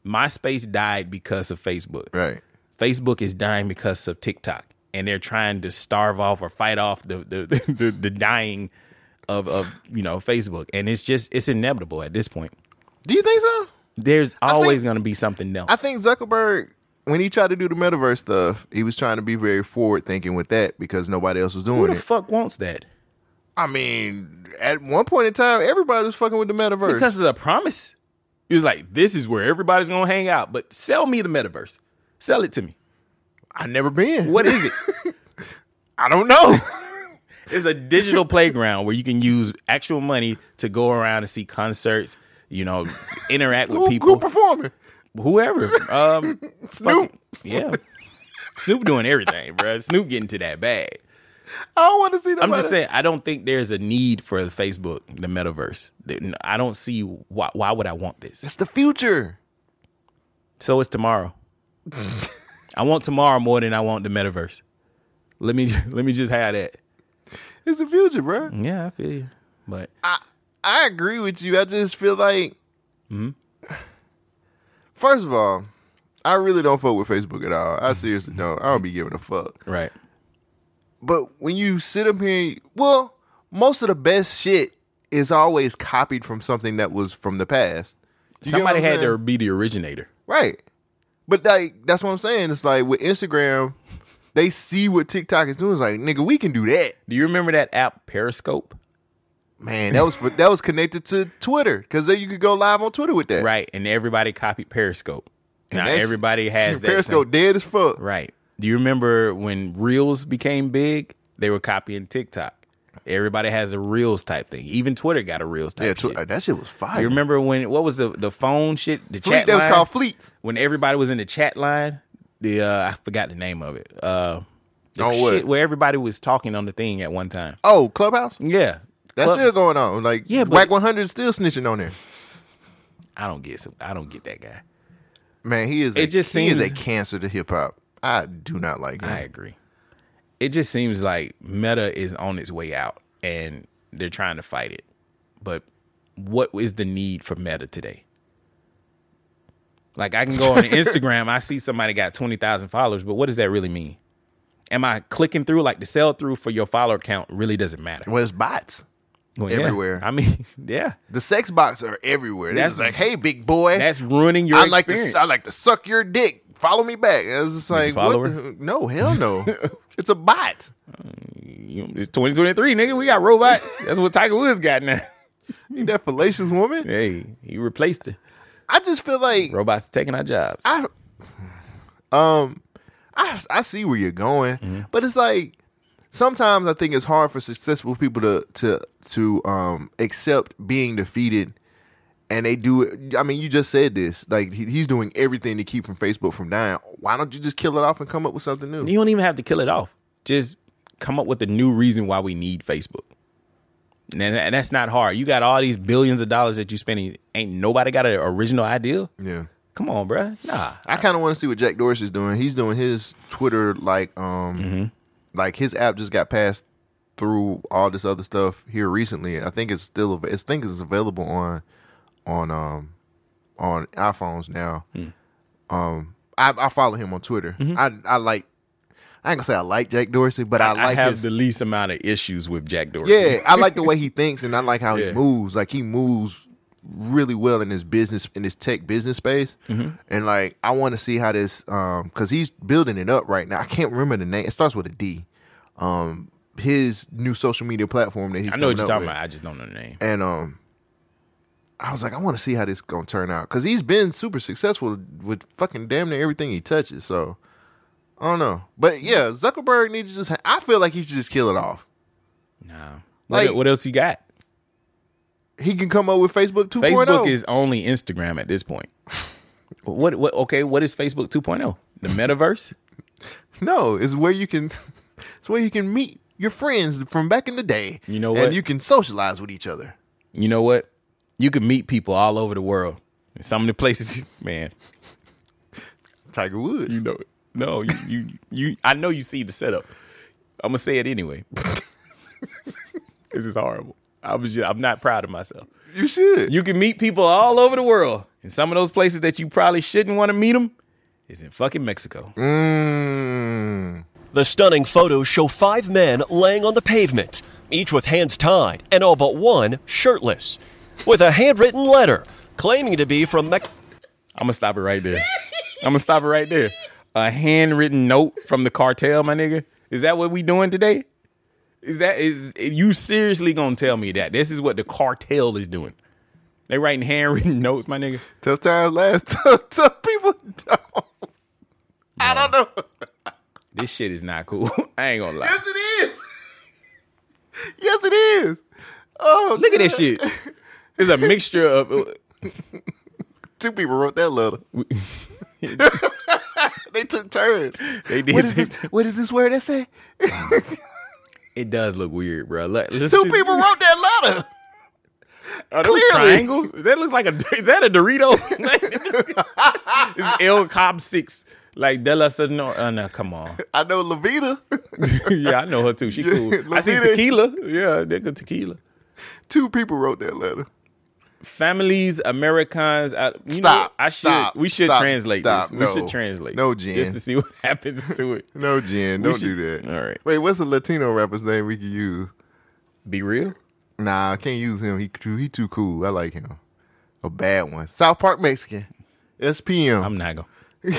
B: MySpace died because of Facebook.
A: Right.
B: Facebook is dying because of TikTok, and they're trying to starve off or fight off the the (laughs) the, the, the dying of of you know Facebook, and it's just it's inevitable at this point.
A: Do you think so?
B: There's always going to be something else.
A: I think Zuckerberg, when he tried to do the metaverse stuff, he was trying to be very forward thinking with that because nobody else was
B: Who
A: doing
B: the
A: it.
B: fuck wants that?
A: I mean, at one point in time, everybody was fucking with the metaverse.
B: Because of the promise. It was like, this is where everybody's gonna hang out, but sell me the metaverse. Sell it to me.
A: I never been.
B: What is it?
A: (laughs) I don't know.
B: (laughs) it's a digital playground where you can use actual money to go around and see concerts, you know, interact with
A: Who-
B: people.
A: Who performing?
B: Whoever. Um
A: Snoop.
B: fucking- yeah. Snoop doing everything, bro. Snoop getting to that bag.
A: I don't want to see nobody.
B: I'm just saying, I don't think there's a need for the Facebook, the metaverse. I don't see why. Why would I want this?
A: It's the future.
B: So
A: (laughs)
B: it's tomorrow. I want tomorrow more than I want the metaverse. Let me (laughs) let me just have that.
A: It's the future, bro.
B: Yeah, I feel you. But
A: I agree with you. I just feel like,
B: mm-hmm.
A: first of all, I really don't fuck with Facebook at all. I seriously don't. I don't be giving a fuck.
B: Mm-hmm. right,
A: But when you sit up here, well, most of the best shit is always copied from something that was from the past. You get what
B: somebody
A: I'm
B: had
A: saying?
B: to be the originator.
A: right. But like that's what I'm saying. It's like with Instagram, They see what TikTok is doing. It's like, nigga, we can do that.
B: Do you remember that app Periscope?
A: Man, that was for, that was connected to Twitter because then you could go live on Twitter with that.
B: Right, and everybody copied Periscope.
A: And
B: now
A: that's-
B: everybody has that.
A: Periscope
B: same-
A: dead as fuck.
B: Right. Do you remember when Reels became big? They were copying TikTok. Everybody has a Reels type thing. Even Twitter got a Reels type. Yeah, shit.
A: that shit was fire.
B: You remember when what was the the phone shit? The
A: Fleet,
B: chat
A: that was
B: line?
A: called Fleets.
B: When everybody was in the chat line, the uh, I forgot the name of it. Uh, the
A: Oh, what?
B: shit where everybody was talking on the thing at one time.
A: Oh, Clubhouse.
B: Yeah,
A: That's
B: Club-
A: still going on. Like
B: Yeah,
A: yeah,
B: but-
A: Whack 100 still snitching on there.
B: I don't get. I don't get that guy.
A: Man, he is.
B: It
A: a,
B: just
A: he is
B: seems-
A: a cancer to hip hop. I do not like him.
B: I agree. It just seems like Meta is on its way out, and they're trying to fight it. But what is the need for Meta today? Like I
A: (laughs)
B: can go on Instagram, I see somebody got twenty thousand followers, but what does that really mean? Am I clicking through? Like the sell through for your follower count really doesn't matter.
A: Well, it's bots
B: Well, yeah.
A: everywhere.
B: I mean, (laughs) yeah,
A: the sex bots are everywhere. That's
B: That's-
A: like, hey, big boy,
B: that's ruining your
A: I like
B: experience.
A: to. I like to suck your dick. Follow me back. It's just
B: you
A: like
B: follow
A: what
B: her?
A: the- no, hell no.
B: (laughs)
A: it's a bot.
B: You- it's twenty twenty three, nigga. We got robots. That's what Tiger Woods
A: (laughs)
B: got now.
A: Ain't that fallacious woman?
B: Hey, he replaced her.
A: I just feel like
B: Robots taking our jobs.
A: I um I I see where you're going,
B: Mm-hmm.
A: but it's like sometimes I think it's hard for successful people to to to um accept being defeated and they do it I mean you just said this like he, he's doing everything to keep from Facebook from dying. Why don't you just kill it off and come up with something new?
B: You don't even have to kill it off. Just come up with a new reason why we need Facebook. And, that- and that's not hard. You got all these billions of dollars that you spending. Ain't nobody got an original idea.
A: Yeah.
B: Come on, bruh. Nah.
A: I kind of want to see what Jack Dorsey's doing. He's doing his Twitter like um
B: Mm-hmm.
A: like his app just got passed through all this other stuff here recently. I think it's still av- I think it's available on on um on iPhones now.
B: Hmm.
A: Um I, I follow him on Twitter. I I like I ain't gonna say I like Jack Dorsey, but I,
B: Mm-hmm. I,
A: like
B: have
A: his
B: the least amount of issues with Jack Dorsey.
A: yeah, I like the way he thinks and I like how
B: Yeah.
A: he moves. Like he moves really well in his business in his tech business space.
B: Mm-hmm.
A: And like I want to see how this um cuz he's building it up right now. I can't remember the name. It starts with a D. Um his new social media platform that he's
B: (laughs) I know what
A: coming
B: you're
A: up
B: talking
A: with.
B: about. I just don't know the name.
A: And um I was like I want to see how this going to turn out cuz he's been super successful with fucking damn near everything he touches. So I don't know. But yeah, Zuckerberg needs to just I feel like he should just kill it off.
B: Nah.
A: Like-
B: what, what else you got?
A: He can come up with Facebook oh. 2.0.
B: Facebook is only Instagram at
A: (laughs)
B: this point. what? What? Okay. What is Facebook 2.0? The metaverse.
A: No, it's where you can (laughs) it's where you can meet your friends from back in the day.
B: You know what?
A: And you can (laughs) socialize with each other.
B: you know what? You can meet people all over the world. And some of the places, (laughs) man,
A: Tiger Woods.
B: you know it. No, you, you, you I know you see the setup. I'm gonna say it anyway. (laughs) this is horrible. I'm just, I'm not proud of myself.
A: You should.
B: You can meet people all over the world, and some of those places that you probably shouldn't want to meet them is in fucking Mexico.
A: Mm.
J: The stunning photos show five men laying on the pavement, each with hands tied and all but one shirtless, with a handwritten letter claiming to be from Mexico.
B: I'm gonna stop it right there. I'm gonna stop it right there. A handwritten note from the cartel, my nigga. Is that what we doing today? Is that is you seriously gonna tell me that this is what the cartel is doing? They writing handwritten (laughs) notes, my nigga.
A: Tough times last (laughs) tough, tough people don't. I don't know.
B: This shit is not cool. (laughs) I ain't gonna lie.
A: Yes it is. yes it is. Oh
B: Look at this shit. It's a
A: (laughs)
B: mixture of
A: Two people wrote that letter. (laughs) they took turns.
B: they did.
A: What is this?
B: (laughs)
A: What is this word that say?
B: It does look weird, bro. Let, let's
A: Two
B: just-
A: people wrote that letter.
B: (laughs) Are those
A: Clearly.
B: triangles? That looks like a. (laughs) Is that a Dorito? (laughs) it's El Cobb Six. Like Della Sonora. Uh, no, come on.
A: I know Levita.
B: (laughs) yeah, I know her too. She cool. I see
A: Lupita-
B: tequila. Yeah, nigga, tequila.
A: Two people wrote that letter.
B: Families, Americans. I, you
A: Stop,
B: Know, I
A: stop,
B: should. We should
A: stop,
B: translate
A: stop.
B: this.
A: No.
B: We should translate.
A: No,
B: this
A: Jen.
B: Just to see what (laughs) happens to it.
A: No, Jen,
B: We
A: don't
B: should-
A: do that.
B: All right.
A: Wait, what's a Latino rapper's name we can use?
B: Be real.
A: Nah, I can't use him. He too, he too cool. I like him. A bad one. South Park Mexican. SPM.
B: I'm not gonna.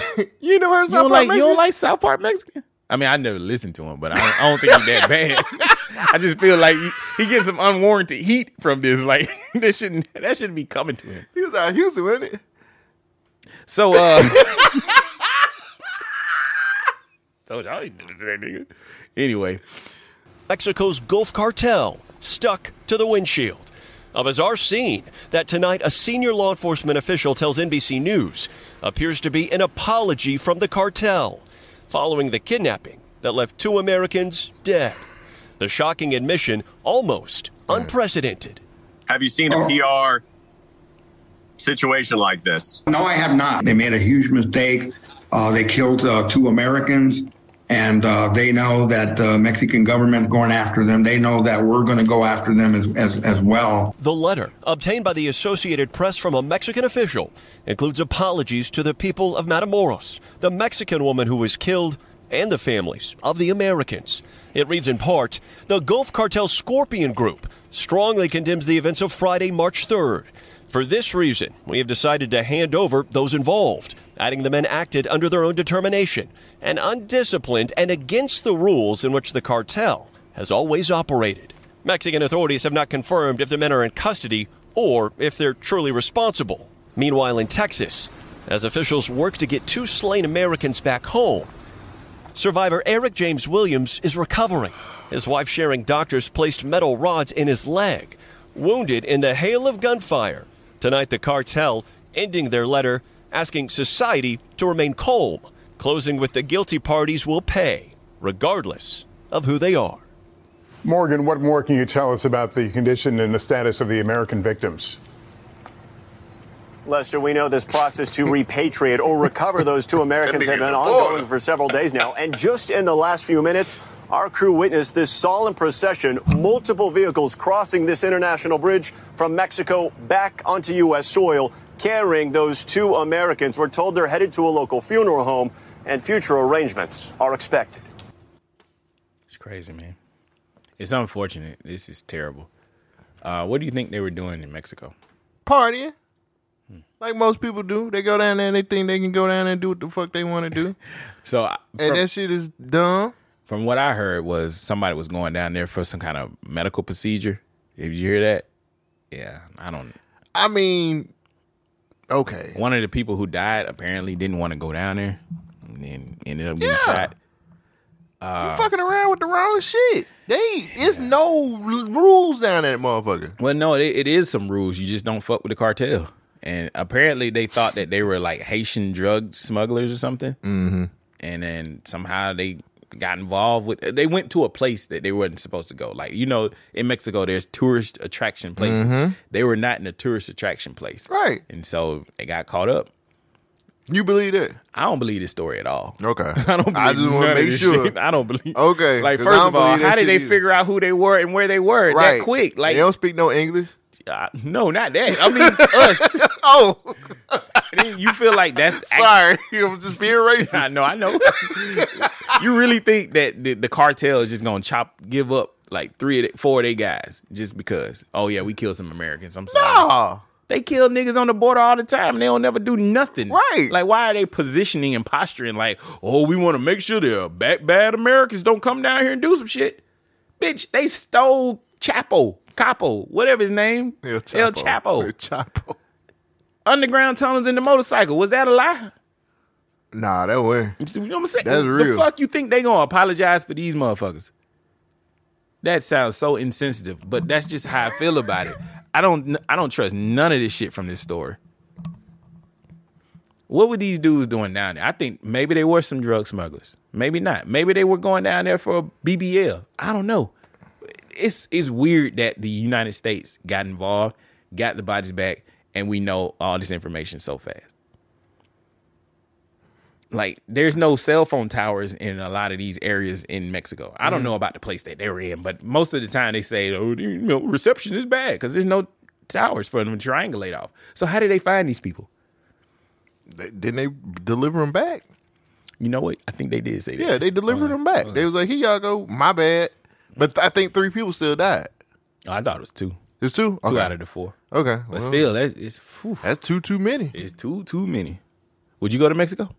A: (laughs) you know her South
B: You don't
A: Park
B: like. You
A: Mexican?
B: don't like South Park Mexican. I mean, I never listened to him, but I don't, I don't think he's that bad. (laughs) I just feel like he, he getting some unwarranted heat from this. Like (laughs) that shouldn't that shouldn't be coming to him.
A: He was out of Houston, wasn't it?
B: So, uh, told y'all he did it to that nigga. Anyway,
N: Mexico's Gulf Cartel stuck to the windshield. A bizarre scene that tonight a senior law enforcement official tells NBC News appears to be an apology from the cartel following the kidnapping that left two Americans dead. The shocking admission almost unprecedented.
G: Have you seen a PR situation like this?
O: No, I have not. They made a huge mistake. Uh, they killed uh, two Americans, and uh, they know that the Mexican government's going after them. They know that we're going to go after them as, as, as well.
N: The letter, obtained by the Associated Press from a Mexican official, includes apologies to the people of Matamoros, the Mexican woman who was killed, and the families of the Americans. It reads in part The Gulf Cartel Scorpion Group strongly condemns the events of Friday, March 3rd. For this reason, we have decided to hand over those involved, adding the men acted under their own determination and undisciplined and against the rules in which the cartel has always operated. Mexican authorities have not confirmed if the men are in custody or if they're truly responsible. Meanwhile, in Texas, as officials work to get two slain Americans back home, survivor Eric James Williams is recovering. His wife sharing doctors placed metal rods in his leg, wounded in the hail of gunfire. Tonight, the cartel ending their letter asking society to remain calm, closing with the guilty parties will pay, regardless of who they are.
F: Morgan, what more can you tell us about the condition and the status of the American victims?
G: Lester, we know this process to repatriate or recover those two Americans have been ongoing for several days now. And just in the last few minutes, our crew witnessed this solemn procession, multiple vehicles crossing this international bridge from Mexico back onto U.S. soil, carrying those two Americans. We're told they're headed to a local funeral home, and future arrangements are expected.
B: (laughs) It's crazy, man. It's unfortunate. This is terrible. Uh, what do you think they were doing in Mexico?
A: Partying.
B: Hmm.
A: Like most people do. They go down there and they think they can go down there and do what the fuck they want to do. (laughs)
B: So, I-
A: and
B: from-
A: that shit is dumb.
B: From what I heard was somebody was going down there for some kind of medical procedure. If you hear that, yeah, I don't.
A: I mean, okay.
B: One of the people who died apparently didn't want to go down there, and then ended up getting
A: Yeah.
B: shot. Uh,
A: You're fucking around with the wrong shit. They it's no r- rules down that motherfucker.
B: Well, no, it, it is some rules. You just don't fuck with the cartel. And apparently, they thought that they were like Haitian drug smugglers or something.
A: Mm-hmm.
B: And then somehow they got involved with. They went to a place that they wasn't supposed to go. Like you know, in Mexico, there's tourist attraction places.
A: Mhm.
B: They were not in a tourist attraction place,
A: Right.
B: And so they got caught up.
A: You believe that?
B: I don't believe this story at all.
A: Okay.
B: (laughs) I don't. Believe
A: I just
B: want to
A: make sure.
B: I don't believe.
A: Okay.
B: Like
A: 'cause
B: first
A: I
B: of
A: don't
B: all,
A: believe that
B: how did
A: shit
B: they
A: either.
B: figure out who they were and where they were
A: Right.
B: that quick? Like
A: they don't speak no English.
B: uh, no, not that.
A: (laughs)
B: I mean us. oh, (laughs) you feel like that's
A: sorry. (laughs) I'm just being racist.
B: (laughs) I know.
A: (laughs)
B: I know. you really think that the, the cartel is just gonna chop, give up like three, of the, four of their guys just because? Oh yeah, we killed some Americans. I'm sorry.
A: No.
B: They kill niggas on the border all the time and they don't never do nothing. Right. Like, why are they positioning and posturing like, oh, we want to make sure the bad, bad Americans don't come down here and do some shit? Bitch, they stole Chapo, Capo, whatever his name. El Chapo. El Chapo. Underground tunnels in the motorcycle. Was that a lie?
A: Nah, that way.
B: You know what I'm saying?
A: That's
B: The
A: real.
B: fuck you think they gonna apologize for these motherfuckers? That sounds so insensitive, but that's just how I feel about it. I don't I don't trust none of this shit from this story. What were these dudes doing down there? I think maybe they were some drug smugglers. Maybe not. Maybe they were going down there for a BBL. I don't know. It's it's weird that the United States got involved, got the bodies back, and we know all this information so fast like there's no cell phone towers in a lot of these areas in Mexico. I don't
A: Mhm.
B: know about the place that they were in, but most of the time they say, oh, you know, reception is bad because there's no towers for them to triangulate off. So how did they find these people?
A: They- Didn't they deliver them back?
B: You know what? I think they did say that.
A: Yeah, they delivered them back. They was like, "Here y'all go." My bad. But th- I think three people still died.
B: I thought it was two.
A: It's two.
B: Two
A: Okay.
B: out of the four.
A: Okay, well.
B: but still, that's it's whew.
A: that's too too many.
B: It's too too many. Would you go to Mexico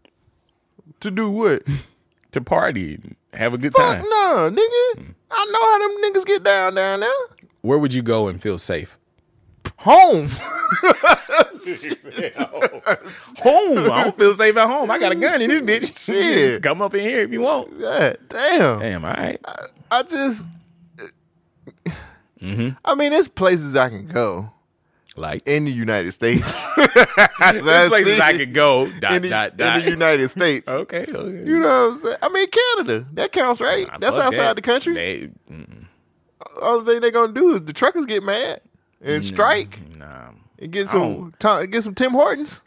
A: to do what?
B: (laughs) to party, and have a good
A: Fuck
B: time. Hmm.
A: no, nigga. I know how them niggas get down down there.
B: Where would you go and feel safe?
A: Home.
B: (laughs) Home. I don't feel safe at home. I got a gun in this bitch. (laughs)
A: Shit.
B: Just come up in here if you want. (laughs)
A: Yeah, (laughs) damn.
B: Damn. All right.
A: I just. I mean, there's places I can go.
B: Mm-hmm. Like
A: in the United States, (laughs)
B: There's places I could go. Dot,
A: in the,
B: dot,
A: in
B: dot.
A: the United States.
B: (laughs) okay, okay.
A: You know what I'm saying? I mean, Canada. That counts, right? That's
B: fuck
A: outside
B: that.
A: the country.
B: They,
A: Only thing they're gonna do is the truckers get mad and strike
B: nah.
A: and get
B: I
A: some Tom, get some Tim
B: (laughs)
A: Hortons.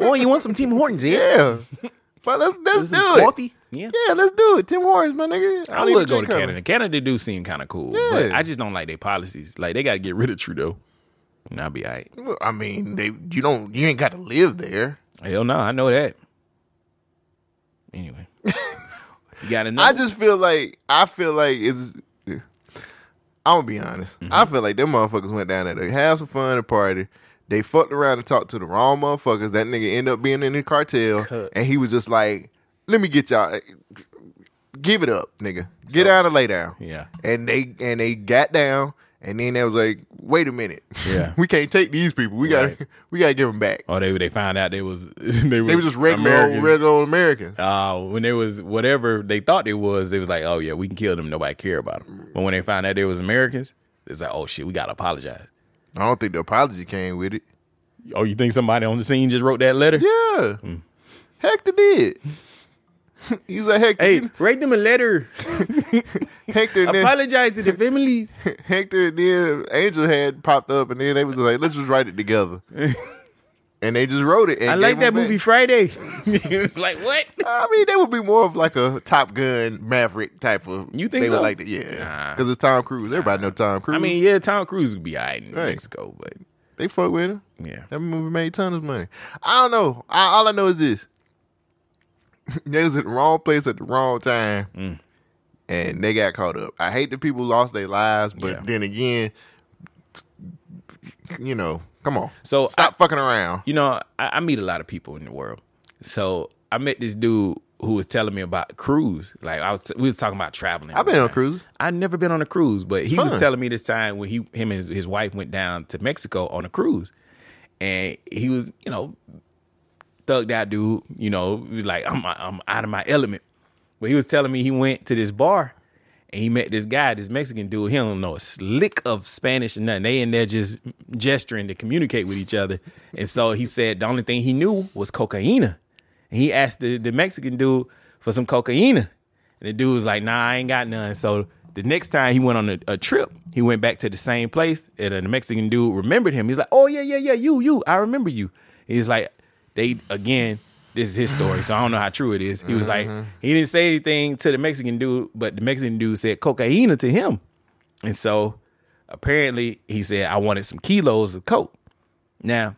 B: oh, you want some Tim Hortons?
A: Yeah. But let's let's do
B: some
A: it.
B: coffee? Yeah.
A: yeah, let's do it. Tim Hortons, my nigga.
B: I
A: don't even
B: would go
A: drink
B: to
A: coffee.
B: Canada. Canada do seem kind of cool, but
A: Yeah.
B: I just don't like their policies. Like they got to get rid of Trudeau, and I'll be all right.
A: Well, I mean, they you don't you ain't got to live there.
B: Hell no, I know that.
A: (laughs)
B: Anyway, you got
A: I
B: another.
A: just feel like I feel like it's. I'm gonna be honest.
B: Mm-hmm.
A: I feel like them motherfuckers went down there to have some fun and party. They fucked around and talked to the wrong motherfuckers. That nigga ended up being in the cartel, and he was just like, "Let me get y'all, give it up, nigga, get down and lay down."
B: Yeah.
A: and they and they got down, and then they was like, "Wait a minute,
B: Yeah.
A: (laughs) we can't take these people. We got to
B: Right.
A: (laughs) we got to give them back."
B: Oh, they they found out they was (laughs) they was
A: They was just regular
B: American.
A: old, regular old Americans.
B: Uh, when they was whatever they thought they was, they was like, oh yeah, we can kill them. Nobody care about them. But when they found out they was Americans, it's like, oh shit, we gotta apologize.
A: I don't think the apology came with it.
B: Oh, you think somebody on the scene just wrote that letter? Mm.
A: Yeah. Hector did. (laughs) He's like Hector.
B: Hey, write them a letter.
A: (laughs) Hector and then,
B: Apologize to the families.
A: (laughs) Hector and then Angel had popped up, and then they was like, "Let's just write it
B: (laughs)
A: together." and they just wrote it. And
B: I like
A: gave
B: that
A: him back.
B: movie Friday. (laughs) it's like what?
A: I mean, they would be more of like a Top Gun Maverick type of.
B: You think
A: they
B: so?
A: Would like that, yeah, because it's Tom Cruise. Everybody know Tom Cruise.
B: I mean, yeah, Tom (laughs) Cruise would be all right in
A: Right.
B: Mexico, but
A: they fuck with him.
B: yeah.
A: That movie made tons of money. I don't know. I, all I know is this: (laughs) they was at the wrong place at the wrong time,
B: Mm.
A: and they got caught up. I hate that people lost their lives, but
B: Yeah.
A: then again, you know, come on,
B: So
A: stop fucking around.
B: you know, I, I meet a lot of people in the world. So I met this dude who was telling me about cruise. Like I was, we was talking about traveling.
A: I've been on cruises.
B: I never been on a cruise, but he was
A: Fun.
B: telling me this time when he, him and his, his wife went down to Mexico on a cruise, and he was, you know, thugged out dude. You know, he was like I'm, I'm out of my element. But he was telling me he went to this bar and he met this guy, this Mexican dude. He don't know a slick of Spanish or nothing. They in there just gesturing to communicate with each other. And so he said the only thing he knew was cocaina. And he asked the, the Mexican dude for some cocaina. And the dude was like, nah, I ain't got none. So the next time he went on a, a trip, he went back to the same place. And the Mexican dude remembered him. He's like, oh, yeah, yeah, yeah, you, you, I remember you. He's like, they, again, this is his story, so I don't know how true it is. He was like, he didn't say anything to the Mexican dude, but the Mexican dude said cocaina to him. And so apparently he said, I wanted some kilos of coke. Now,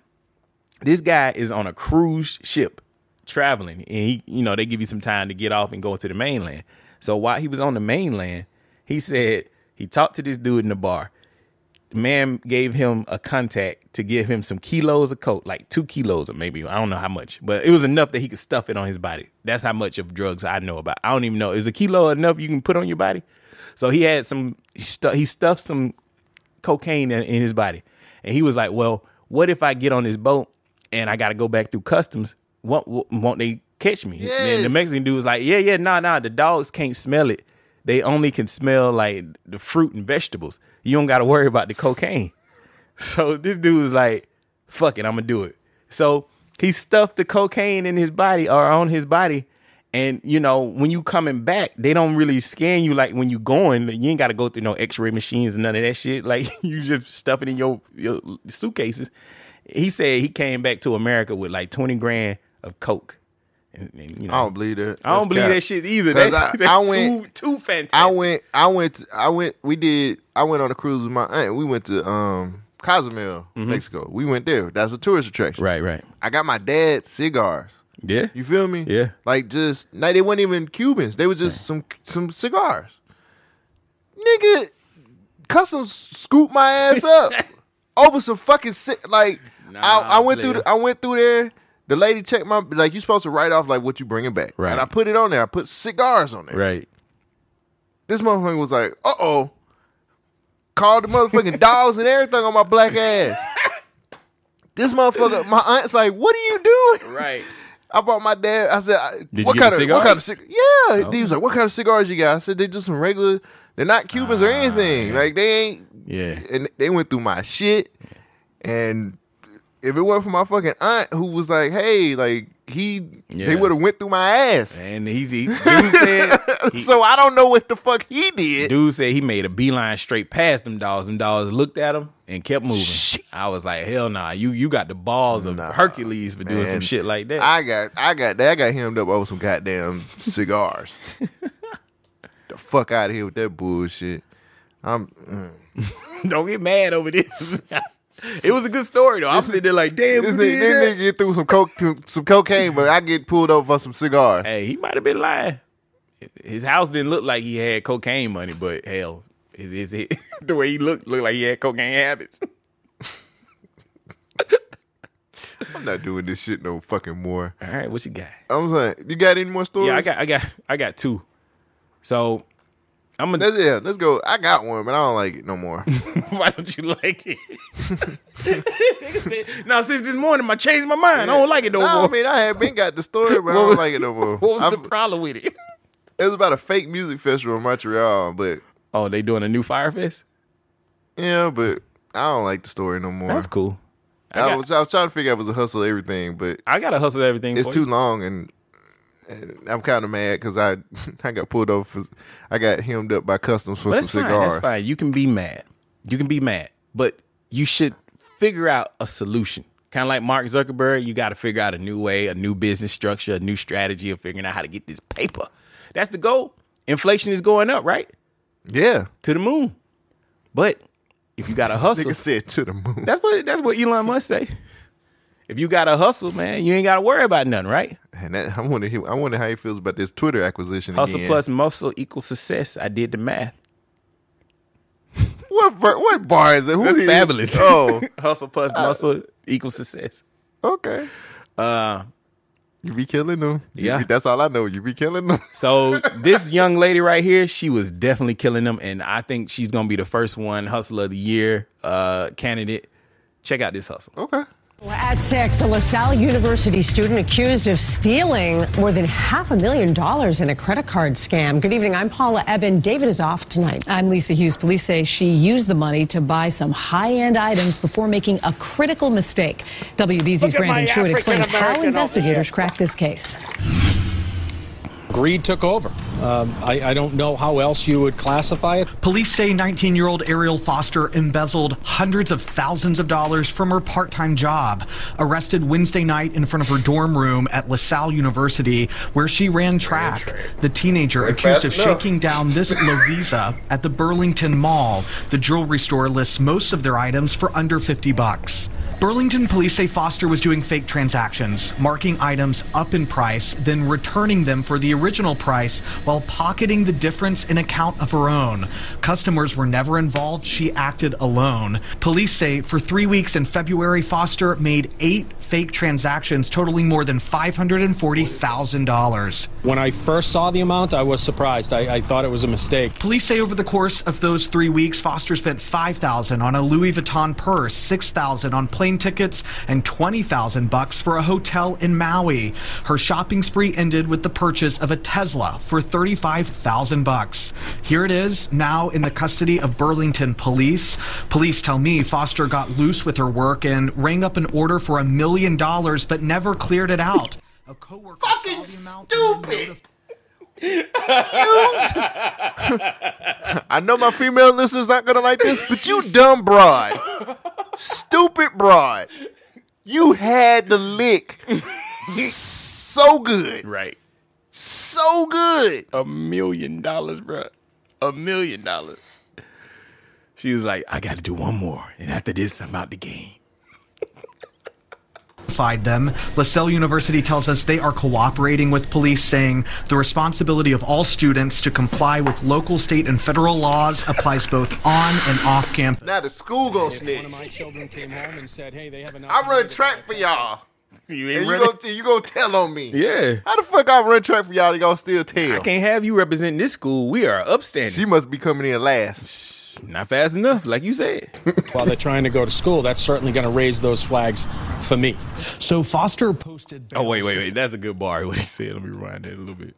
B: this guy is on a cruise ship traveling, and he, you know, they give you some time to get off and go to the mainland. So while he was on the mainland, he said he talked to this dude in the bar. The man gave him a contact to give him some kilos of coke, like two kilos or maybe I don't know how much, but it was enough that he could stuff it on his body. That's how much of drugs I know about. I don't even know is a kilo enough you can put on your body. So he had some he, stu- he stuffed some cocaine in, in his body. And he was like, Well, what if I get on this boat and I got to go back through customs? Won't, won't they catch me? And the
A: Yes.
B: Mexican dude was like, Yeah, yeah, nah, nah. The dogs can't smell it. They only can smell like the fruit and vegetables. You don't got to worry about the cocaine. So this dude was like, fuck it, I'm gonna do it. So he stuffed the cocaine in his body or on his body. And you know, when you coming back, they don't really scan you like when you going. Like, you ain't gotta go through no x-ray machines and none of that shit. (laughs) Like you just stuff it in your, your suitcases. He said he came back to America with like 20 grand of coke. And, and, you know,
A: I don't believe that.
B: I
A: That's
B: don't believe
A: cap.
B: that shit either.
A: 'Cause
B: That,
A: I-
B: (laughs) that's
A: I went-
B: too,
A: (laughs)
B: too fantastic.
A: I went, I went, I went. We did. I went on a cruise with my aunt. We went to um Cozumel, Mexico. We went there. That's a tourist attraction.
B: Mm-hmm. right, right.
A: I got my dad's cigars.
B: Yeah.
A: You feel me?
B: Yeah.
A: Like just no, they weren't even Cubans. They were just some some cigars. Nigga, customs scooped my
B: (laughs)
A: ass up over some fucking si- like
B: Nah,
A: I, I went through
B: player.
A: the, I went through there. The lady checked my like you're supposed to write off like what you bringing back.
B: Right.
A: And I put it on there. I put cigars on there.
B: Right.
A: This motherfucker was like, uh oh. Called the
B: (laughs)
A: motherfucking dolls and everything on my black ass. This motherfucker, my aunt's like, what are you doing?
B: Right.
A: I brought my dad. I said, I-
B: Did you
A: what,
B: get
A: kind
B: the
A: of, what kind of
B: cigars?
A: cig- Yeah.
B: Oh.
A: He was like, what kind of cigars you got? I said, they just some regular, they're not Cubans or anything. Like, they ain't.
B: Ah, Yeah.
A: And they went through my shit. And if it wasn't for my fucking aunt who was like, hey, like, he,
B: Yeah.
A: they would have went through my ass.
B: And
A: (laughs)
B: he's he, dude said he-
A: so I don't know what the fuck he did.
B: dude said he made a beeline straight past them dogs. Them dogs looked at him and kept moving. I was like, hell nah, you you got the balls of Hercules for (laughs) doing some
A: Man,
B: shit like that. (laughs)
A: I got, I got, that got hemmed up over some goddamn
B: (laughs)
A: cigars. the fuck out of here with that bullshit. I'm. mm.
B: Don't get mad over this. (laughs) it was a good story though. I'm sitting there like, damn,
A: This nigga,
B: you did
A: this
B: that?
A: nigga get through some coke, some cocaine, but I get pulled over for some cigars.
B: Hey, he might have been lying. His house didn't look like he had cocaine money, but hell, his, his, (laughs) his- the way he looked looked like he had cocaine habits.
A: I'm not doing this shit no fucking more.
B: All right, what you got?
A: I'm saying, you got any more stories?
B: Yeah, I got, I got, I got two. So I'm gonna.
A: Let's, yeah, let's go. I got one, but I don't like it no
B: (laughs)
A: more.
B: Why don't you
A: (laughs)
B: like it? Nigga said, now since this morning, I changed my mind. I don't like it no
A: Nah,
B: more.
A: I mean, I had been got the story, but I
B: (laughs) What
A: don't
B: was-
A: like it no more.
B: what was
A: I-
B: the problem with it?
A: It was about a fake music festival in Montreal, but
B: Oh, they doing a new Fire Fest?
A: yeah, but I don't like the story no more.
B: That's cool. I
A: I,
B: got-
A: was, I was trying to figure out if it was a hustle everything, but
B: I gotta hustle everything.
A: it's
B: for
A: too
B: you.
A: long and, and I'm kind of mad because I (laughs) I got pulled over for I got hemmed up by customs for some
B: But that's fine.
A: cigars.
B: That's fine. You can be mad. You can be mad, but you should figure out a solution. Kind of like Mark Zuckerberg, you got to figure out a new way, a new business structure, a new strategy of figuring out how to get this paper. That's the goal. Inflation is going up, right?
A: Yeah,
B: To the moon. But if you got to hustle,
A: Nigga said to the moon.
B: that's what that's what Elon Musk say. If you got to hustle, man, you ain't got to worry about nothing, right?
A: And that, I wonder he- I wonder how he feels about this Twitter acquisition.
B: Hustle
A: again.
B: plus muscle equals success. I did the math.
A: what ver- what bar is it? Who
B: That's
A: is-
B: fabulous.
A: (laughs) Oh,
B: (laughs) hustle plus muscle equals success.
A: okay. Oh.
B: Uh,
A: You be killing them. You
B: Yeah.
A: be- that's all I know. You be killing them. (laughs)
B: So this young lady right here, she was definitely killing them, and I think she's gonna be the first one hustler of the year uh, candidate. Check out this hustle.
A: Okay.
P: At six, a LaSalle University student accused of stealing more than half a million dollars in a credit card scam. Good evening. I'm Paula Eben. David is off tonight.
Q: I'm Lisa Hughes. Police say she used the money to buy some high end items before making a critical mistake. WBZ's
E: Look at
Q: Brandon
E: my
Q: Truitt explains how
E: African-American
Q: investigators cracked this case.
R: Greed took over. Um, I, I don't know how else you would classify it.
S: Police say 19 year old Ariel Foster embezzled hundreds of thousands of dollars from her part time job. Arrested Wednesday night in front of her dorm room at LaSalle University, where she ran track. The teenager accused
R: fast
S: of
R: enough.
S: shaking down this Lovisa at the Burlington Mall. The jewelry store lists most of their items for under 50 bucks. Burlington police say Foster was doing fake transactions, marking items up in price, then returning them for the original price while pocketing the difference in account of her own. Customers were never involved. She acted alone. Police say for three weeks in February, Foster made eight fake transactions totaling more than $540,000.
R: When I first saw the amount, I was surprised. I, I thought it was a mistake.
S: Police say over the course of those three weeks, Foster spent five thousand on a Louis Vuitton purse, six thousand on plane tickets, and twenty thousand bucks for a hotel in Maui. Her shopping spree ended with the purchase of a Tesla for thirty-five thousand bucks. Here it is now in the custody of Burlington police. Police tell me Foster got loose with her work and rang up an order for a million dollars, but never cleared it out.
M: Fucking stupid.
A: I know my female listeners not gonna like this, but you dumb broad, stupid broad, you had the lick so good,
B: right?
A: So good.
B: A million dollars, bro. A million dollars. She was like, I got to do one more, and after this, I'm out the game.
S: identified them. LaSalle University tells us they are cooperating with police, saying the responsibility of all students to comply with local, state, and federal laws applies both on and off campus.
A: Now the school gonna snitch.
R: Children came home and said, hey, they have enough.
A: I run track for y'all.
B: You
A: and
B: ain't
A: you
B: running.
A: gonna, you gonna tell on me.
B: Yeah.
A: How the fuck I run track for y'all? You gonna still tell?
B: I can't have you representing this school. We are upstanding. She
A: must be coming in last.
B: Not fast enough, like you said.
R: (laughs) While they're trying to go to school, that's certainly going to raise those flags for me. So Foster posted
B: Oh wait, wait, wait. That's a good bar. (laughs) What he said. Let me rewind that a little bit.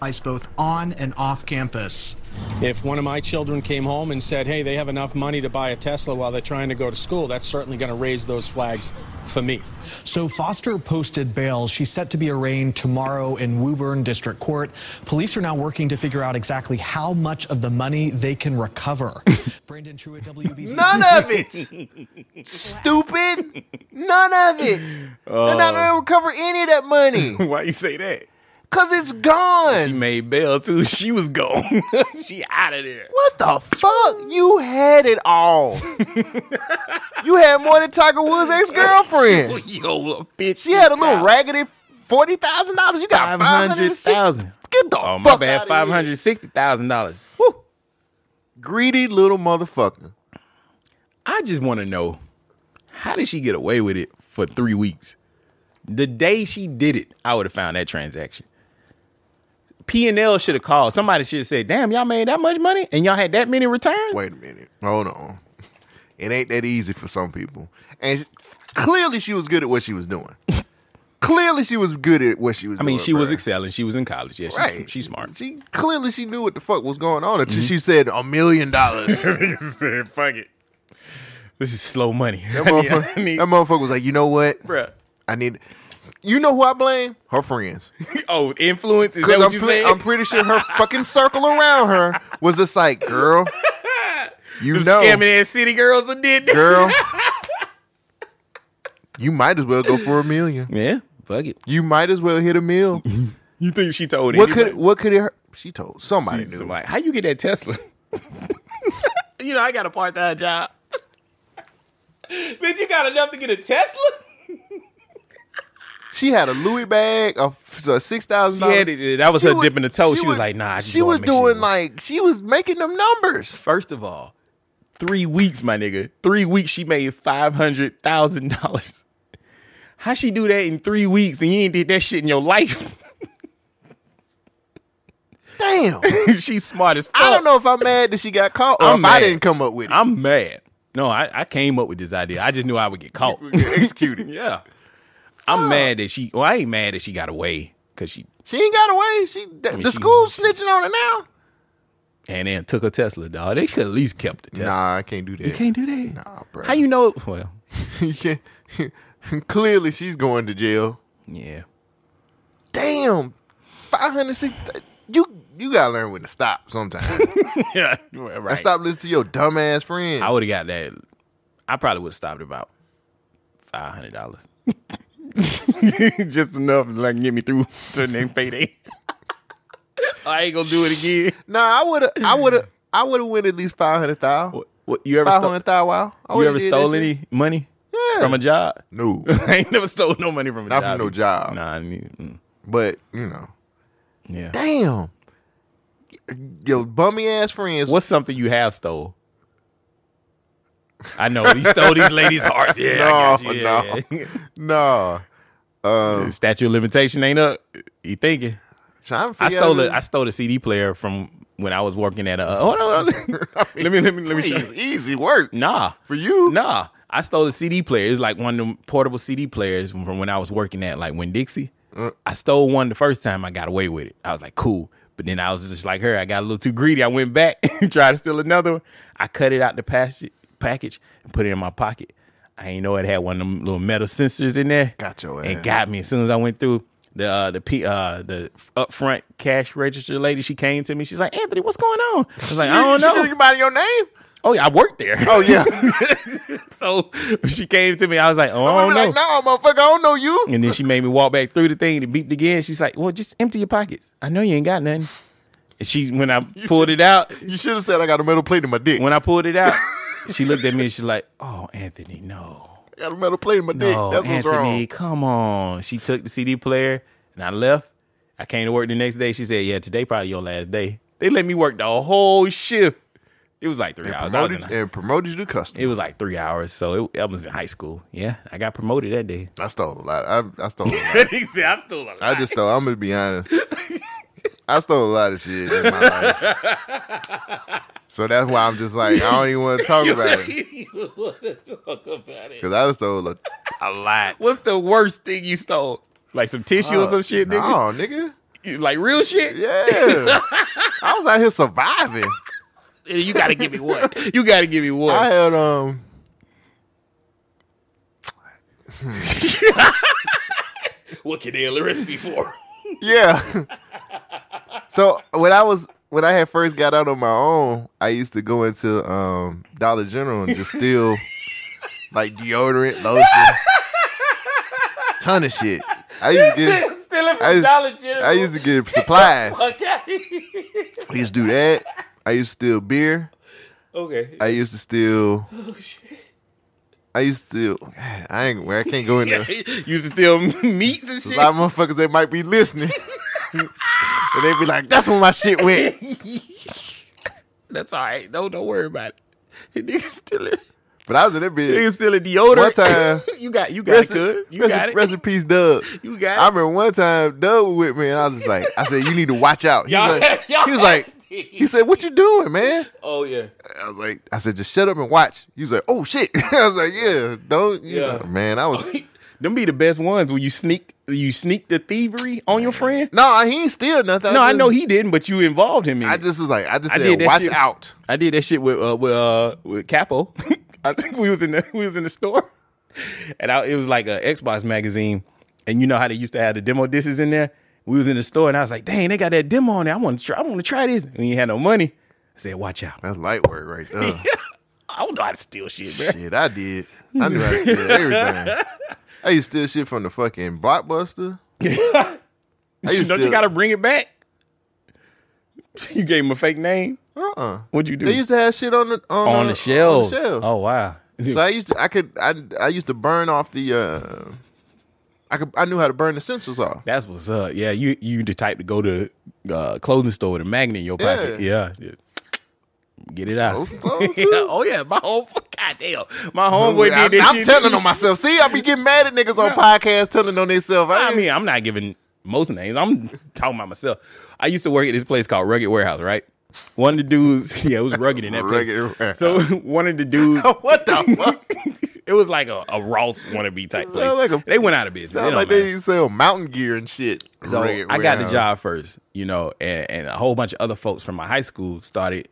S: lives both on and off campus.
R: If one of my children came home and said, hey, they have enough money to buy a Tesla while they're trying to go to school, that's certainly going to raise those flags for me.
S: So Foster posted bail. She's set to be arraigned tomorrow in Woburn District Court. Police are now working to figure out exactly how much of the money they can recover. Brandon True at
B: (laughs)
S: WBC.
A: None of it. Stupid. None of it.
B: Uh.
A: They're not gonna recover any of that money
B: Why you say that?
A: because E. it's gone.
B: She made bail too. (laughs) She was gone. she out of there.
A: What the fuck? You had it
B: (laughs)
A: all. you had more than Tiger Woods' ex girlfriend.
B: (laughs) Yo, little bitch.
A: She had a little raggedy forty thousand dollars. You got
B: Five hundred thousand.
A: Get the
B: Oh
A: fuck
B: my
A: out
B: bad. Five hundred sixty thousand dollars. Woo.
A: Greedy little motherfucker.
B: I just want to know how did she get away with it for three weeks? The day she did it, I would have found that transaction. P and L should have called. Somebody should have said, "Damn, y'all made that much money and y'all had that many returns."
A: Wait a minute. Hold on. It ain't that easy for some people. And clearly she was good at what she was
B: (laughs)
A: doing. clearly she was good at what she was
B: I mean,
A: doing,
B: she was
A: bruh.
B: excelling. She was in college. Yeah, she's,
A: Right.
B: she's smart. Mm-hmm.
A: She clearly she knew what the fuck was going on until she said a million
B: (laughs)
A: dollars.
B: said, "Fuck it, this is slow money."
A: That
B: (laughs)
A: motherfucker, that motherfucker was like, you know what?
B: Bruh.
A: I need. You know who I blame? Her friends.
B: (laughs) oh, influence is
A: 'Cause
B: that what
A: I'm,
B: you
A: pre-
B: saying?
A: I'm pretty sure her fucking circle around her was just like,
B: (laughs)
A: girl, you
B: Them
A: know,
B: scamming ass city girls that did that. (laughs)
A: girl, you might as well go for a million.
B: Yeah, fuck it.
A: You might as well hit a mill.
B: (laughs) You think she told
A: what
B: anybody?
A: could what could it? Hurt? She told somebody.
B: See,
A: knew.
B: somebody, How you get that Tesla? you know, I got a part time job. Bitch, you got enough to get a Tesla?
A: (laughs) She had a Louis bag, a, a six thousand.
B: She had it- that was her dipping the toe. She was like, nah, I just
A: she
B: wanna
A: was
B: make sure
A: doing
B: it
A: like she was making them numbers.
B: First of all, three weeks, my nigga. Three weeks, she made five hundred thousand dollars. How she do that in three weeks and you ain't did that shit in your life? (laughs)
A: Damn.
B: She's smart as fuck.
A: I don't know if I'm mad that she got caught or if I didn't come up with it.
B: I'm mad. No, I, I came up with this idea. I just knew I would get caught.
A: executed.
B: (laughs) yeah. I'm mad that she well, I ain't mad that she got away because she
A: She ain't got away. She the,
B: mean,
A: the
B: she-
A: school's snitching on her now.
B: and then took a Tesla, dog. They could at least kept the Tesla.
A: Nah, I can't do that.
B: You can't do that.
A: Nah, bro.
B: How you know well,
A: (laughs) You can't- Clearly, she's going to jail.
B: yeah.
A: Damn, five hundred six. You you gotta learn when to stop sometimes.
B: (laughs) yeah.
A: I
B: (laughs) Right.
A: stop listening to your dumb ass friend.
B: I would have got that. I probably would have stopped at about five
A: (laughs)
B: hundred dollars. Just enough to like get me through
A: (laughs)
B: to the next payday. (laughs) I ain't gonna do it again.
A: (laughs) Nah, I would have. I would have. I would have win at least five hundred thousand.
B: What, you ever
A: Five
B: stole?
A: hundred thousand? Wow. I
B: you
A: would've
B: ever
A: did that
B: stole
A: shit.
B: any money from a job?
A: No,
B: (laughs) I ain't never stole no money from a
A: not
B: job.
A: from no job.
B: Nah, I mean, mm,
A: But you know,
B: yeah.
A: damn, your bummy ass friends.
B: What's something you have stole? I know you stole
A: (laughs)
B: these ladies' hearts. Yeah,
A: no,
B: I got you. Yeah,
A: (laughs) no,
B: yeah.
A: no. Um,
B: Statue of limitation ain't up. You thinking?
A: trying to
B: I
A: figure
B: stole
A: out-
B: a, I stole a CD player from when I was working at a. Uh, hold on, hold
A: (laughs)
B: on. let me let me let me show
A: Please,
B: you.
A: easy work.
B: Nah,
A: For you?
B: nah. I stole a CD player. It's like one of them portable CD players from from when I was working at like Winn Dixie.
A: Uh.
B: I stole one the first time. I got away with it. I was like, cool. But then I was just like her. I got a little too greedy. I went back (laughs) and tried to steal another one. I cut it out the package, package and put it in my pocket. I ain't know it had one of them little metal sensors in there.
A: Got your
B: It
A: ass.
B: got me as soon as I went through the uh, the P, uh, the upfront cash register lady. She came to me. She's like, Anthony, what's going on? I was like, I
A: (laughs)
B: don't
A: You- you
B: know.
A: knew anybody your name?
B: Oh yeah, I worked there.
A: Oh yeah.
B: (laughs) so when she came to me. I was like, oh, I
A: I'm
B: don't
A: be
B: know.
A: like, no, motherfucker, I don't know you.
B: And then she made me walk back through the thing and beeped again. She's like, well, just empty your pockets. I know you ain't got nothing. And she when I pulled it out,
A: You should have said I got a metal plate in my dick.
B: when I
A: (laughs)
B: pulled it out, she looked at me and she's like, oh Anthony, no,
A: I got a metal plate in my dick.
B: no,
A: That's what's
B: Anthony,
A: wrong.
B: come on. She took the CD player and I left. I came to work the next day. She said, yeah, today probably your last day. They let me work the whole shift It was like three
A: And
B: hours.
A: promoted- and promoted to customer.
B: It was like three hours. So it, I was in high school. Yeah, I got promoted that day.
A: I stole a lot. I, I
B: (laughs)
A: stole a lot.
B: he said, I stole a
A: I just stole. I'm gonna be honest. I stole a lot of shit in my life, so that's why I'm just like I don't even want to
B: (laughs)
A: talk about it
B: you want to talk about it?
A: because I stole a,
B: a lot. What's the worst thing you stole? Like some tissue or
A: Uh,
B: some shit,
A: no,
B: nigga?
A: nigga.
B: You like real shit?
A: Yeah. I was out here surviving.
B: you gotta give me one. You gotta give me one.
A: I had um.
B: what can they arrest
A: (laughs)
B: me for?
A: Yeah. so when I was when I had first got out on my own, I used to go into um Dollar General and just steal like deodorant, lotion, ton of shit. I used to get
B: (laughs)
A: I
B: Stealing from
A: used,
B: Dollar General.
A: I used to
B: (laughs)
A: get (laughs) supplies.
B: Fuck outta here.
A: I used to do that. I used to steal beer.
B: Okay.
A: I used to steal.
B: Oh, shit.
A: I used to. I ain't. I can't go in
B: (laughs)
A: there.
B: used to steal meats and
A: There's
B: shit.
A: A lot of motherfuckers that might be
B: (laughs)
A: listening, and they be like, "That's where my shit went."
B: (laughs) That's all right. Don't don't worry about it. Nigga stealing,
A: But I was in that bitch.
B: nigga stealing deodorant.
A: One time,
B: (laughs) you got you got it, good. You
A: rest,
B: got it.
A: Rest in peace, Doug.
B: (laughs) You got it.
A: I remember one time Doug was with me, and I was just like, I said, "You need to watch out." He was
B: (laughs)
A: like, he, was like he said, "What you doing, man?"
B: oh yeah.
A: I was like, I said, "Just shut up and watch." He was like, "Oh shit!" (laughs) I was like, "Yeah, don't."
B: Yeah.
A: Yeah, man, I was.
B: (laughs) Them be the best ones when you sneak you sneak the thievery on your friend.
A: No, he ain't steal nothing.
B: No, I
A: just-
B: know he didn't, but you involved him in
A: I
B: it.
A: just was like, I just
B: I
A: said,
B: did that
A: "Watch
B: shit-
A: out."
B: I did that shit with uh, with uh, with Capo. (laughs) I think we was in the we was in the store, and I, it was like a Xbox magazine, and you know how they used to have the demo discs in there. We was in the store, and I was like, "Dang, they got that demo on there. I want to try. I want to try this." And you had no money. I said, "Watch out."
A: That's light work right
B: (laughs)
A: there.
B: I don't know how to steal shit, man.
A: Shit, I did. I knew how to
B: (laughs)
A: steal everything. I used to steal shit from the fucking
B: (laughs)
A: blockbuster. I
B: Don't
A: used to
B: you
A: steal-
B: gotta bring it back? You gave him a fake name.
A: Uh-uh.
B: What'd you do?
A: They used to have shit on the on,
B: on the shelves.
A: shelves.
B: Oh wow.
A: So I used to I could I I used to burn off the uh I could I knew how to burn the sensors off.
B: That's what's up. Yeah, you you the type to go to uh clothing store with a magnet in your pocket. Yeah.
A: Yeah.
B: Get it out.
A: clothes,
B: (laughs) Yeah. Oh yeah, my whole (laughs) goddamn, my
A: (laughs)
B: homeboy
A: I'm,
B: did this
A: I'm
B: shit.
A: telling on myself. See, I be getting mad at niggas on podcasts telling on themselves.
B: I mean, I'm not giving most names. I'm talking about myself. I used to work at this place called Rugged Warehouse, right? One of the dudes, (laughs) yeah, it was rugged in that
A: Rugged
B: place. So (laughs) one of the dudes,
A: (laughs) what
B: (laughs)
A: the fuck?
B: it was like a, a Ross wannabe type place.
A: like a-
B: they went out of business. It
A: Sound
B: don't
A: like
B: matter.
A: they sell mountain gear and shit. uh,
B: So
A: Red
B: I got the
A: warehouse.
B: job first, you know, and, and a whole bunch of other folks from my high school started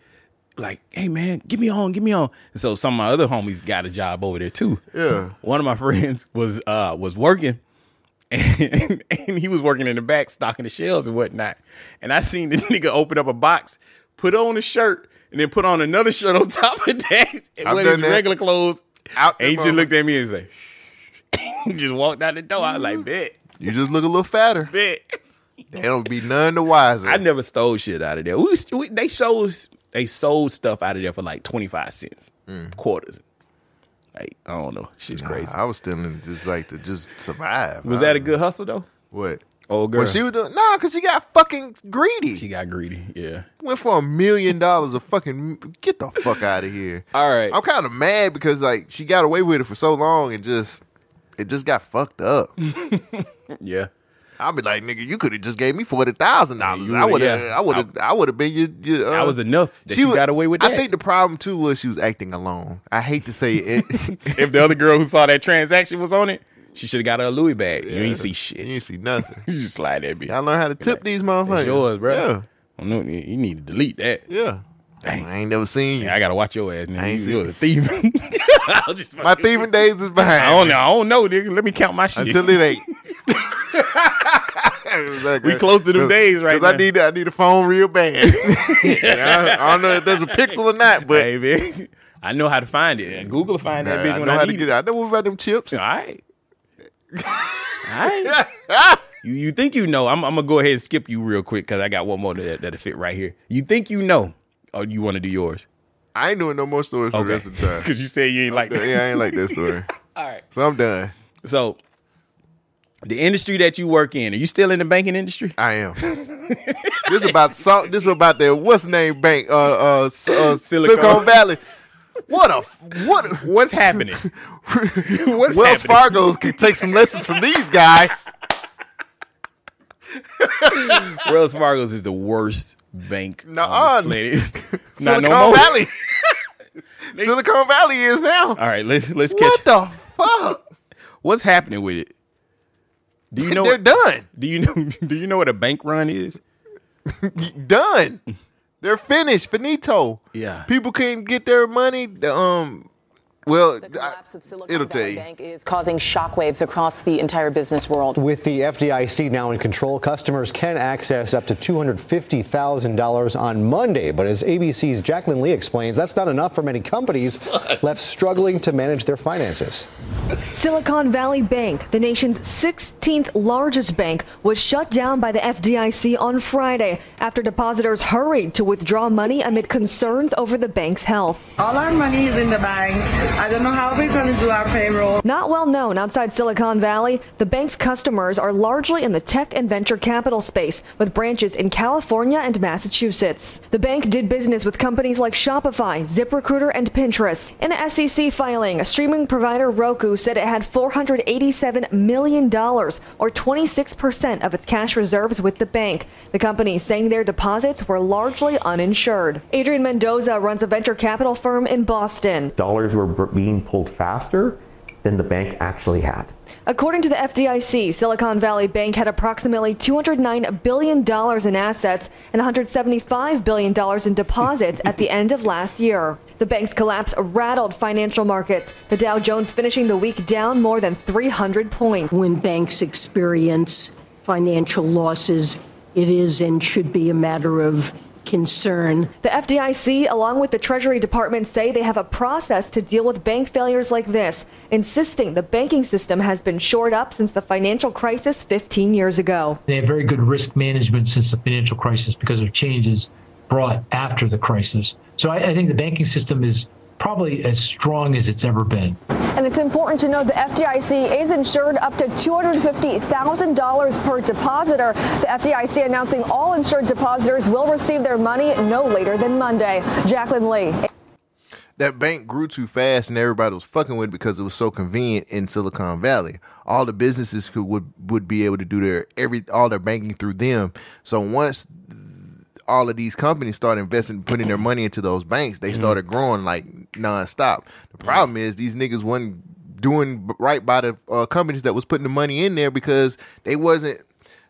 B: like, hey man, give me on, give me on. And so some of my other homies got a job over there too.
A: Yeah.
B: One of my friends was uh was working (laughs) and, and he was working in the back stocking the shelves and whatnot. And I seen this (laughs) nigga open up a box, put on a shirt, and then put on another shirt on (laughs) top of that and
A: I've
B: wear
A: done
B: his
A: that.
B: regular clothes. Out and he
A: that
B: just
A: motherfucker.
B: looked at me and said, (laughs) just walked out the door. I was like, bet,
A: You just look a little fatter.
B: bet.
A: They don't be none the wiser.
B: I never stole shit out of there. We, we they sold they sold stuff out of there for like twenty five cents,
A: Mm.
B: quarters. Like I don't know, shit's crazy.
A: I was stealing just like to just survive.
B: Was
A: I
B: that a
A: don't-
B: good hustle though?
A: what?
B: Old girl,
A: When she was doing nah, cause she got fucking greedy.
B: she got greedy. Yeah.
A: Went for a million dollars of fucking get the fuck out of here.
B: All right.
A: I'm kind of mad because like she got away with it for so long and just it just got fucked up.
B: Yeah.
A: I'll be like, nigga, you could have just gave me forty thousand dollars.
B: you
A: I
B: would've-
A: would have,
B: yeah.
A: I would have, I would have been your. your uh,
B: That was enough that you
A: wa-
B: got away with
A: I
B: that.
A: think the problem too was she was acting alone. I hate to say it.
B: (laughs) if the other girl who saw that transaction was on it, she should have got her a Louis bag. You ain't see shit.
A: you ain't see nothing.
B: (laughs) You just slide that bitch.
A: I learned how to tip these motherfuckers.
B: It's yours, bro.
A: Yeah.
B: I know, you you need to delete that.
A: Yeah. I ain't never seen you.
B: Yeah, I gotta watch your ass,
A: I
B: nigga.
A: ain't
B: You,
A: seen-
B: you're a
A: (laughs)
B: thief. (laughs)
A: My thieving days is behind.
B: I don't know. I don't know, nigga. Let me count my shit.
A: Until it ain't.
B: (laughs)
A: Exactly.
B: (laughs) We close to them days right
A: (laughs) Cause
B: now.
A: I need I need a phone real bad.
B: (laughs)
A: (laughs) Yeah, I, I don't know if there's a pixel or not, but
B: Hey, man. (laughs) I know how to find it. And Google will find
A: Nah,
B: that bitch
A: I
B: when
A: know
B: I
A: how to
B: need
A: get
B: it.
A: it. I know what about them chips.
B: All right. All right. (laughs) you, you think you know. I'm, I'm going to go ahead and skip you real quick because I got one more that, that'll fit right here. You think you know. Or you want to do yours?
A: I ain't doing no more stories for the rest of the
B: (laughs)
A: time.
B: Because you said you ain't like that.
A: yeah, I ain't like that story.
B: All right.
A: So I'm done.
B: So The industry that you work in, are you still in the banking industry?
A: I am. (laughs) this about so, this about the what's name bank uh uh, S- (laughs) uh Silicon. Valley. What a f- what a,
B: what's
A: (laughs)
B: happening?
A: Wells Fargo can take some lessons from these guys.
B: (laughs) Wells Fargo's is the worst bank
A: Nuh-uh.
B: on this planet.
A: (laughs)
B: Not
A: uh, Silicon
B: no more.
A: Valley. Silicon Valley is now.
B: All right, let's let's
A: What
B: catch.
A: the fuck?
B: What's happening with it?
A: (laughs)
B: Do you know
A: They're done.
B: Do you know? (laughs) Do you know what a bank run is?
A: Done. They're finished. Finito.
B: Yeah.
A: People can't get their money. The, Um. Well, I- it'll tell you.
E: is causing shockwaves across the entire business world.
T: With the FDIC now in control, customers can access up to $250,000 on Monday. But as ABC's Jacqueline Lee explains, that's not enough for many companies left struggling to manage their finances.
U: Silicon Valley Bank, the nation's 16th largest bank, was shut down by the FDIC on Friday after depositors hurried to withdraw money amid concerns over the bank's health.
V: All our money is in the bank. I don't know how we're going to do our payroll.
U: Not well known outside Silicon Valley, the bank's customers are largely in the tech and venture capital space, with branches in California and Massachusetts. The bank did business with companies like Shopify, ZipRecruiter, and Pinterest. In a SEC filing, streaming provider Roku said it had $487 million, or 26% of its cash reserves, with the bank. The company saying their deposits were largely uninsured. Adrian Mendoza runs a venture capital firm in Boston.
W: dollars were b- being pulled faster than the bank actually had.
U: According to the FDIC, Silicon Valley Bank had approximately $209 billion in assets and $175 billion in deposits at the end of last year. The bank's collapse rattled financial markets, the Dow Jones finishing the week down more than 300 points.
X: When banks experience financial losses, it is and should be a matter of concern.
U: The FDIC, along with the Treasury Department, say they have a process to deal with bank failures like this, insisting the banking system has been shored up since the financial crisis 15 years ago.
Y: They have very good risk management since the financial crisis because of changes brought after the crisis. So I, I think the banking system is probably as strong as it's ever been.
U: And it's important to note the FDIC is insured up to $250,000 per depositor. The FDIC announcing all insured depositors will receive their money no later than Monday. Jacqueline Lee.
A: that bank grew too fast and everybody was fucking with it because it was so convenient in Silicon Valley. All the businesses could would, would be able to do their every all their banking through them. So once all of these companies started investing, putting their money into those banks,
B: Mm-hmm.
A: they started growing like nonstop. The problem is these niggas wasn't doing b- right by the uh, companies that was putting the money in there because they wasn't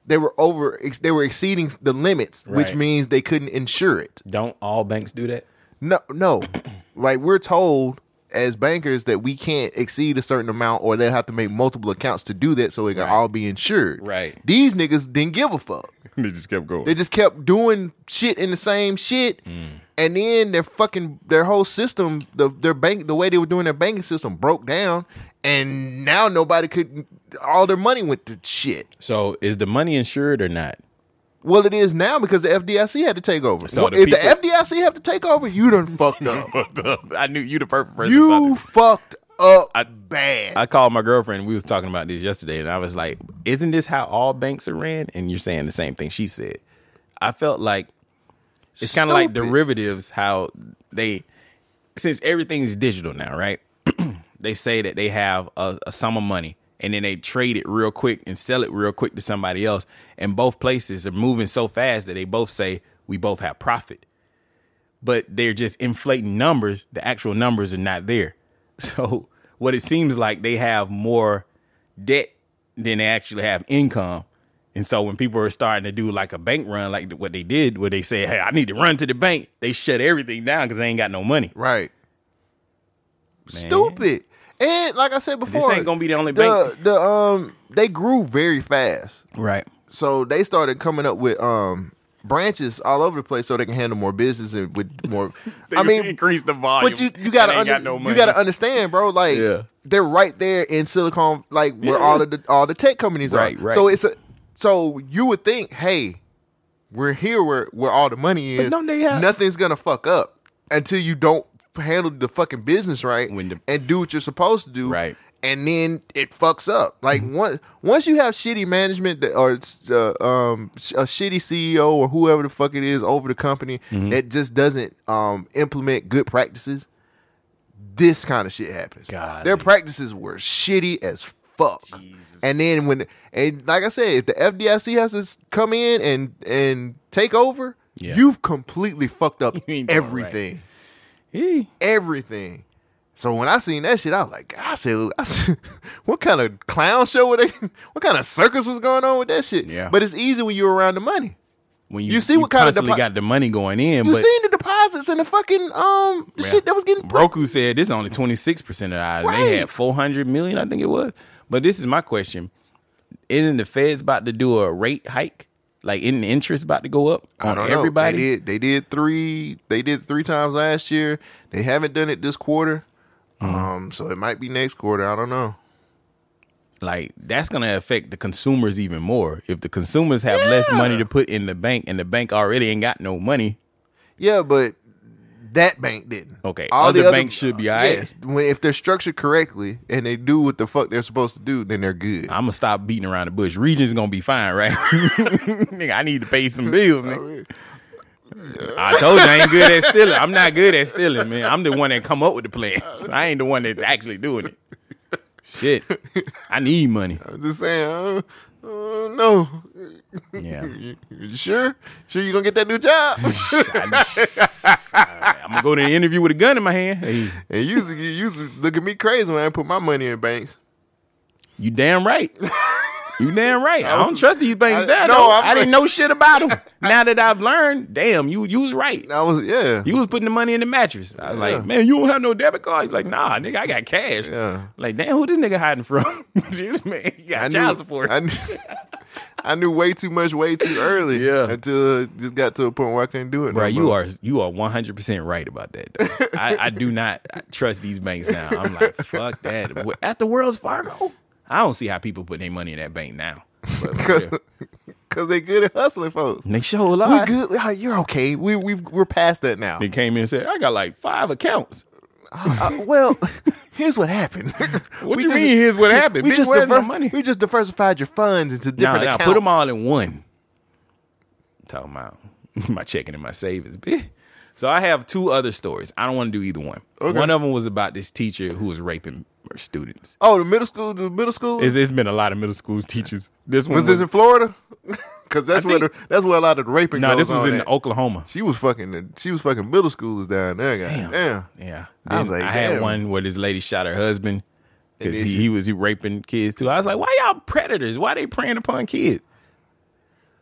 A: they were over ex- they were exceeding the limits, which
B: Right.
A: means they couldn't insure it.
B: Don't all banks do that?
A: No, no. (clears throat) like we're told as bankers that we can't exceed a certain amount, or they'll have to make multiple accounts to do that, so it can all be insured.
B: Right.
A: These niggas didn't give a fuck.
B: (laughs) they just kept going.
A: They just kept doing shit in the same shit,
B: Mm.
A: and then their fucking their whole system, the their bank, the way they were doing their banking system broke down, and now nobody could. All their money went to shit.
B: So is the money insured or not?
A: Well, it is now because the FDIC had to take over.
B: So
A: Well,
B: the
A: if the
B: people-
A: FDIC have to take over, you done
B: (laughs)
A: fucked up. (laughs)
B: I knew you the perfect person. to talk
A: you
B: to.
A: fucked up
B: I,
A: bad.
B: I called my girlfriend. We was talking about this yesterday, and I was like, "Isn't this how all banks are ran?" And you're saying the same thing she said. I felt like it's kind of like
A: Stupid.
B: derivatives. How they, since everything's digital now, right? they say that they have a, a sum of money, and then they trade it real quick and sell it real quick to somebody else. And both places are moving so fast that they both say we both have profit but they're just inflating numbers. The actual numbers are not there. (laughs) So what it seems like they have more debt than they actually have income. And so when people are starting to do like a bank run, like what they did, where they say, "Hey, I need to run to the bank," they shut everything down because they ain't got no money.
A: Right.
B: Man.
A: stupid. And like I said before,
B: ain't gonna be the only
A: the, The um, they grew very fast,
B: Right.
A: so they started coming up with um branches all over the place so they can handle more business and with
B: (laughs)
A: more. I mean,
B: increase the volume.
A: but you you gotta
B: and
A: under,
B: they ain't got no
A: you
B: money.
A: gotta understand, bro. Like
B: Yeah.
A: they're right there in Silicon, like where all of the all the tech companies
B: Right,
A: are.
B: right.
A: So it's a so you would think, hey, we're here where where all the money
B: But
A: is.
B: don't they have-
A: Nothing's gonna fuck up until you don't handle the fucking business right and do what you're supposed to do. Right. and then it fucks up. Like once once you have shitty management that, or it's, uh, um, sh- a shitty CEO or whoever the fuck it is over the company that just doesn't um, implement good practices, this kind of shit happens. God, their practices were shitty as fuck. And then when and like I said, if the FDIC has to s- come in and and take over,
B: Yeah.
A: you've completely fucked
B: (laughs)
A: up
B: ain't doing right.
A: everything. Everything. So when I seen that shit, I was like, I said, I said, (laughs) what kind of clown show were they? (laughs) What kind of circus was going on with that shit?
B: Yeah.
A: But it's easy when you're around the money.
B: When you,
A: You see what kind of
B: constantly
A: depo-
B: got the money going in,
A: You
B: but
A: seen the deposits and the fucking um the
B: Yeah.
A: shit that was getting
B: Broku said this is only twenty six percent of the item. They
A: Right.
B: had four hundred million, I think it was. But this is my question: Isn't the Fed's about to do a rate hike? Like, isn't the interest about to go up
A: I
B: on
A: don't know.
B: everybody?
A: They did, they did three. They did three times last year. They haven't done it this quarter.
B: Mm-hmm.
A: Um, so it might be next quarter. I don't know.
B: Like, that's gonna affect the consumers even more. If the consumers have less money to put in the bank, and the bank already ain't got no money,
A: Yeah, but that bank didn't.
B: Okay, other banks should be all right.
A: when, if they're
B: (laughs)
A: structured correctly and they do what the fuck they're supposed to do, then they're good.
B: I'm gonna stop beating around the bush. Region's gonna be fine, right? (laughs) nigga, I need to pay some
A: (laughs)
B: bills, nigga. I told you I ain't good at stealing. I'm not good at stealing, man. I'm the one that come up with the plans. (laughs) I ain't the one that's actually doing it. Shit, I need money.
A: I'm just saying. Uh, uh, no.
B: Yeah.
A: You (laughs) sure? Sure you gonna get that new
B: (laughs)
A: job?
B: I'm gonna go to the interview with a gun in my hand. Hey,
A: (laughs) And you used to, you used to look at me crazy when I put my money in banks.
B: you damn right.
A: (laughs)
B: You damn right. I don't trust these banks
A: I-
B: now.
A: no,
B: though.
A: I'm-
B: I didn't know shit
A: (laughs)
B: about them. Now that I've learned, damn, you you was right.
A: I was yeah.
B: You was putting the money in the mattress. I was
A: Yeah.
B: like, man, you don't have no debit card. He's like, nah, nigga, I got cash.
A: Yeah.
B: Like, damn, who this nigga hiding from? (laughs) this man, he got child support.
A: I knew, (laughs) I knew way too much way too
B: (laughs)
A: early. Yeah. Until it just got to a point where I couldn't do it. no
B: Bro, you
A: more.
B: are you are one hundred percent right about that. though. I, I do not trust these banks now. I'm like, fuck that. What- After Wells Fargo, I don't see how people put their money in that bank now. But for real.
A: Cause they good at hustling folks.
B: They show a lot.
A: We good. ah, You're okay. We we we're past that now.
B: they came in and said, I got like five accounts.
A: Uh, well, (laughs) here's what happened.
B: (laughs) What you mean, here's what happened? Bitch, where's my money?
A: We just diversified your funds into
B: Nah,
A: different
B: nah,
A: accounts.
B: put them all in one. Talking about (laughs) my checking and my savings, bitch. So I have two other stories. I don't want to do either one.
A: Okay.
B: One of them was about this teacher who was raping her students.
A: Oh, the middle school. The middle school.
B: It's- it's been a lot of middle school teachers. This one
A: was this in Florida? (laughs) Because that's where the, that's where a lot of the raping.
B: No,
A: goes
B: this was
A: on
B: in
A: at.
B: Oklahoma.
A: She was fucking. the- She was fucking middle schoolers down there. Damn. Damn.
B: Yeah.
A: I was like,
B: I
A: damn.
B: had one where this lady shot her husband because
A: then
B: he,
A: she-
B: he was he raping kids too. I was like, why y'all predators? Why they preying upon kids?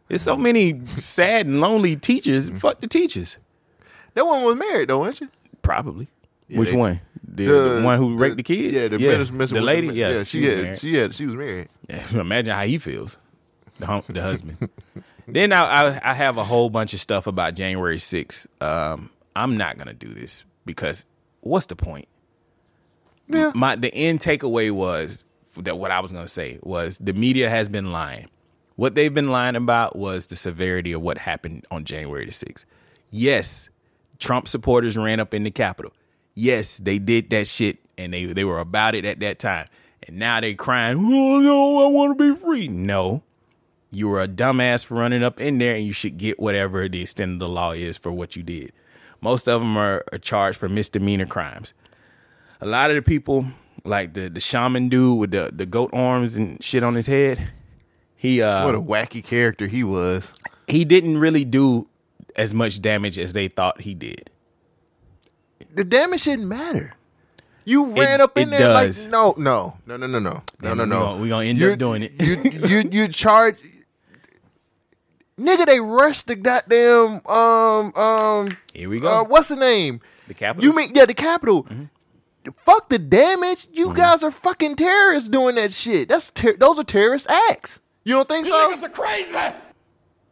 B: There's so many sad and lonely teachers. Fuck the teachers.
A: That one was married though, wasn't she?
B: Probably.
A: Yeah,
B: Which
A: they-
B: one? The,
A: the-
B: one who
A: the-
B: raped the kid?
A: Yeah, the middle- middle-
B: the lady.
A: middle-
B: Yeah,
A: yeah, she
B: was
A: had-
B: married.
A: she had- she was
B: (laughs)
A: married.
B: Imagine how he feels, the hum, the husband. (laughs) then I, I I have a whole bunch of stuff about January 6th. Um, I'm not gonna do this because what's the point?
A: Yeah.
B: My the end takeaway was that what I was gonna say was the media has been lying. What they've been lying about was the severity of what happened on January the 6th. Yes, Trump supporters ran up in the Capitol. Yes, they did that shit and they, they were about it at that time. And now they crying, oh no, I want to be free. No, you were a dumbass for running up in there and you should get whatever the extent of the law is for what you did. Most of them are, are charged for misdemeanor crimes. A lot of the people, like the, the shaman dude with the, the goat arms and shit on his head, he uh
A: What a wacky character he was.
B: He didn't really do as much damage as they thought he did.
A: The damage shouldn't matter. You ran
B: It-
A: up in
B: it
A: there
B: does.
A: like no,
B: (laughs)
A: no, no, no, no, no, no,
B: And
A: no,
B: we
A: no.
B: gonna- we gonna end
A: You-
B: up doing it. (laughs)
A: you you you charge nigga they rushed the goddamn um um
B: here we
A: go uh, what's the name
B: the Mm-hmm. capital
A: you mean yeah the capital fuck the damage you
B: Mm-hmm.
A: guys are fucking terrorists doing that shit that's ter- those are terrorist acts you don't think so niggas are crazy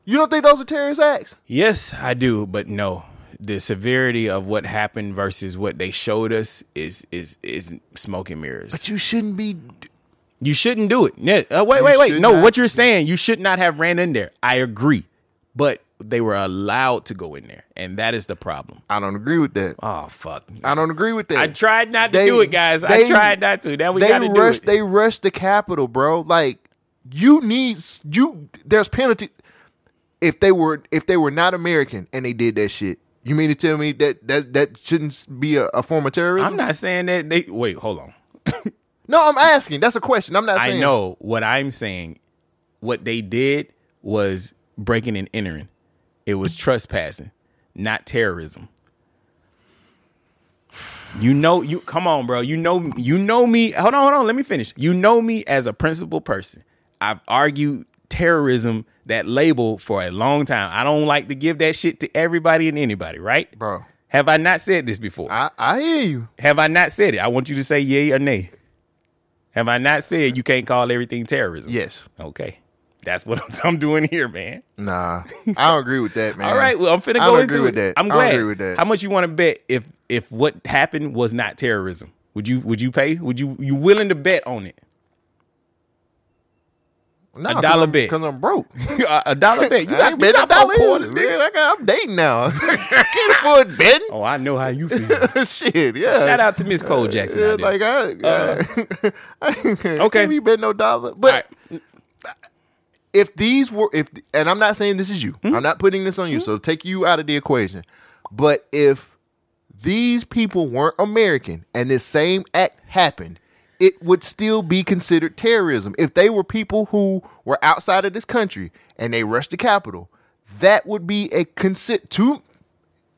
A: you don't think those are terrorist acts
B: Yes, I do, but no. The severity of what happened versus what they showed us is is is smoke and mirrors.
A: you shouldn't be
B: You shouldn't do it. Yeah, uh, wait,
A: You
B: wait, wait.
A: should
B: No,
A: not.
B: what you're saying, you should not have ran in there. I agree, but they were allowed to go in there, and that is the problem.
A: I don't agree with that.
B: Oh fuck!
A: I don't agree with that.
B: I tried not to do it, guys. I tried not to. Now we
A: they
B: gotta do
A: rushed,
B: it.
A: They rushed the Capitol, bro. Like you need s- you. There's penalty if they were if they were not American and they did that shit. You mean to tell me that that that shouldn't be a, a form of terrorism?
B: I'm not saying that they wait. Hold on.
A: No, I'm asking. That's a question. I'm not saying.
B: I know what I'm saying. What they did was breaking and entering. It was trespassing, not terrorism. You know, you come on, bro. You know, you know me. Hold on, hold on. Let me finish. You know me as a principled person. I've argued terrorism that label for a long time. I don't like to give that shit to everybody and anybody, right,
A: bro?
B: Have I not said this before?
A: I, I hear you.
B: Have I not said it? I want you to say yay or nay. Have I not said you can't call everything terrorism?
A: Yes.
B: Okay. That's what (laughs) I'm, I'm doing here, man.
A: Nah, I don't agree with that, man.
B: (laughs) All right. Well, I'm
A: I
B: finna
A: don't
B: go
A: agree
B: into
A: with
B: it.
A: that.
B: I'm
A: I don't
B: glad.
A: agree with that.
B: How much you want to bet if if what happened was not terrorism? Would you would you pay? Would you you willing to bet on it?
A: Nah,
B: a
A: 'cause
B: dollar
A: I'm-
B: bet.
A: Cause I'm broke.
B: (laughs) a a dollar bet. You
A: I
B: got to
A: ain't
B: bet
A: betting
B: a dollar quarters,
A: in,
B: nigga.
A: man. I got, I'm dating now. (laughs) I can't afford betting.
B: Oh, I know how you
A: (laughs)
B: feel.
A: Shit, yeah.
B: Shout out to Miss Cole Jackson.
A: Yeah,
B: out there.
A: like I,
B: Uh,
A: (laughs) okay, we bet no dollar. But if these were, if and I'm not saying this is you, I'm not putting this on you. So take you out of the equation. But if these people weren't American and this same act happened, it would still be considered terrorism. If they were people who were outside of this country and they rushed the Capitol, that would be a consider to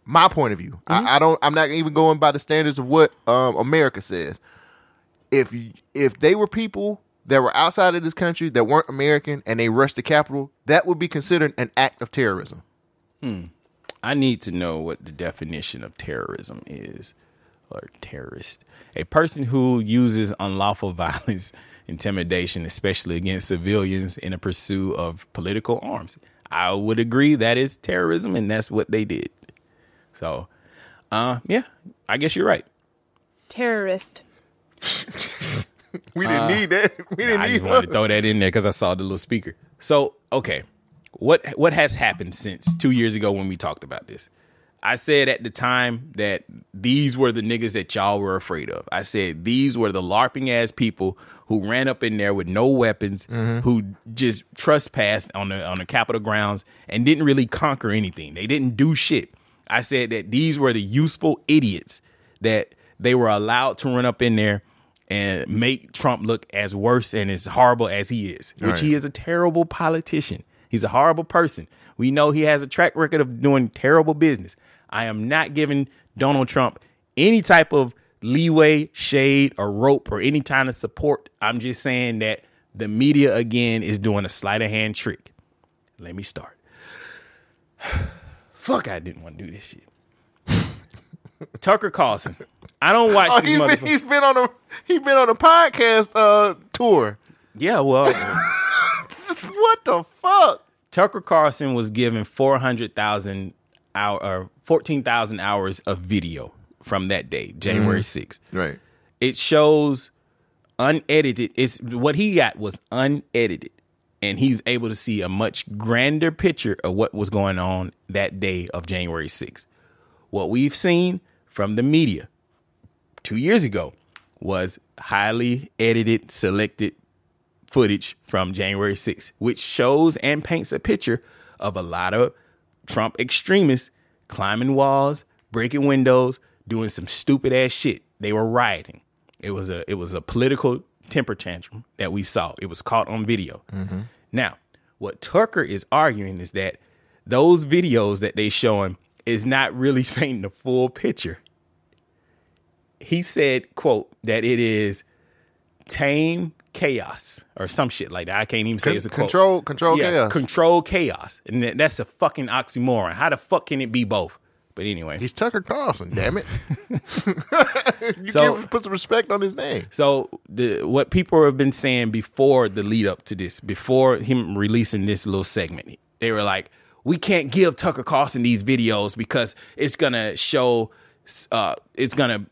A: my point of view. I, I don't. I'm not even going by the standards of what um, America says. If you- if they were people that were outside of this country that weren't American and they rushed the Capitol, that would be considered an act of terrorism.
B: Hmm. I need to know what the definition of terrorism is or terrorist. A person who uses unlawful (laughs) violence, intimidation, especially against civilians in the pursuit of political arms. I would agree that is terrorism and that's what they did. So, uh, yeah, I guess you're right.
C: Terrorist.
B: (laughs)
A: We
B: didn't Uh, need
A: that. We
B: I just wanted to throw that in there because I saw the little speaker. So, okay, what what has happened since two years ago when we talked about this? I said at the time that these were the niggas that y'all were afraid of. I said these were the larping ass people who ran up in there with no weapons,
F: Mhm.
B: who just trespassed on the on the Capitol grounds and didn't really conquer anything. They didn't do shit. I said that these were the useful idiots that they were allowed to run up in there and make Trump look as worse and as horrible as he is, which
F: Right.
B: he is a terrible politician. He's a horrible person. We know he has a track record of doing terrible business. I am not giving Donald Trump any type of leeway, shade, or rope, or any kind of support. I'm just saying that the media again is doing a sleight of hand trick. Let me start. (sighs) Fuck, I didn't want to do this shit. (laughs) Tucker Carlson. I don't watch
A: Oh,
B: this
A: he's
B: motherfucker.
A: been, he's been on a he's been on a podcast uh, (laughs) tour.
B: Yeah, well,
A: what the fuck?
B: Tucker Carlson was given 400,000 hour or 14,000 hours of video from that day, January
A: Mhm.
B: 6th.
A: Right.
B: It shows unedited. It's what he got was unedited. And he's able to see a much grander picture of what was going on that day of January 6th. What we've seen from the media two years ago was highly edited, selected footage from January 6th, which shows and paints a picture of a lot of Trump extremists climbing walls, breaking windows, doing some stupid ass shit. They were rioting. It was a it was a political temper tantrum that we saw. It was caught on video.
F: Mm-hmm.
B: Now, what Tucker is arguing is that those videos that they showing is not really (laughs) painting the full picture. He said, quote, that it is tame chaos or some shit like that. I can't even say
A: Con-
B: it's a quote.
A: control- control
B: Yeah,
A: chaos.
B: Control chaos. And that- that's a fucking oxymoron. How the fuck can it be both? But anyway.
A: He's Tucker Carlson, damn
B: (laughs)
A: it. you
B: So-
A: give, put some respect on his name.
B: So the what people have been saying before the lead up to this, before him releasing this little segment, they were like, "We can't give Tucker Carlson these videos because it's gonna show, uh, it's gonna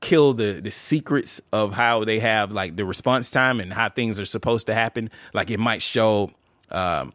B: kill the the secrets of how they have like the response time and how things are supposed to happen. Like it might show." Um,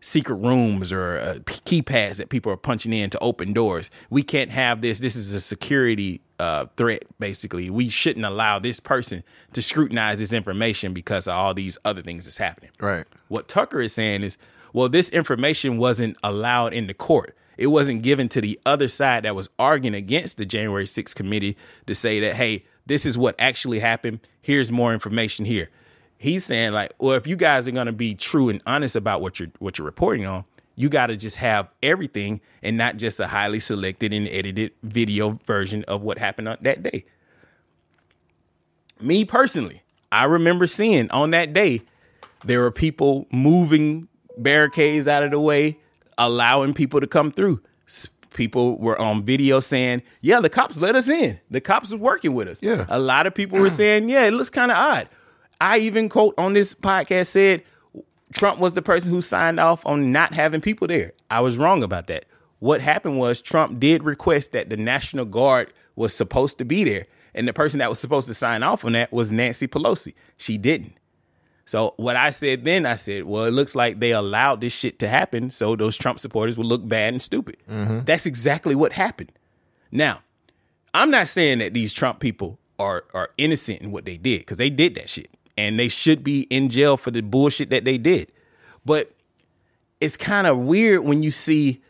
B: secret rooms or uh, p- keypads that people are punching in to open doors. We can't have this. This is a security uh, threat, basically. We shouldn't allow this person to scrutinize this information because of all these other things that's happening.
A: Right.
B: What Tucker is saying is, well, this information wasn't allowed in the court. It wasn't given to the other side that was arguing against the January 6th committee to say that, hey, this is what actually happened. Here's more information here. He's saying like, well, if you guys are going to be true and honest about what you're what you're reporting on, you got to just have everything and not just a highly selected and edited video version of what happened on that day. Me personally, I remember seeing on that day there were people moving barricades out of the way, allowing people to come through. S- People were on video saying, "Yeah, the cops let us in. The cops were working with us."
A: Yeah.
B: a lot of people were saying, "Yeah, it looks kind of odd." I even quote on this podcast said Trump was the person who signed off on not having people there. I was wrong about that. What happened was Trump did request that the National Guard was supposed to be there, and the person that was supposed to sign off on that was Nancy Pelosi. She didn't. So what I said then, I said, well, it looks like they allowed this shit to happen, so those Trump supporters would look bad and stupid.
A: Mhm.
B: That's exactly what happened. Now, I'm not saying that these Trump people are are innocent in what they did because they did that shit and they should be in jail for the bullshit that they did. But it's kind of weird when you see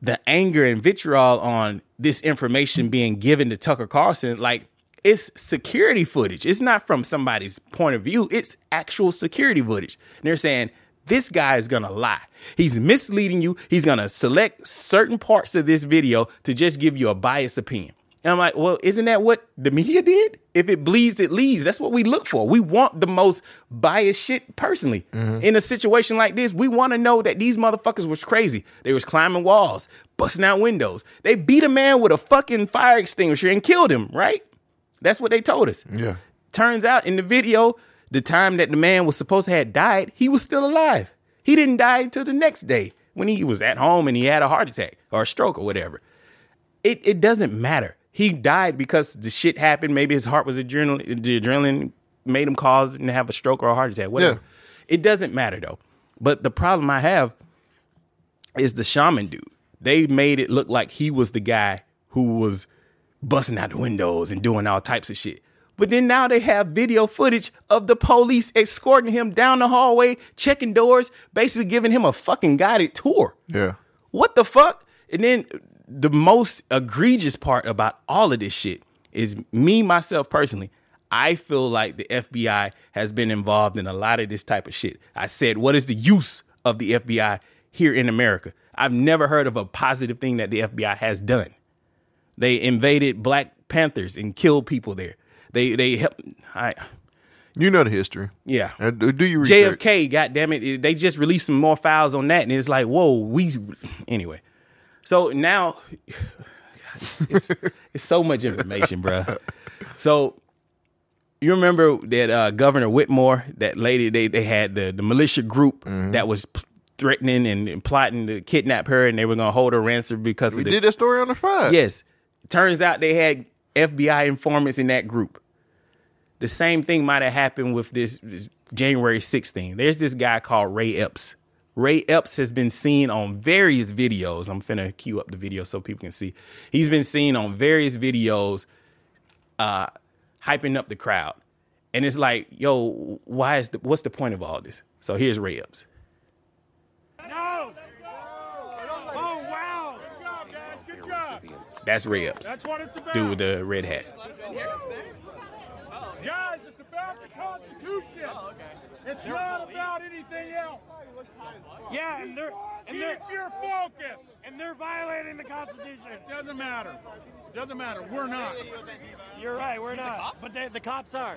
B: the anger and vitriol on this information being given to Tucker Carlson, like it's security footage. It's not from somebody's point of view, it's actual security footage. And they're saying, this guy is gonna lie. He's misleading you. He's gonna select certain parts of this video to just give you a biased opinion. And I'm like, well, isn't that what the media did? If it bleeds, it leads. That's what we look for. We want the most biased shit personally. In a situation like this, we want to know that these motherfuckers was crazy. They was climbing walls, busting out windows. They beat a man with a fucking fire extinguisher and killed him, right? That's what they told us.
A: Yeah.
B: Turns out in the video, the time that the man was supposed to have died, he was still alive. He didn't die until the next day when he was at home and he had a heart attack or a stroke or whatever. It it doesn't matter. He died because the shit happened. Maybe his heart was adrenaline. The adrenaline made him cause and have a stroke or a heart attack. Whatever. It doesn't matter though. But the problem I have is the shaman dude. They made it look like he was the guy who was busting out the windows and doing all types of shit. But then now they have video footage of the police escorting him down the hallway, checking doors, basically giving him a fucking guided tour.
A: Yeah.
B: What the fuck? And then the most egregious part about all of this shit is me, myself personally, I feel like the FBI has been involved in a lot of this type of shit. I said, what is the use of the FBI here in America? I've never heard of a positive thing that the FBI has done. They invaded Black Panthers and killed people there. They they help. I,
A: you know the history.
B: Yeah.
A: Uh, do do you research?
B: JFK, goddamn it, they just released some more files on that, and it's like, whoa, we. Anyway, so now (sighs) it's, it's- it's so much information, bruh. So you remember that uh, Governor Whitmore, that lady, they they had the the militia group
A: Mm-hmm.
B: that was p- threatening and, and plotting to kidnap her, and they were gonna hold her ransom because
A: We
B: of the,
A: did that story on the pod.
B: Yes. Turns out they had FBI informants in that group. The same thing might have happened with this, this January 6th thing. There's this guy called Ray Epps. Ray Epps has been seen on various videos. I'm finna queue up the video so people can see. He's been seen on various videos uh hyping up the crowd. And it's like, yo, why is the what's the point of all this? So here's Ray Epps. Oh, That's Ray Epps.
F: That's what it's about.
B: Dude with the red hat.
F: Guys, it's about the Constitution. It's not about anything else. Yeah, and they're and keep your focus. And they're violating the Constitution. It doesn't matter. Doesn't matter. We're not. You're right. We're
D: He's a
F: not.
D: cop?
F: But they, the cops are.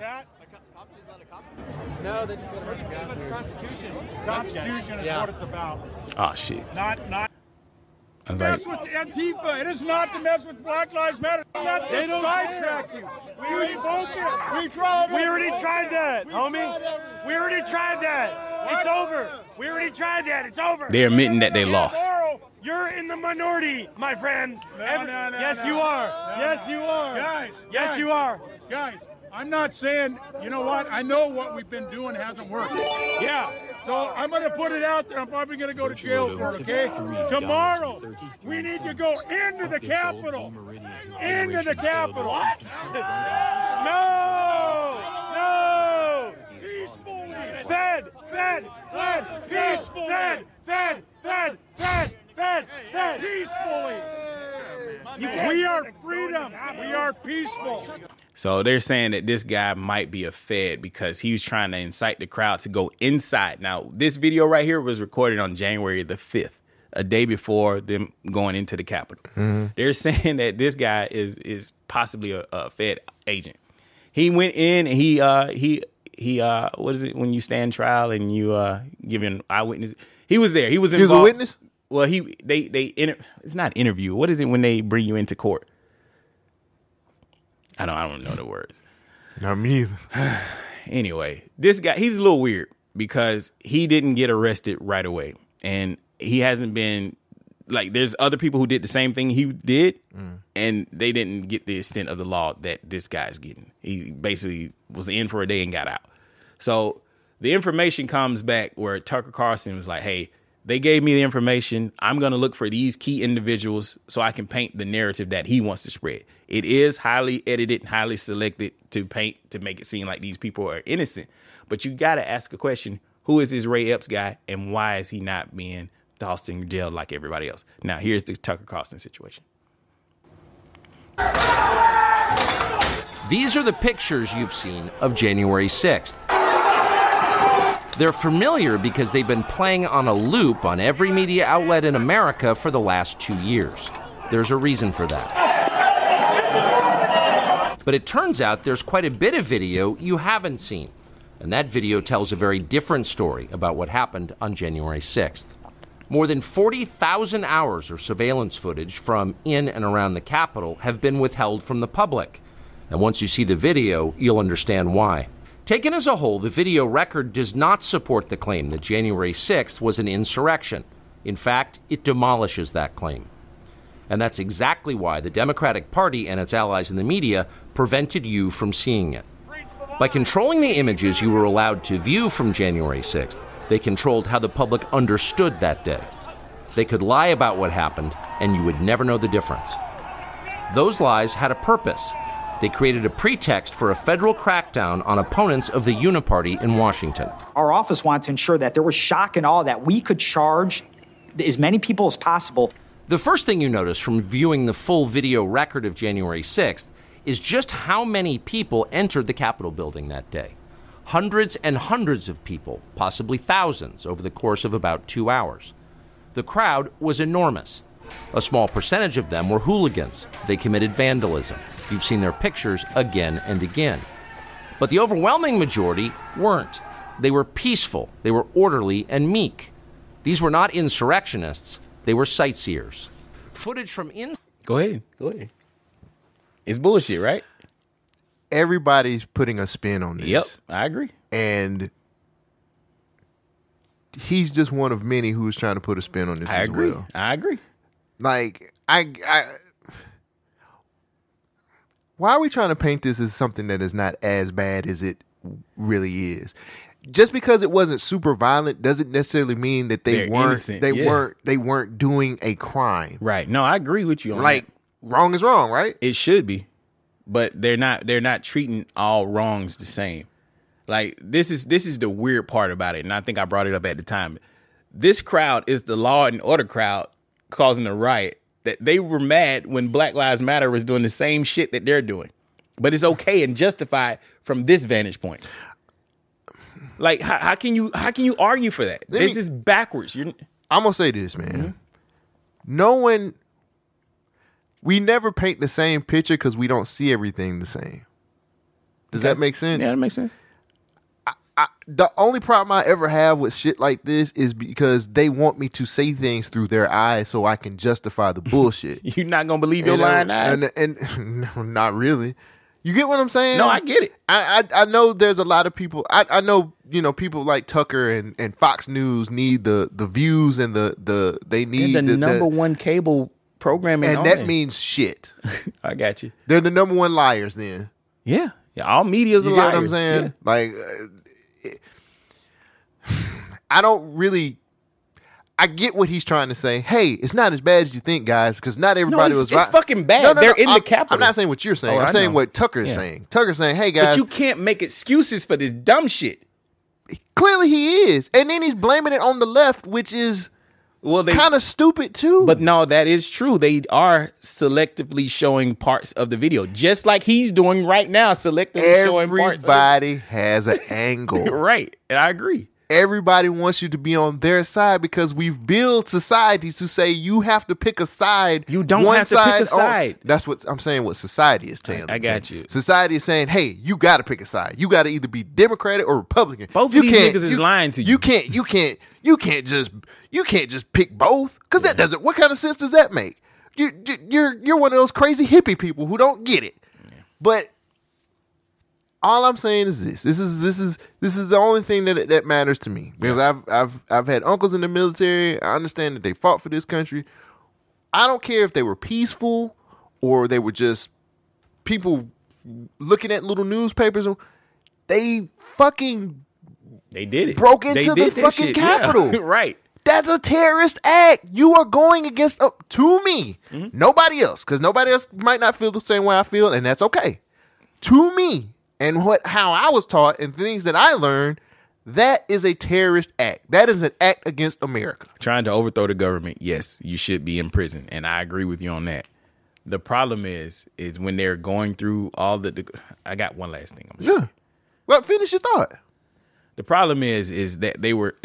D: No, they just want to hurt the Constitution.
F: Constitution is what it's about.
B: Oh shit.
F: Not not.
B: I was like,
F: Mess with Antifa. It is not to mess with Black Lives Matter. It's not
D: They
F: to
D: don't
F: sidetrack you. We focus. We tried.
D: We already tried that, homie.
F: We already tried that. It's over. We already tried that. It's over.
B: They're admitting that they lost.
F: You're in the minority, my friend. Every-
D: no,
F: yes,
D: no.
F: you are.
D: No,
F: yes, you are.
D: Guys,
F: Yes,
D: guys,
F: you are.
D: guys,
F: I'm not saying, you know what? I know what we've been doing hasn't worked. Yeah. So I'm going to put it out there. I'm probably going to go to jail for it, okay? Tomorrow, we need to go into the Capitol. Into the Capitol. What? (laughs) No! No! Peacefully! Fed! Fed! Fed! Peacefully! Fed! Fed! Fed! Fed! Fed! Fed! Peacefully! We are freedom. We are peaceful.
B: So they're saying that this guy might be a Fed because he was trying to incite the crowd to go inside. Now, this video right here was recorded on January the 5th, a day before them going into the Capitol.
H: Mhm.
B: They're (laughs) saying that this guy is is possibly a, a Fed agent. He went in and he uh he he uh what is it when you stand trial and you uh give an eyewitness he was there. He was
A: He was
B: involved.
A: a witness?
B: Well, he they they inter- it's not interview. What is it when they bring you into court? I don't I don't know the words.
A: Not me either.
B: (sighs) anyway, this guy he's a little weird because he didn't get arrested right away, and he hasn't been like there's other people who did the same thing he did,
A: Mm.
B: and they didn't get the extent of the law that this guy's getting. He basically was in for a day and got out. So the information comes back where Tucker Carlson was like, "Hey, they gave me the information. I'm going to look for these key individuals so I can paint the narrative that he wants to spread. It is highly edited, and highly selected to paint to make it seem like these people are innocent. But you got to ask a question: Who is this Ray Epps guy, and why is he not being tossed in jail like everybody else? Now, here's the Tucker Carlson situation.
I: These are the pictures you've seen of January 6th. They're familiar because they've been playing on a loop on every media outlet in America for the last two years. There's a reason for that. But it turns out there's quite a bit of video you haven't seen. And that video tells a very different story about what happened on January 6th. More than 40,000 hours of surveillance footage from in and around the Capitol have been withheld from the public. And once you see the video, you'll understand why. Taken as a whole, the video record does not support the claim that January 6th was an insurrection. In fact, it demolishes that claim. And that's exactly why the Democratic Party and its allies in the media prevented you from seeing it. By controlling the images you were allowed to view from January 6th, they controlled how the public understood that day. They could lie about what happened, and you would never know the difference. Those lies had a purpose. They created a pretext for a federal crackdown on opponents of the Uniparty in Washington.
K: Our office wanted to ensure that there was shock and awe that we could charge as many people as possible.
I: The first thing you notice from viewing the full video record of January 6th is just how many people entered the Capitol building that day. Hundreds and hundreds of people, possibly thousands, over the course of about two hours. The crowd was enormous. A small percentage of them were hooligans. They committed vandalism. You've seen their pictures again and again. But the overwhelming majority weren't. They were peaceful, they were orderly and meek. These were not insurrectionists, they were sightseers. Footage
R: (laughs)
I: from in.
B: Go ahead. Go ahead. It's bullshit, right?
A: Everybody's putting a spin on this. Yep,
B: I agree.
A: And he's just one of many who's trying to put a spin on this.
B: I
A: as
B: agree.
A: well.
B: I agree.
A: Like I, I, why are we trying to paint this as something that is not as bad as it really is? Just because it wasn't super violent doesn't necessarily mean that they
B: They're
A: weren't.
B: innocent,
A: they
B: yeah.
A: weren't. They weren't doing a crime.
B: Right. No, I agree with you. On
A: Like, wrong is wrong, right?
B: It should be, but they're not. They're not treating all wrongs the same. Like this is this is the weird part about it, and I think I brought it up at the time. This crowd is the law and order crowd causing the riot. That they were mad when Black Lives Matter was doing the same shit that they're doing, but it's okay and justified from this vantage point. Like how, how can you how can you argue for that?
A: Let
B: this
A: me-
B: is backwards. You're
A: I'm gonna say this, man. No one, we never paint the same picture because we don't see everything the same. Does that make sense? Yeah,
B: that makes sense.
A: I, the only problem I ever have with shit like this is because they want me to say things through their eyes so I can justify
B: (laughs)
A: the bullshit.
B: you're not gonna believe your lying eyes.
A: And, and- (laughs) no, not really. You get what I'm saying?
B: No, I get it.
A: I, I I know there's a lot of people. I, I know you know people like Tucker and, and Fox News need the the views and the the they
B: They're
A: need
B: the, number
A: one
B: one cable programming,
A: and
B: on
A: that
B: there.
A: means shit.
B: (laughs) I got you.
A: They're the number one liars. Then
B: yeah, Yeah, all media's
A: you
B: a
A: get
B: liar.
A: what I'm saying?
B: Yeah.
A: Like, uh, it- (sighs) I don't really. I get what he's trying to say. Hey, it's not as bad as you think, guys, because not everybody
B: it's-
A: was
B: it's
A: right.
B: fucking bad. They're in the
A: I'm-
B: capital.
A: I'm not saying what you're saying.
B: Oh,
A: I'm
B: I
A: saying
B: know.
A: what Tucker's
B: Yeah.
A: saying. Tucker's saying, "Hey guys,
B: But you can't make excuses for this dumb shit.
A: clearly he is," and then he's blaming it on the left, which is
B: Well, they
A: kind of stupid too.
B: But no, that is true. They are selectively showing parts of the video, just like he's doing right now, selectively showing parts. of the-
A: Everybody has
B: (laughs)
A: an angle.
B: right. And I agree.
A: Everybody wants you to be on their side because we've built societies who say you have to pick a side. oh, You
B: don't have to pick a side.
A: that's what I'm saying. What society is telling.
B: I
A: them
B: got
A: to.
B: you.
A: Society is saying, "Hey, you got to pick a side. You got to either be Democratic or Republican.
B: Both of
A: you
B: these
A: can't-
B: niggas is lying to you.
A: You can't. You can't. You can't just. You can't just pick both because that doesn't. What kind of sense does that make? You, you- you're you're one of those crazy hippie people who don't get it. But all I'm saying is this: this is this is this is the only thing that that matters to me because I've I've I've had uncles in the military. I understand that they fought for this country. I don't care if they were peaceful or they were just people looking at little newspapers. They fucking
B: They did it.
A: broke
B: They
A: into the
B: did that
A: fucking
B: shit. Yeah.
A: capital.
B: (laughs) right.
A: That's a terrorist act. You are going against uh, to me,
B: Mm-hmm.
A: nobody else, because nobody else might not feel the same way I feel, and that's okay. To me and what how I was taught and things that I learned, that is a terrorist act. That is an act against America.
B: Trying to overthrow the government, yes, you should be in prison. And I agree with you on that. The problem is, is when they're going through all the. the I got one last thing. I'm
A: Yeah. Well, finish your thought.
B: The problem is, is that they were.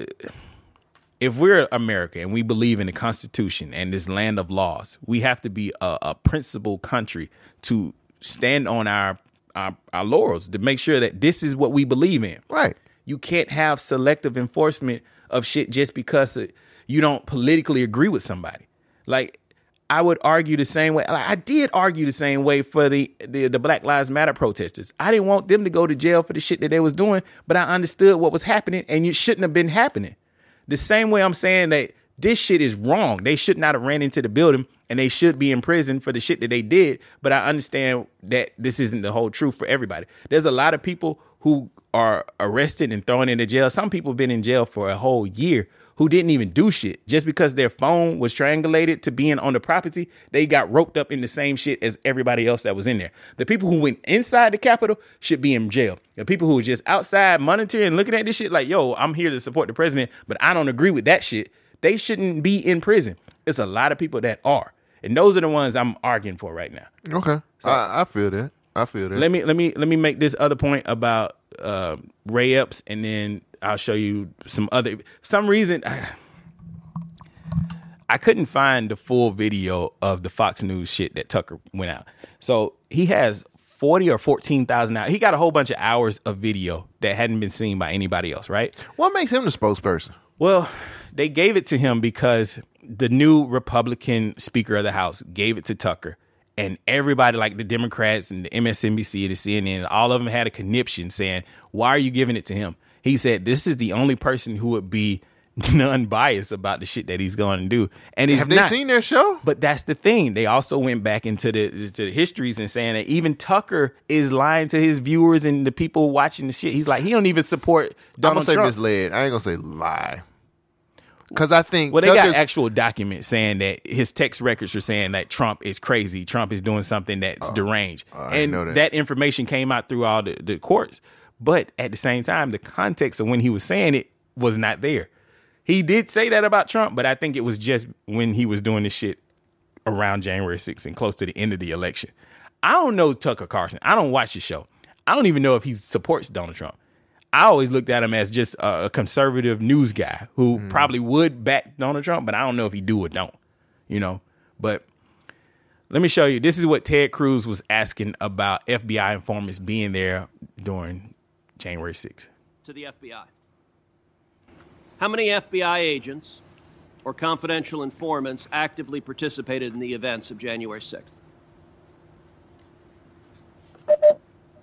B: If we're America and we believe in the Constitution and this land of laws, we have to be a, a principled country to stand on our, our our laurels to make sure that this is what we believe in.
A: Right.
B: You can't have selective enforcement of shit just because it- you don't politically agree with somebody. Like I would argue the same way. Like, I did argue the same way for the, the the Black Lives Matter protesters. I didn't want them to go to jail for the shit that they was doing, but I understood what was happening, and it shouldn't have been happening. The same way I'm saying that this shit is wrong. They should not have ran into the building, and they should be in prison for the shit that they did. But I understand that this isn't the whole truth for everybody. There's a lot of people who are arrested and thrown into jail. Some people been in jail for a whole year who didn't even do shit just because their phone was triangulated to being on the property they got roped up in the same shit as everybody else that was in there the people who went inside the capitol should be in jail the people who were just outside monitoring and looking at this shit like yo i'm here to support the president but i don't agree with that shit they shouldn't be in prison it's a lot of people that are and those are the ones i'm arguing for right now
A: Okay. I, I feel that. I feel that.
B: let me let me let me make this other point about uh, Ray Epps, and then I'll show you some other. Some reason (sighs) I couldn't find the full video of the Fox News shit that Tucker went out. So he has forty or fourteen thousand hours. He got a whole bunch of hours of video that hadn't been seen by anybody else, right?
A: What makes him the spokesperson?
B: Well, they gave it to him because the new Republican Speaker of the House gave it to Tucker. And everybody, like the Democrats and the MSNBC, the CNN, all of them had a conniption saying, Why are you giving it to him? He said, This is the only person who would be (laughs) non biased about the shit that he's going to do. And he's
A: Have they
B: not.
A: seen their show?
B: But that's the thing. They also went back into the to the histories and saying that even Tucker is lying to his viewers and the people watching the shit. He's like, he don't even support
A: I'm gonna
B: Donald
A: say
B: Trump.
A: misled. I ain't gonna say lie. Because I think
B: Well, they got
A: Tucker's-
B: actual documents saying that his text records are saying that Trump is crazy. Trump is doing something that's deranged,
A: Oh, I didn't
B: and
A: know that.
B: that. information came out through all the, the courts. But at the same time, the context of when he was saying it was not there. He did say that about Trump, but I think it was just when he was doing this shit around January 6th and close to the end of the election. I don't know Tucker Carlson. I don't watch his show. I don't even know if he supports Donald Trump. I always looked at him as just a a conservative news guy who probably would back Donald Trump, but I don't know if he do or don't, you know. But let me show you. This is what Ted Cruz was asking about FBI informants being there during January 6th.
G: to the FBI. How many FBI agents or confidential informants actively participated in the events of January 6th?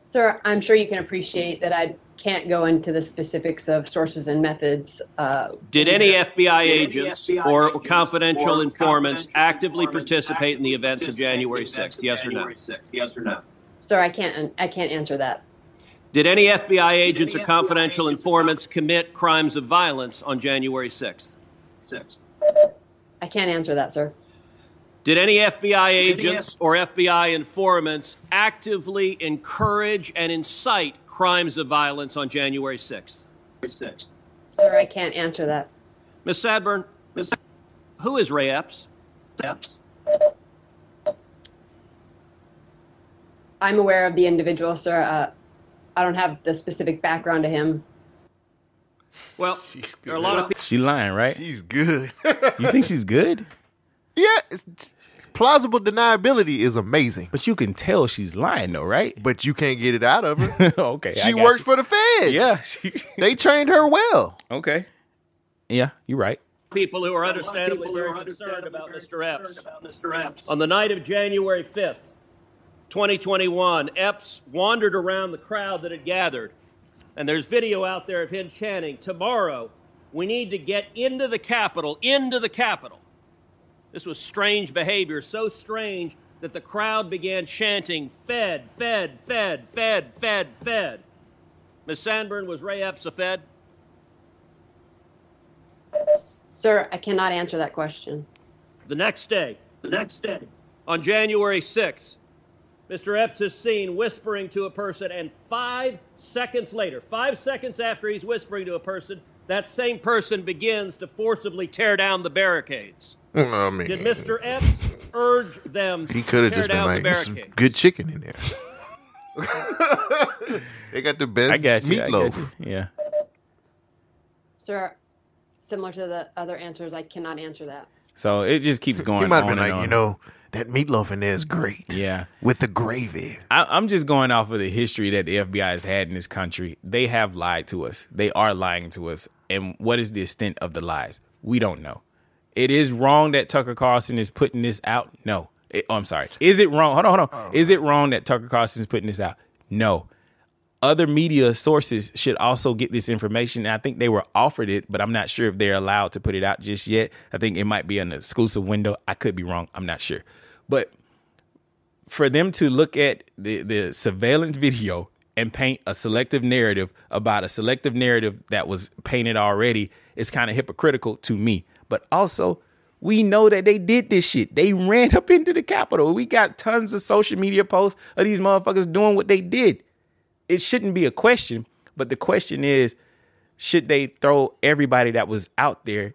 H: Sir, I'm sure you can appreciate that I can't go into the specifics of sources and methods. Uh,
G: Did any
H: here.
G: FBI agents or confidential informants actively participate in the events of January 6th? Yes or no?
H: Sir, I can't. I can't answer that.
G: Did any FBI agents or confidential informants commit crimes of violence on January 6th?
H: I can't answer that, sir.
G: Did any FBI agents or FBI informants actively encourage and incite crimes of violence on January 6th?
H: Sir, I can't answer that.
G: Ms. Sadburn, who is Ray Epps? Epps.
H: I'm aware of the individual, sir. Uh, I don't have the specific background to him.
G: Well, there are a lot of people.
B: She lying, right?
A: She's good.
B: you think she's good?
A: Yeah, it's, plausible deniability is amazing.
B: But you can tell she's lying, though, right?
A: But you can't get it out of her.
B: (laughs) okay, I
A: she
B: got
A: works
B: you.
A: for the Fed.
B: Yeah,
A: (laughs) they trained her well.
B: Okay. Yeah, you're right.
G: people who are understandably very concerned about Mr. Epps. On the night of January 5th, 2021, Epps wandered around the crowd that had gathered, and there's video out there of him chanting, Tomorrow, we need to get into the Capitol, into the Capitol. This was strange behavior, so strange that the crowd began chanting, Fed, Fed, Fed, Fed, Fed, Fed. Ms. Sandburn, was Ray Epps a Fed?
H: Sir, I cannot answer that question.
G: The next day. The next day. On January 6th, Mr. Epps is seen whispering to a person, and five seconds later, five seconds after he's whispering to a person, that same person begins to forcibly tear down the barricades.
A: I mean,
G: Did Mr. Epps urge them
A: Oh, He
G: to
A: could have
G: tear
A: just been
G: down
A: like,
G: the
A: "There's some
G: barricades?
A: good chicken
B: (laughs)
A: in there. (laughs)
G: (laughs)
A: they got the best
B: I got you. I
A: meatloaf.
B: got you. Yeah.
H: Sir, similar to the other answers, I cannot answer that.
B: So it just keeps going.
A: He might have
B: on
A: been
B: and
A: like,
B: on.
A: you know, that meatloaf in there is great
B: Yeah.
A: with the gravy.
B: I, I'm just going off of the history that the FBI has had in this country. They have lied to us. They are lying to us. And what is the extent of the lies? We don't know. It is wrong that Tucker Carlson is putting this out. No. It- oh, I'm sorry. Is it wrong? Hold on, hold on. Is it wrong that Tucker Carlson is putting this out? No. Other media sources should also get this information. And I think they were offered it, but I'm not sure if they're allowed to put it out just yet. I think it might be an exclusive window. I could be wrong. I'm not sure. But for them to look at the, the surveillance video and paint a selective narrative about a selective narrative that was painted already is kind of hypocritical to me. But also, we know that they did this shit. They ran up into the Capitol. We got tons of social media posts of these motherfuckers doing what they did. It shouldn't be a question, but the question is should they throw everybody that was out there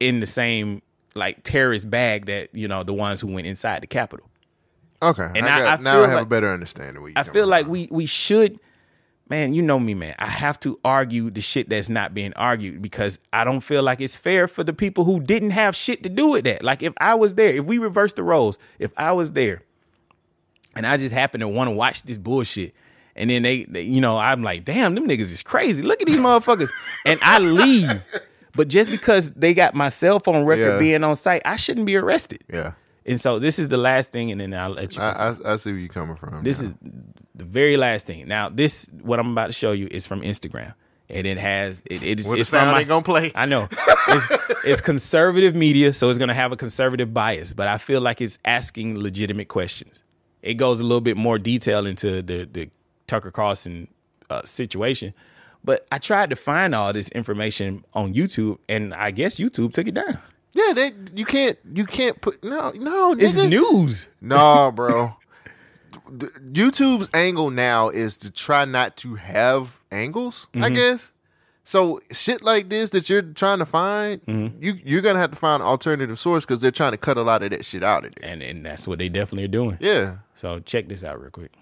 B: in the same like terrorist bag that, you know, the ones who went inside the Capitol?
A: Okay,
B: And
A: I
B: I-
A: got,
B: I
A: now
B: feel
A: I have a
B: like-
A: better understanding. What you
B: I feel like we we should, man. You know me, man. I have to argue the shit that's not being argued because I don't feel like it's fair for the people who didn't have shit to do with that. Like if I was there, if we reversed the roles, if I was there, and I just happened to want to watch this bullshit. And then they, they, you know, I'm like, damn, them niggas is crazy. Look at these
A: (laughs)
B: motherfuckers. and I leave. But just because they got my cell phone record
A: Yeah.
B: being on site, I shouldn't be arrested.
A: Yeah.
B: And so this is the last thing, and then I'll let you.
A: I, I, I see where you're coming from.
B: This is the very last thing. Now, this what I'm about to show you is from Instagram, and it has it, it is
A: Well, the
B: it's from
A: sound
B: my-
A: ain't gonna play.
B: I know it's, it's conservative media, so it's gonna have a conservative bias, but I feel like it's asking legitimate questions. It goes a little bit more detail into the the Tucker Carlson uh, situation, but I tried to find all this information on YouTube, and I guess YouTube took it down.
A: yeah, they, you can't you can't put no no.
B: It's
A: nigga.
B: news.
A: No, bro. Th- YouTube's angle now is to try not to have angles, I
B: Mhm.
A: guess. So shit like this that you're trying to find,
B: Mm-hmm.
A: you you're gonna have to find an alternative source because they're trying to cut a lot of that shit out of there.
B: And and that's what they definitely are doing.
A: Yeah.
B: So check this out real quick.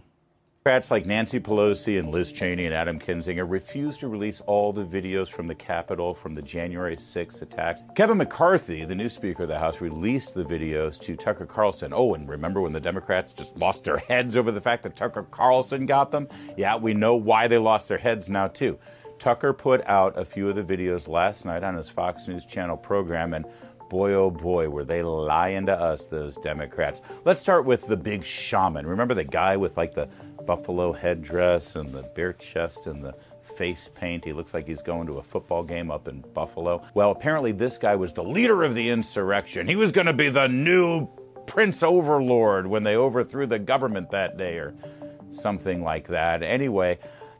J: Democrats like Nancy Pelosi and Liz Cheney and Adam Kinzinger refused to release all the videos from the Capitol from the January 6 attacks. Kevin McCarthy, the new Speaker of the House, released the videos to Tucker Carlson. Oh, and remember when the Democrats just lost their (laughs) heads over the fact that Tucker Carlson got them? Yeah, we know why they lost their heads now, too. Tucker put out a few of the videos last night on his Fox News Channel program, and boy, oh boy, were they lying to us, those Democrats. Let's start with the big shaman. Remember the guy with like the buffalo headdress and the bare chest and the face paint? He looks like he's going to a football game up in Buffalo. Well, apparently, this guy was the leader of the insurrection. He was going to be the new prince overlord when they overthrew the government that day, or something like that. Anyway,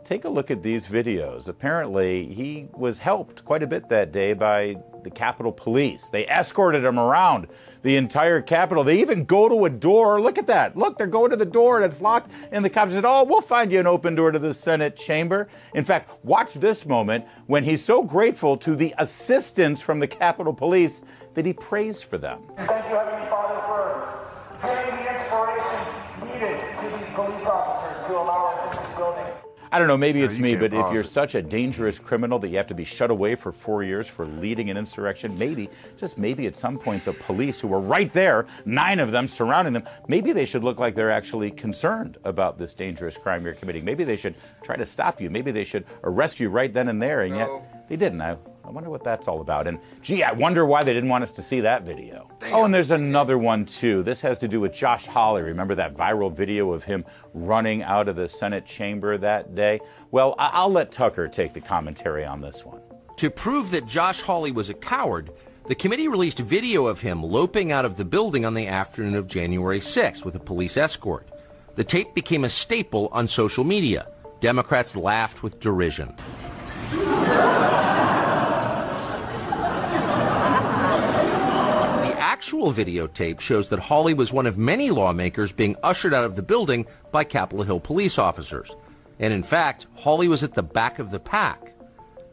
J: Take a look at these videos. Apparently, he was helped quite a bit that day by the Capitol Police. They escorted him around the entire Capitol. They even go to a door. Look at that. Look, they're going to the door and it's locked. And the cops said, Oh, we'll find you an open door to the Senate chamber. In fact, watch this moment when he's so grateful to the assistance from the Capitol Police that he prays for them.
L: Thank you, Heavenly Father, for paying the inspiration needed to these police officers to allow us into this building.
J: I don't know, maybe it's me,
A: can't
J: but if
A: pause
J: you're
A: it.
J: such a dangerous criminal that you have to be shut away for four years for leading an insurrection, maybe, just maybe at some point, the police who were right there, nine of them surrounding them, maybe they should look like they're actually concerned about this dangerous crime you're committing. Maybe they should try to stop you. Maybe they should arrest you right then and there, and yet they didn't. I, I wonder what that's all about. And gee, I wonder why they didn't want us to see that video. Oh, and there's another one too. This has to do with Josh Hawley. Remember that viral video of him running out of the Senate chamber that day? Well, I- I'll let Tucker take the commentary on this one.
I: To prove that Josh Hawley was a coward, the committee released video of him loping out of the building on the afternoon of January 6 with a police escort. The tape became a staple on social media. Democrats laughed with derision. The actual videotape shows that Hawley was one of many lawmakers being ushered out of the building by Capitol Hill police officers. And in fact, Hawley was at the back of the pack.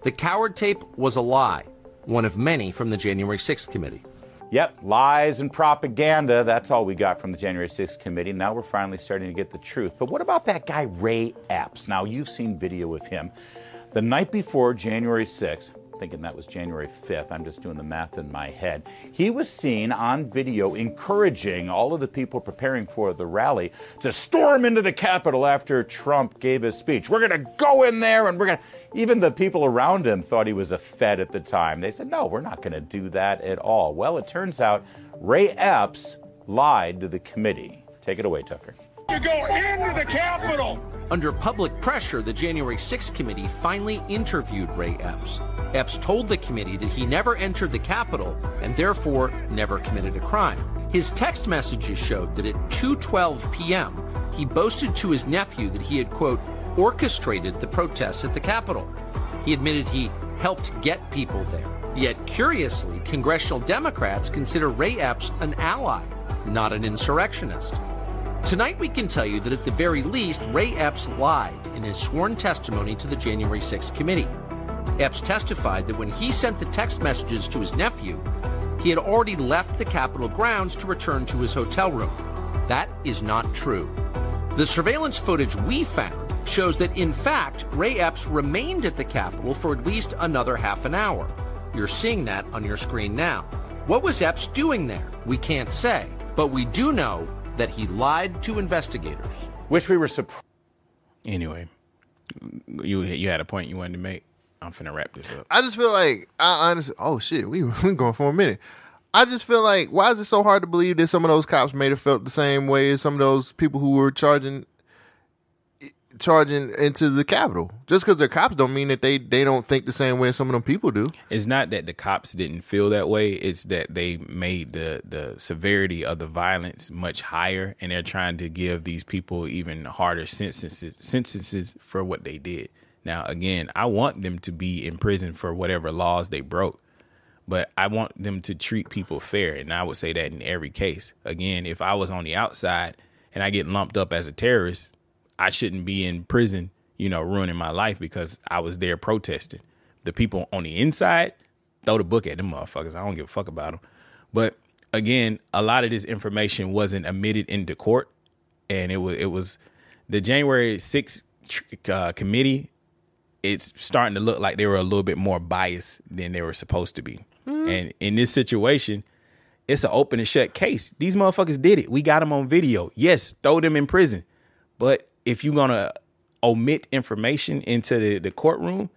I: The coward tape was a lie, one of many from the January 6th committee.
J: Yep, lies and propaganda. That's all we got from the January 6th committee. Now we're finally starting to get the truth. But what about that guy, Ray Epps? Now, you've seen video of him. The night before January 6th, thinking that was January 5th, I'm just doing the math in my head, he was seen on video encouraging all of the people preparing for the rally to storm into the Capitol after Trump gave his speech. We're going to go in there and we're going to. Even the people around him thought he was a Fed at the time. They said, no, we're not going to do that at all. Well, it turns out Ray Epps lied to the committee. Take it away, Tucker.
F: You go into the Capitol.
I: Under public pressure, the January 6th committee finally interviewed Ray Epps. Epps told the committee that he never entered the Capitol and therefore never committed a crime. His text messages showed that at 2:12 p.m., he boasted to his nephew that he had quote orchestrated the protests at the Capitol. He admitted he helped get people there. Yet curiously, congressional Democrats consider Ray Epps an ally, not an insurrectionist. Tonight, we can tell you that at the very least, Ray Epps lied in his sworn testimony to the January 6th committee. Epps testified that when he sent the text messages to his nephew, he had already left the Capitol grounds to return to his hotel room. That is not true. The surveillance footage we found shows that, in fact, Ray Epps remained at the Capitol for at least another half an hour. You're seeing that on your screen now. What was Epps doing there? We can't say, but we do know that he lied to investigators.
J: Wish we were surprised.
B: Anyway, you you had a point you wanted to make. I'm finna wrap this up.
A: I just feel like I honestly. Oh shit, we (laughs) we going for a minute. I just feel like why is it so hard to believe that some of those cops may have felt the same way as some of those people who were charging charging into the Capitol? Just because they're cops don't mean that they they don't think the same way as some of them people do.
B: It's not that the cops didn't feel that way. It's that they made the the severity of the violence much higher, and they're trying to give these people even harder sentences sentences for what they did. Now, again, I want them to be in prison for whatever laws they broke, but I want them to treat people fair, and I would say that in every case. Again, if I was on the outside and I get lumped up as a terrorist, I shouldn't be in prison, you know, ruining my life because I was there protesting. The people on the inside, throw the book at them motherfuckers. I don't give a fuck about them. But again, a lot of this information wasn't admitted into court, and it was it was the January sixth uh, committee. It's starting to look like they were a little bit more biased than they were supposed to be.
N: Mhm.
B: And in this situation, it's an open and shut case. These motherfuckers did it. We got them on video. Yes, throw them in prison. But if you're gonna omit information into the, the courtroom,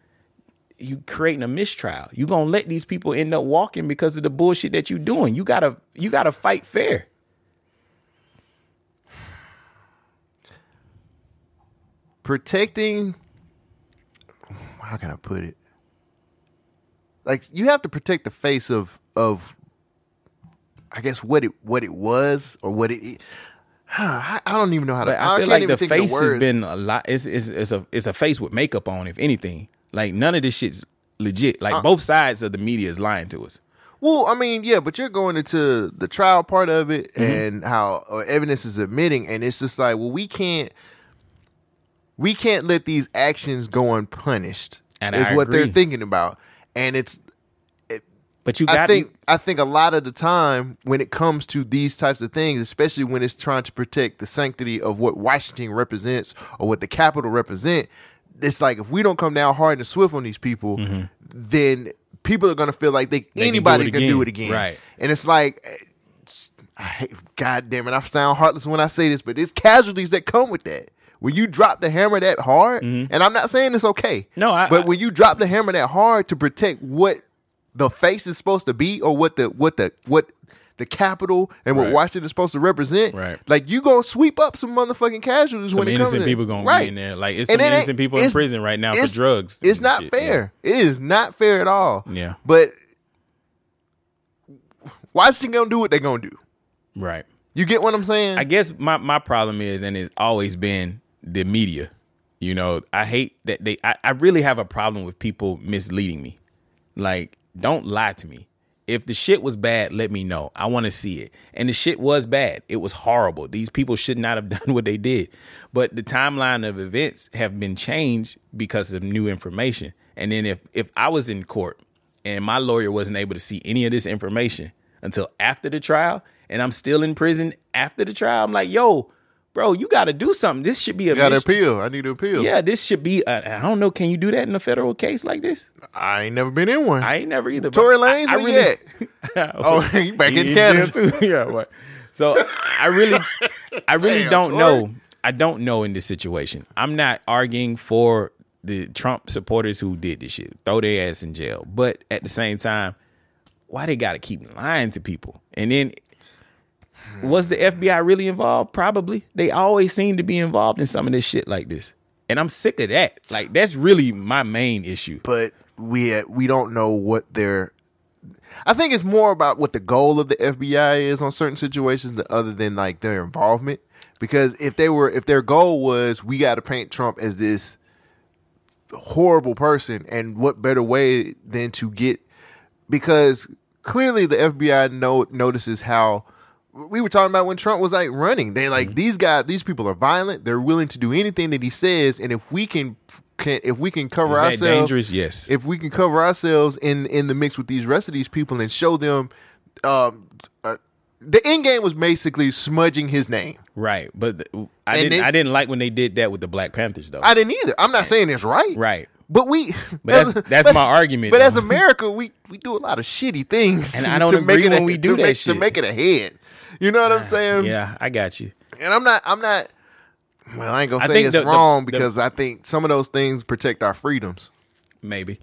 B: you creating a mistrial. You're gonna let these people end up walking because of the bullshit that you're doing. You gotta you gotta fight fair.
A: Protecting. How can I put it? Like you have to protect the face of of. I guess what it what it was or what it (sighs) I, I don't even know how to.
B: But
A: I,
B: I feel
A: can't
B: like
A: even
B: the
A: think
B: face
A: of the
B: has
A: words.
B: been a lot. It's, it's it's a it's a face with makeup on. If anything, like none of this shit's legit. Like
A: Uh.
B: both sides of the media is lying to us.
A: Well, I mean, yeah, but you're going into the trial part of it
B: Mhm.
A: and how uh, evidence is admitting, and it's just like, well, we can't, we can't let these actions go unpunished.
B: And
A: is
B: I
A: what they're
B: agree.
A: thinking about, and it's. it-
B: But you
A: I
B: got-
A: think I think a lot of the time when it comes to these types of things, especially when it's trying to protect the sanctity of what Washington represents or what the Capitol represent, it's like if we don't come down hard and swift on these people, then people are going to feel like they,
B: Mm-hmm. They can do
A: anybody
B: it
A: can do it
B: again.
A: again.
B: Right.
A: And it's like, it's- I hate, God damn it, I sound heartless when I say this, but it's casualties that come with that. When you drop the hammer that hard,
B: Mm-hmm.
A: and I'm not saying it's okay. No, I, but when you drop the hammer that hard to protect what the face is supposed to be, or what the what the what the capital and what
B: Right.
A: Washington is supposed to represent, right? Like you gonna sweep up some motherfucking casualties
B: Some
A: when it comes
B: innocent
A: to-
B: people gonna
A: right.
B: be in there. Like it's
A: And
B: some
A: it ain't-
B: innocent people in
A: it's-
B: prison right now for
A: it's-
B: drugs.
A: It's
B: and
A: not
B: shit.
A: fair. It is not fair at all.
B: Yeah.
A: But Washington gonna do what they gonna do.
B: Right.
A: You get what I'm saying?
B: I guess my my problem is, and it's always been the media. You know, I hate that they. I, I really have a problem with people misleading me. Like, don't lie to me. If the shit was bad, let me know. I want to see it. And the shit was bad. It was horrible. These people should not have (laughs) done what they did. But the timeline of events have been changed because of new information. And then if if I was in court and my lawyer wasn't able to see any of this information until after the trial and I'm still in prison after the trial, I'm like, "Yo, bro, you got to do something. This should be a
A: You got to
B: mis-
A: appeal. I need to appeal.
B: yeah, this should be. uh, I I don't know. Can you do that in a federal case like this?
A: I ain't never been in one.
B: I ain't never either.
A: Tory
B: but I-
A: Lanez,
B: I,
A: where you
B: really,
A: (laughs) Oh, you back in
B: He
A: Canada.
B: jail
A: (laughs)
B: too. yeah, but so I really, I really
A: Damn,
B: don't
A: Tory.
B: know. I don't know in this situation. I'm not arguing for the Trump supporters who did this shit. Throw their ass in jail. But at the same time, why they got to keep lying to people? And then was the FBI really involved? Probably. They always seem to be involved in some of this shit like this. And I'm sick of that. Like that's really my main issue.
A: But we we don't know what their. I think it's more about what the goal of the FBI is on certain situations, than- other than like their involvement. Because if they were, if their goal was, we got to paint Trump as this horrible person, and what better way than to get? Because clearly, the FBI no, notices how we were talking about when Trump was like running. They
B: Mm-hmm.
A: like these guys, these people are violent. They're willing to do anything that he says, and if we can, can if we can cover
B: Is that
A: ourselves,
B: dangerous? Yes.
A: If we can cover ourselves in in the mix with these rest of these people and show them, um, uh, the end game was basically smudging his name.
B: Right, but the, I
A: And
B: didn't.
A: it's-
B: I didn't like when they did that with the Black Panthers, though.
A: I didn't either. I'm not saying it's right.
B: Right.
A: But we,
B: But
A: as- (laughs)
B: that's, that's
A: but-
B: my argument.
A: But
B: though.
A: as America, we we do a lot of shitty things,
B: And
A: to-
B: I don't
A: to make
B: agree
A: it
B: when
A: a-
B: we do
A: to
B: that
A: make,
B: shit. Ah,
A: to make it ahead. You know what I'm saying?
B: yeah, I got you.
A: And I'm not. I'm not. Well, I ain't gonna
B: I
A: say
B: think
A: it's
B: the- the-
A: wrong
B: the-
A: because I think some of those things protect our freedoms.
B: Maybe.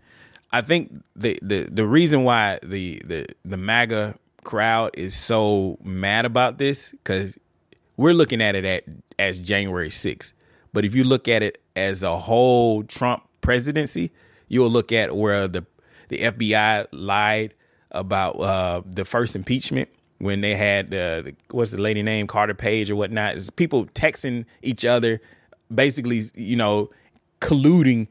B: I think the the the reason why the the the MAGA crowd is so mad about this because we're looking at it at as January 6th. But if you look at it as a whole Trump presidency, you'll look at where the the FBI lied about uh, the first impeachment when they had uh, the, what's the lady name Carter Page or whatnot. It's people texting each other, basically, you know, colluding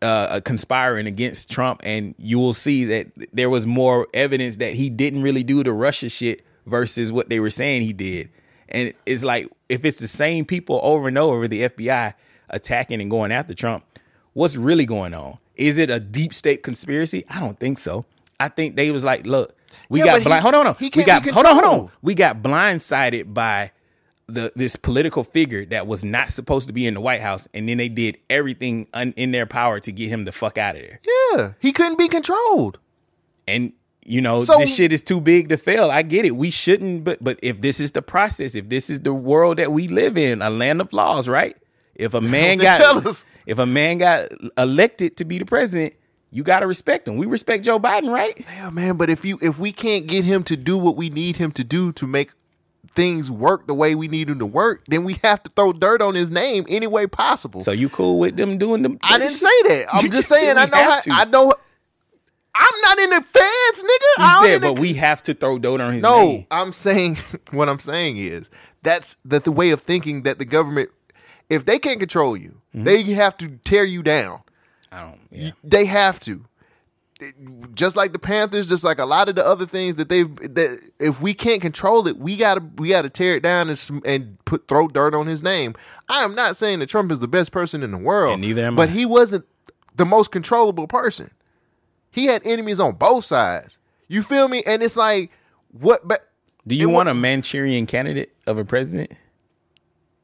B: uh, conspiring against Trump, and you will see that there was more evidence that he didn't really do the Russia shit versus what they were saying he did. And it's like if it's the same people over and over, the FBI attacking and going after Trump, what's really going on? Is it a deep state conspiracy? I don't think so. I think they was like, look, we
A: Yeah,
B: got
A: but
B: blind.
A: he-
B: hold on, hold
A: he
B: on. We
A: can't
B: got
A: be
B: hold on, hold on.
A: controlled.
B: We got blindsided by the this political figure that was not supposed to be in the White House, and then they did everything un, in their power to get him the fuck out of there.
A: Yeah, he couldn't be controlled.
B: And you know
A: So-
B: this shit is too big to fail. I get it. We shouldn't, but but if this is the process, if this is the world that we live in, a land of laws, right? If a man
A: they tell
B: got
A: us.
B: if a man got elected to be the president, you got to respect him. We respect Joe Biden, right?
A: Yeah, man. But if you if we can't get him to do what we need him to do to make things work the way we need them to work, then we have to throw dirt on his name any way possible.
B: So you cool with them doing them?
A: I didn't say that. I'm
B: You
A: just
B: just said
A: saying. I
B: we
A: know.
B: have
A: How,
B: to.
A: I know. I'm not in the fans, nigga. I
B: He
A: don't
B: said,
A: in the-
B: but we have to throw Doda on his
A: no,
B: name.
A: I'm saying (laughs) what I'm saying is that's the, the way of thinking that the government, if they can't control you, they have to tear you down.
B: Mm-hmm. I don't.
A: They have to. It- Just like the Panthers, just like a lot of the other things that they've that if we can't control it, we gotta we gotta tear it down and sm- and put throw dirt on his name. I am not saying that Trump is the best person in the world, neither
B: am
A: but
B: I.
A: he wasn't the most controllable person. He had enemies on both sides. You feel me? And it's like what? But
B: Do you want a Manchurian candidate of a president?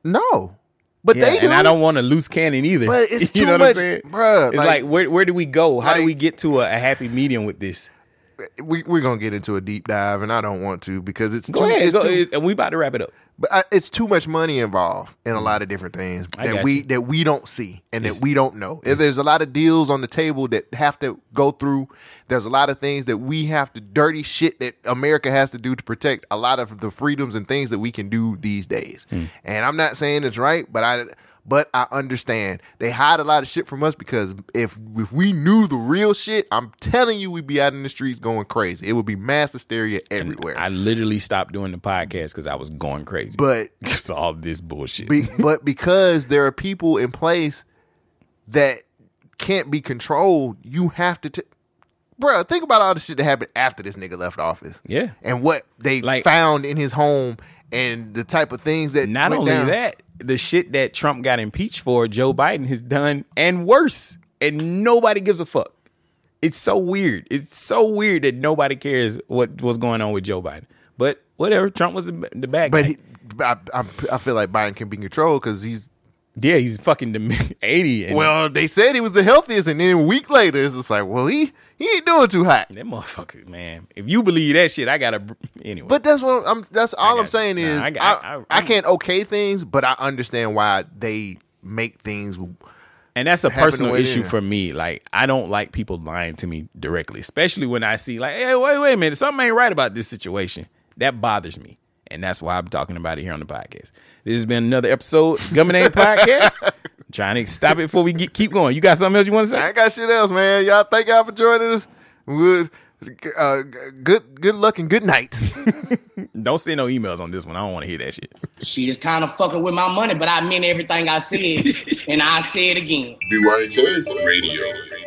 A: No, but
B: Yeah,
A: they
B: and
A: do.
B: I don't want a loose cannon either.
A: But it's
B: (laughs) you
A: too
B: know what
A: much-
B: I'm saying,
A: bruh,
B: It's
A: like-
B: like, where where do we go? How do we get to a, a happy medium with this?
A: we we're gonna get into a deep dive, and I don't want to because it's
B: Go
A: too,
B: ahead,
A: it's
B: go-
A: too-
B: it's- and we about to wrap it up.
A: But I, it's too much money involved in a lot of different things
B: I
A: that
B: got
A: we
B: you.
A: that we don't see and
B: It's-
A: that we don't know. If there's a lot of deals on the table that have to go through, there's a lot of things that we have to dirty shit that America has to do to protect a lot of the freedoms and things that we can do these days.
B: Hmm.
A: And I'm not saying it's right, but I but I understand they hide a lot of shit from us because if if we knew the real shit, I'm telling you, we'd be out in the streets going crazy. It would be mass hysteria everywhere.
B: I literally stopped doing the podcast because I was going crazy. (laughs)
A: But
B: it's all this bullshit. (laughs)
A: Be, but because there are people in place that can't be controlled, you have to. T- Bruh, think about all the shit that happened after this nigga left office.
B: Yeah.
A: And what they found in his home and the type of things that.
B: Not
A: went
B: only
A: down.
B: that, the shit that Trump got impeached for, Joe Biden has done and worse, and nobody gives a fuck. It's so weird. It's so weird that nobody cares what what's going on with Joe Biden. But whatever, Trump was the, b- the bad guy.
A: But he, I, I, I feel like Biden can be controlled because he's.
B: Yeah, he's fucking (laughs) dem- 80. and-
A: well, they said he was the healthiest, and then a week later, it's just like, well, he, he ain't doing too hot.
B: That motherfucker, man. If you believe that shit, I gotta. br- Anyway,
A: But that's what I'm. That's all I'm saying is
B: nah,
A: I,
B: I got-
A: I,
B: I-
A: can't okay things, but I understand why they make things.
B: and that's a
A: happen the
B: personal
A: way it
B: issue
A: is.
B: for me. Like, I don't like people lying to me directly, especially when I see like, hey, wait, wait a minute, something ain't right about this situation. That bothers me, and that's why I'm talking about it here on the podcast. This has been another episode, Gumminade Podcast. trying to stop it before we get, keep going. You got something else you want to say?
A: I ain't got shit else, man. Y'all thank y'all for joining us. Good, uh, good, good luck and good night. (laughs)
B: Don't send no emails on this one. I don't want to hear that shit.
M: She is kind of fucking with
B: (laughs)
M: my money, but I meant everything I said, and I say it again.
N: BYK Radio.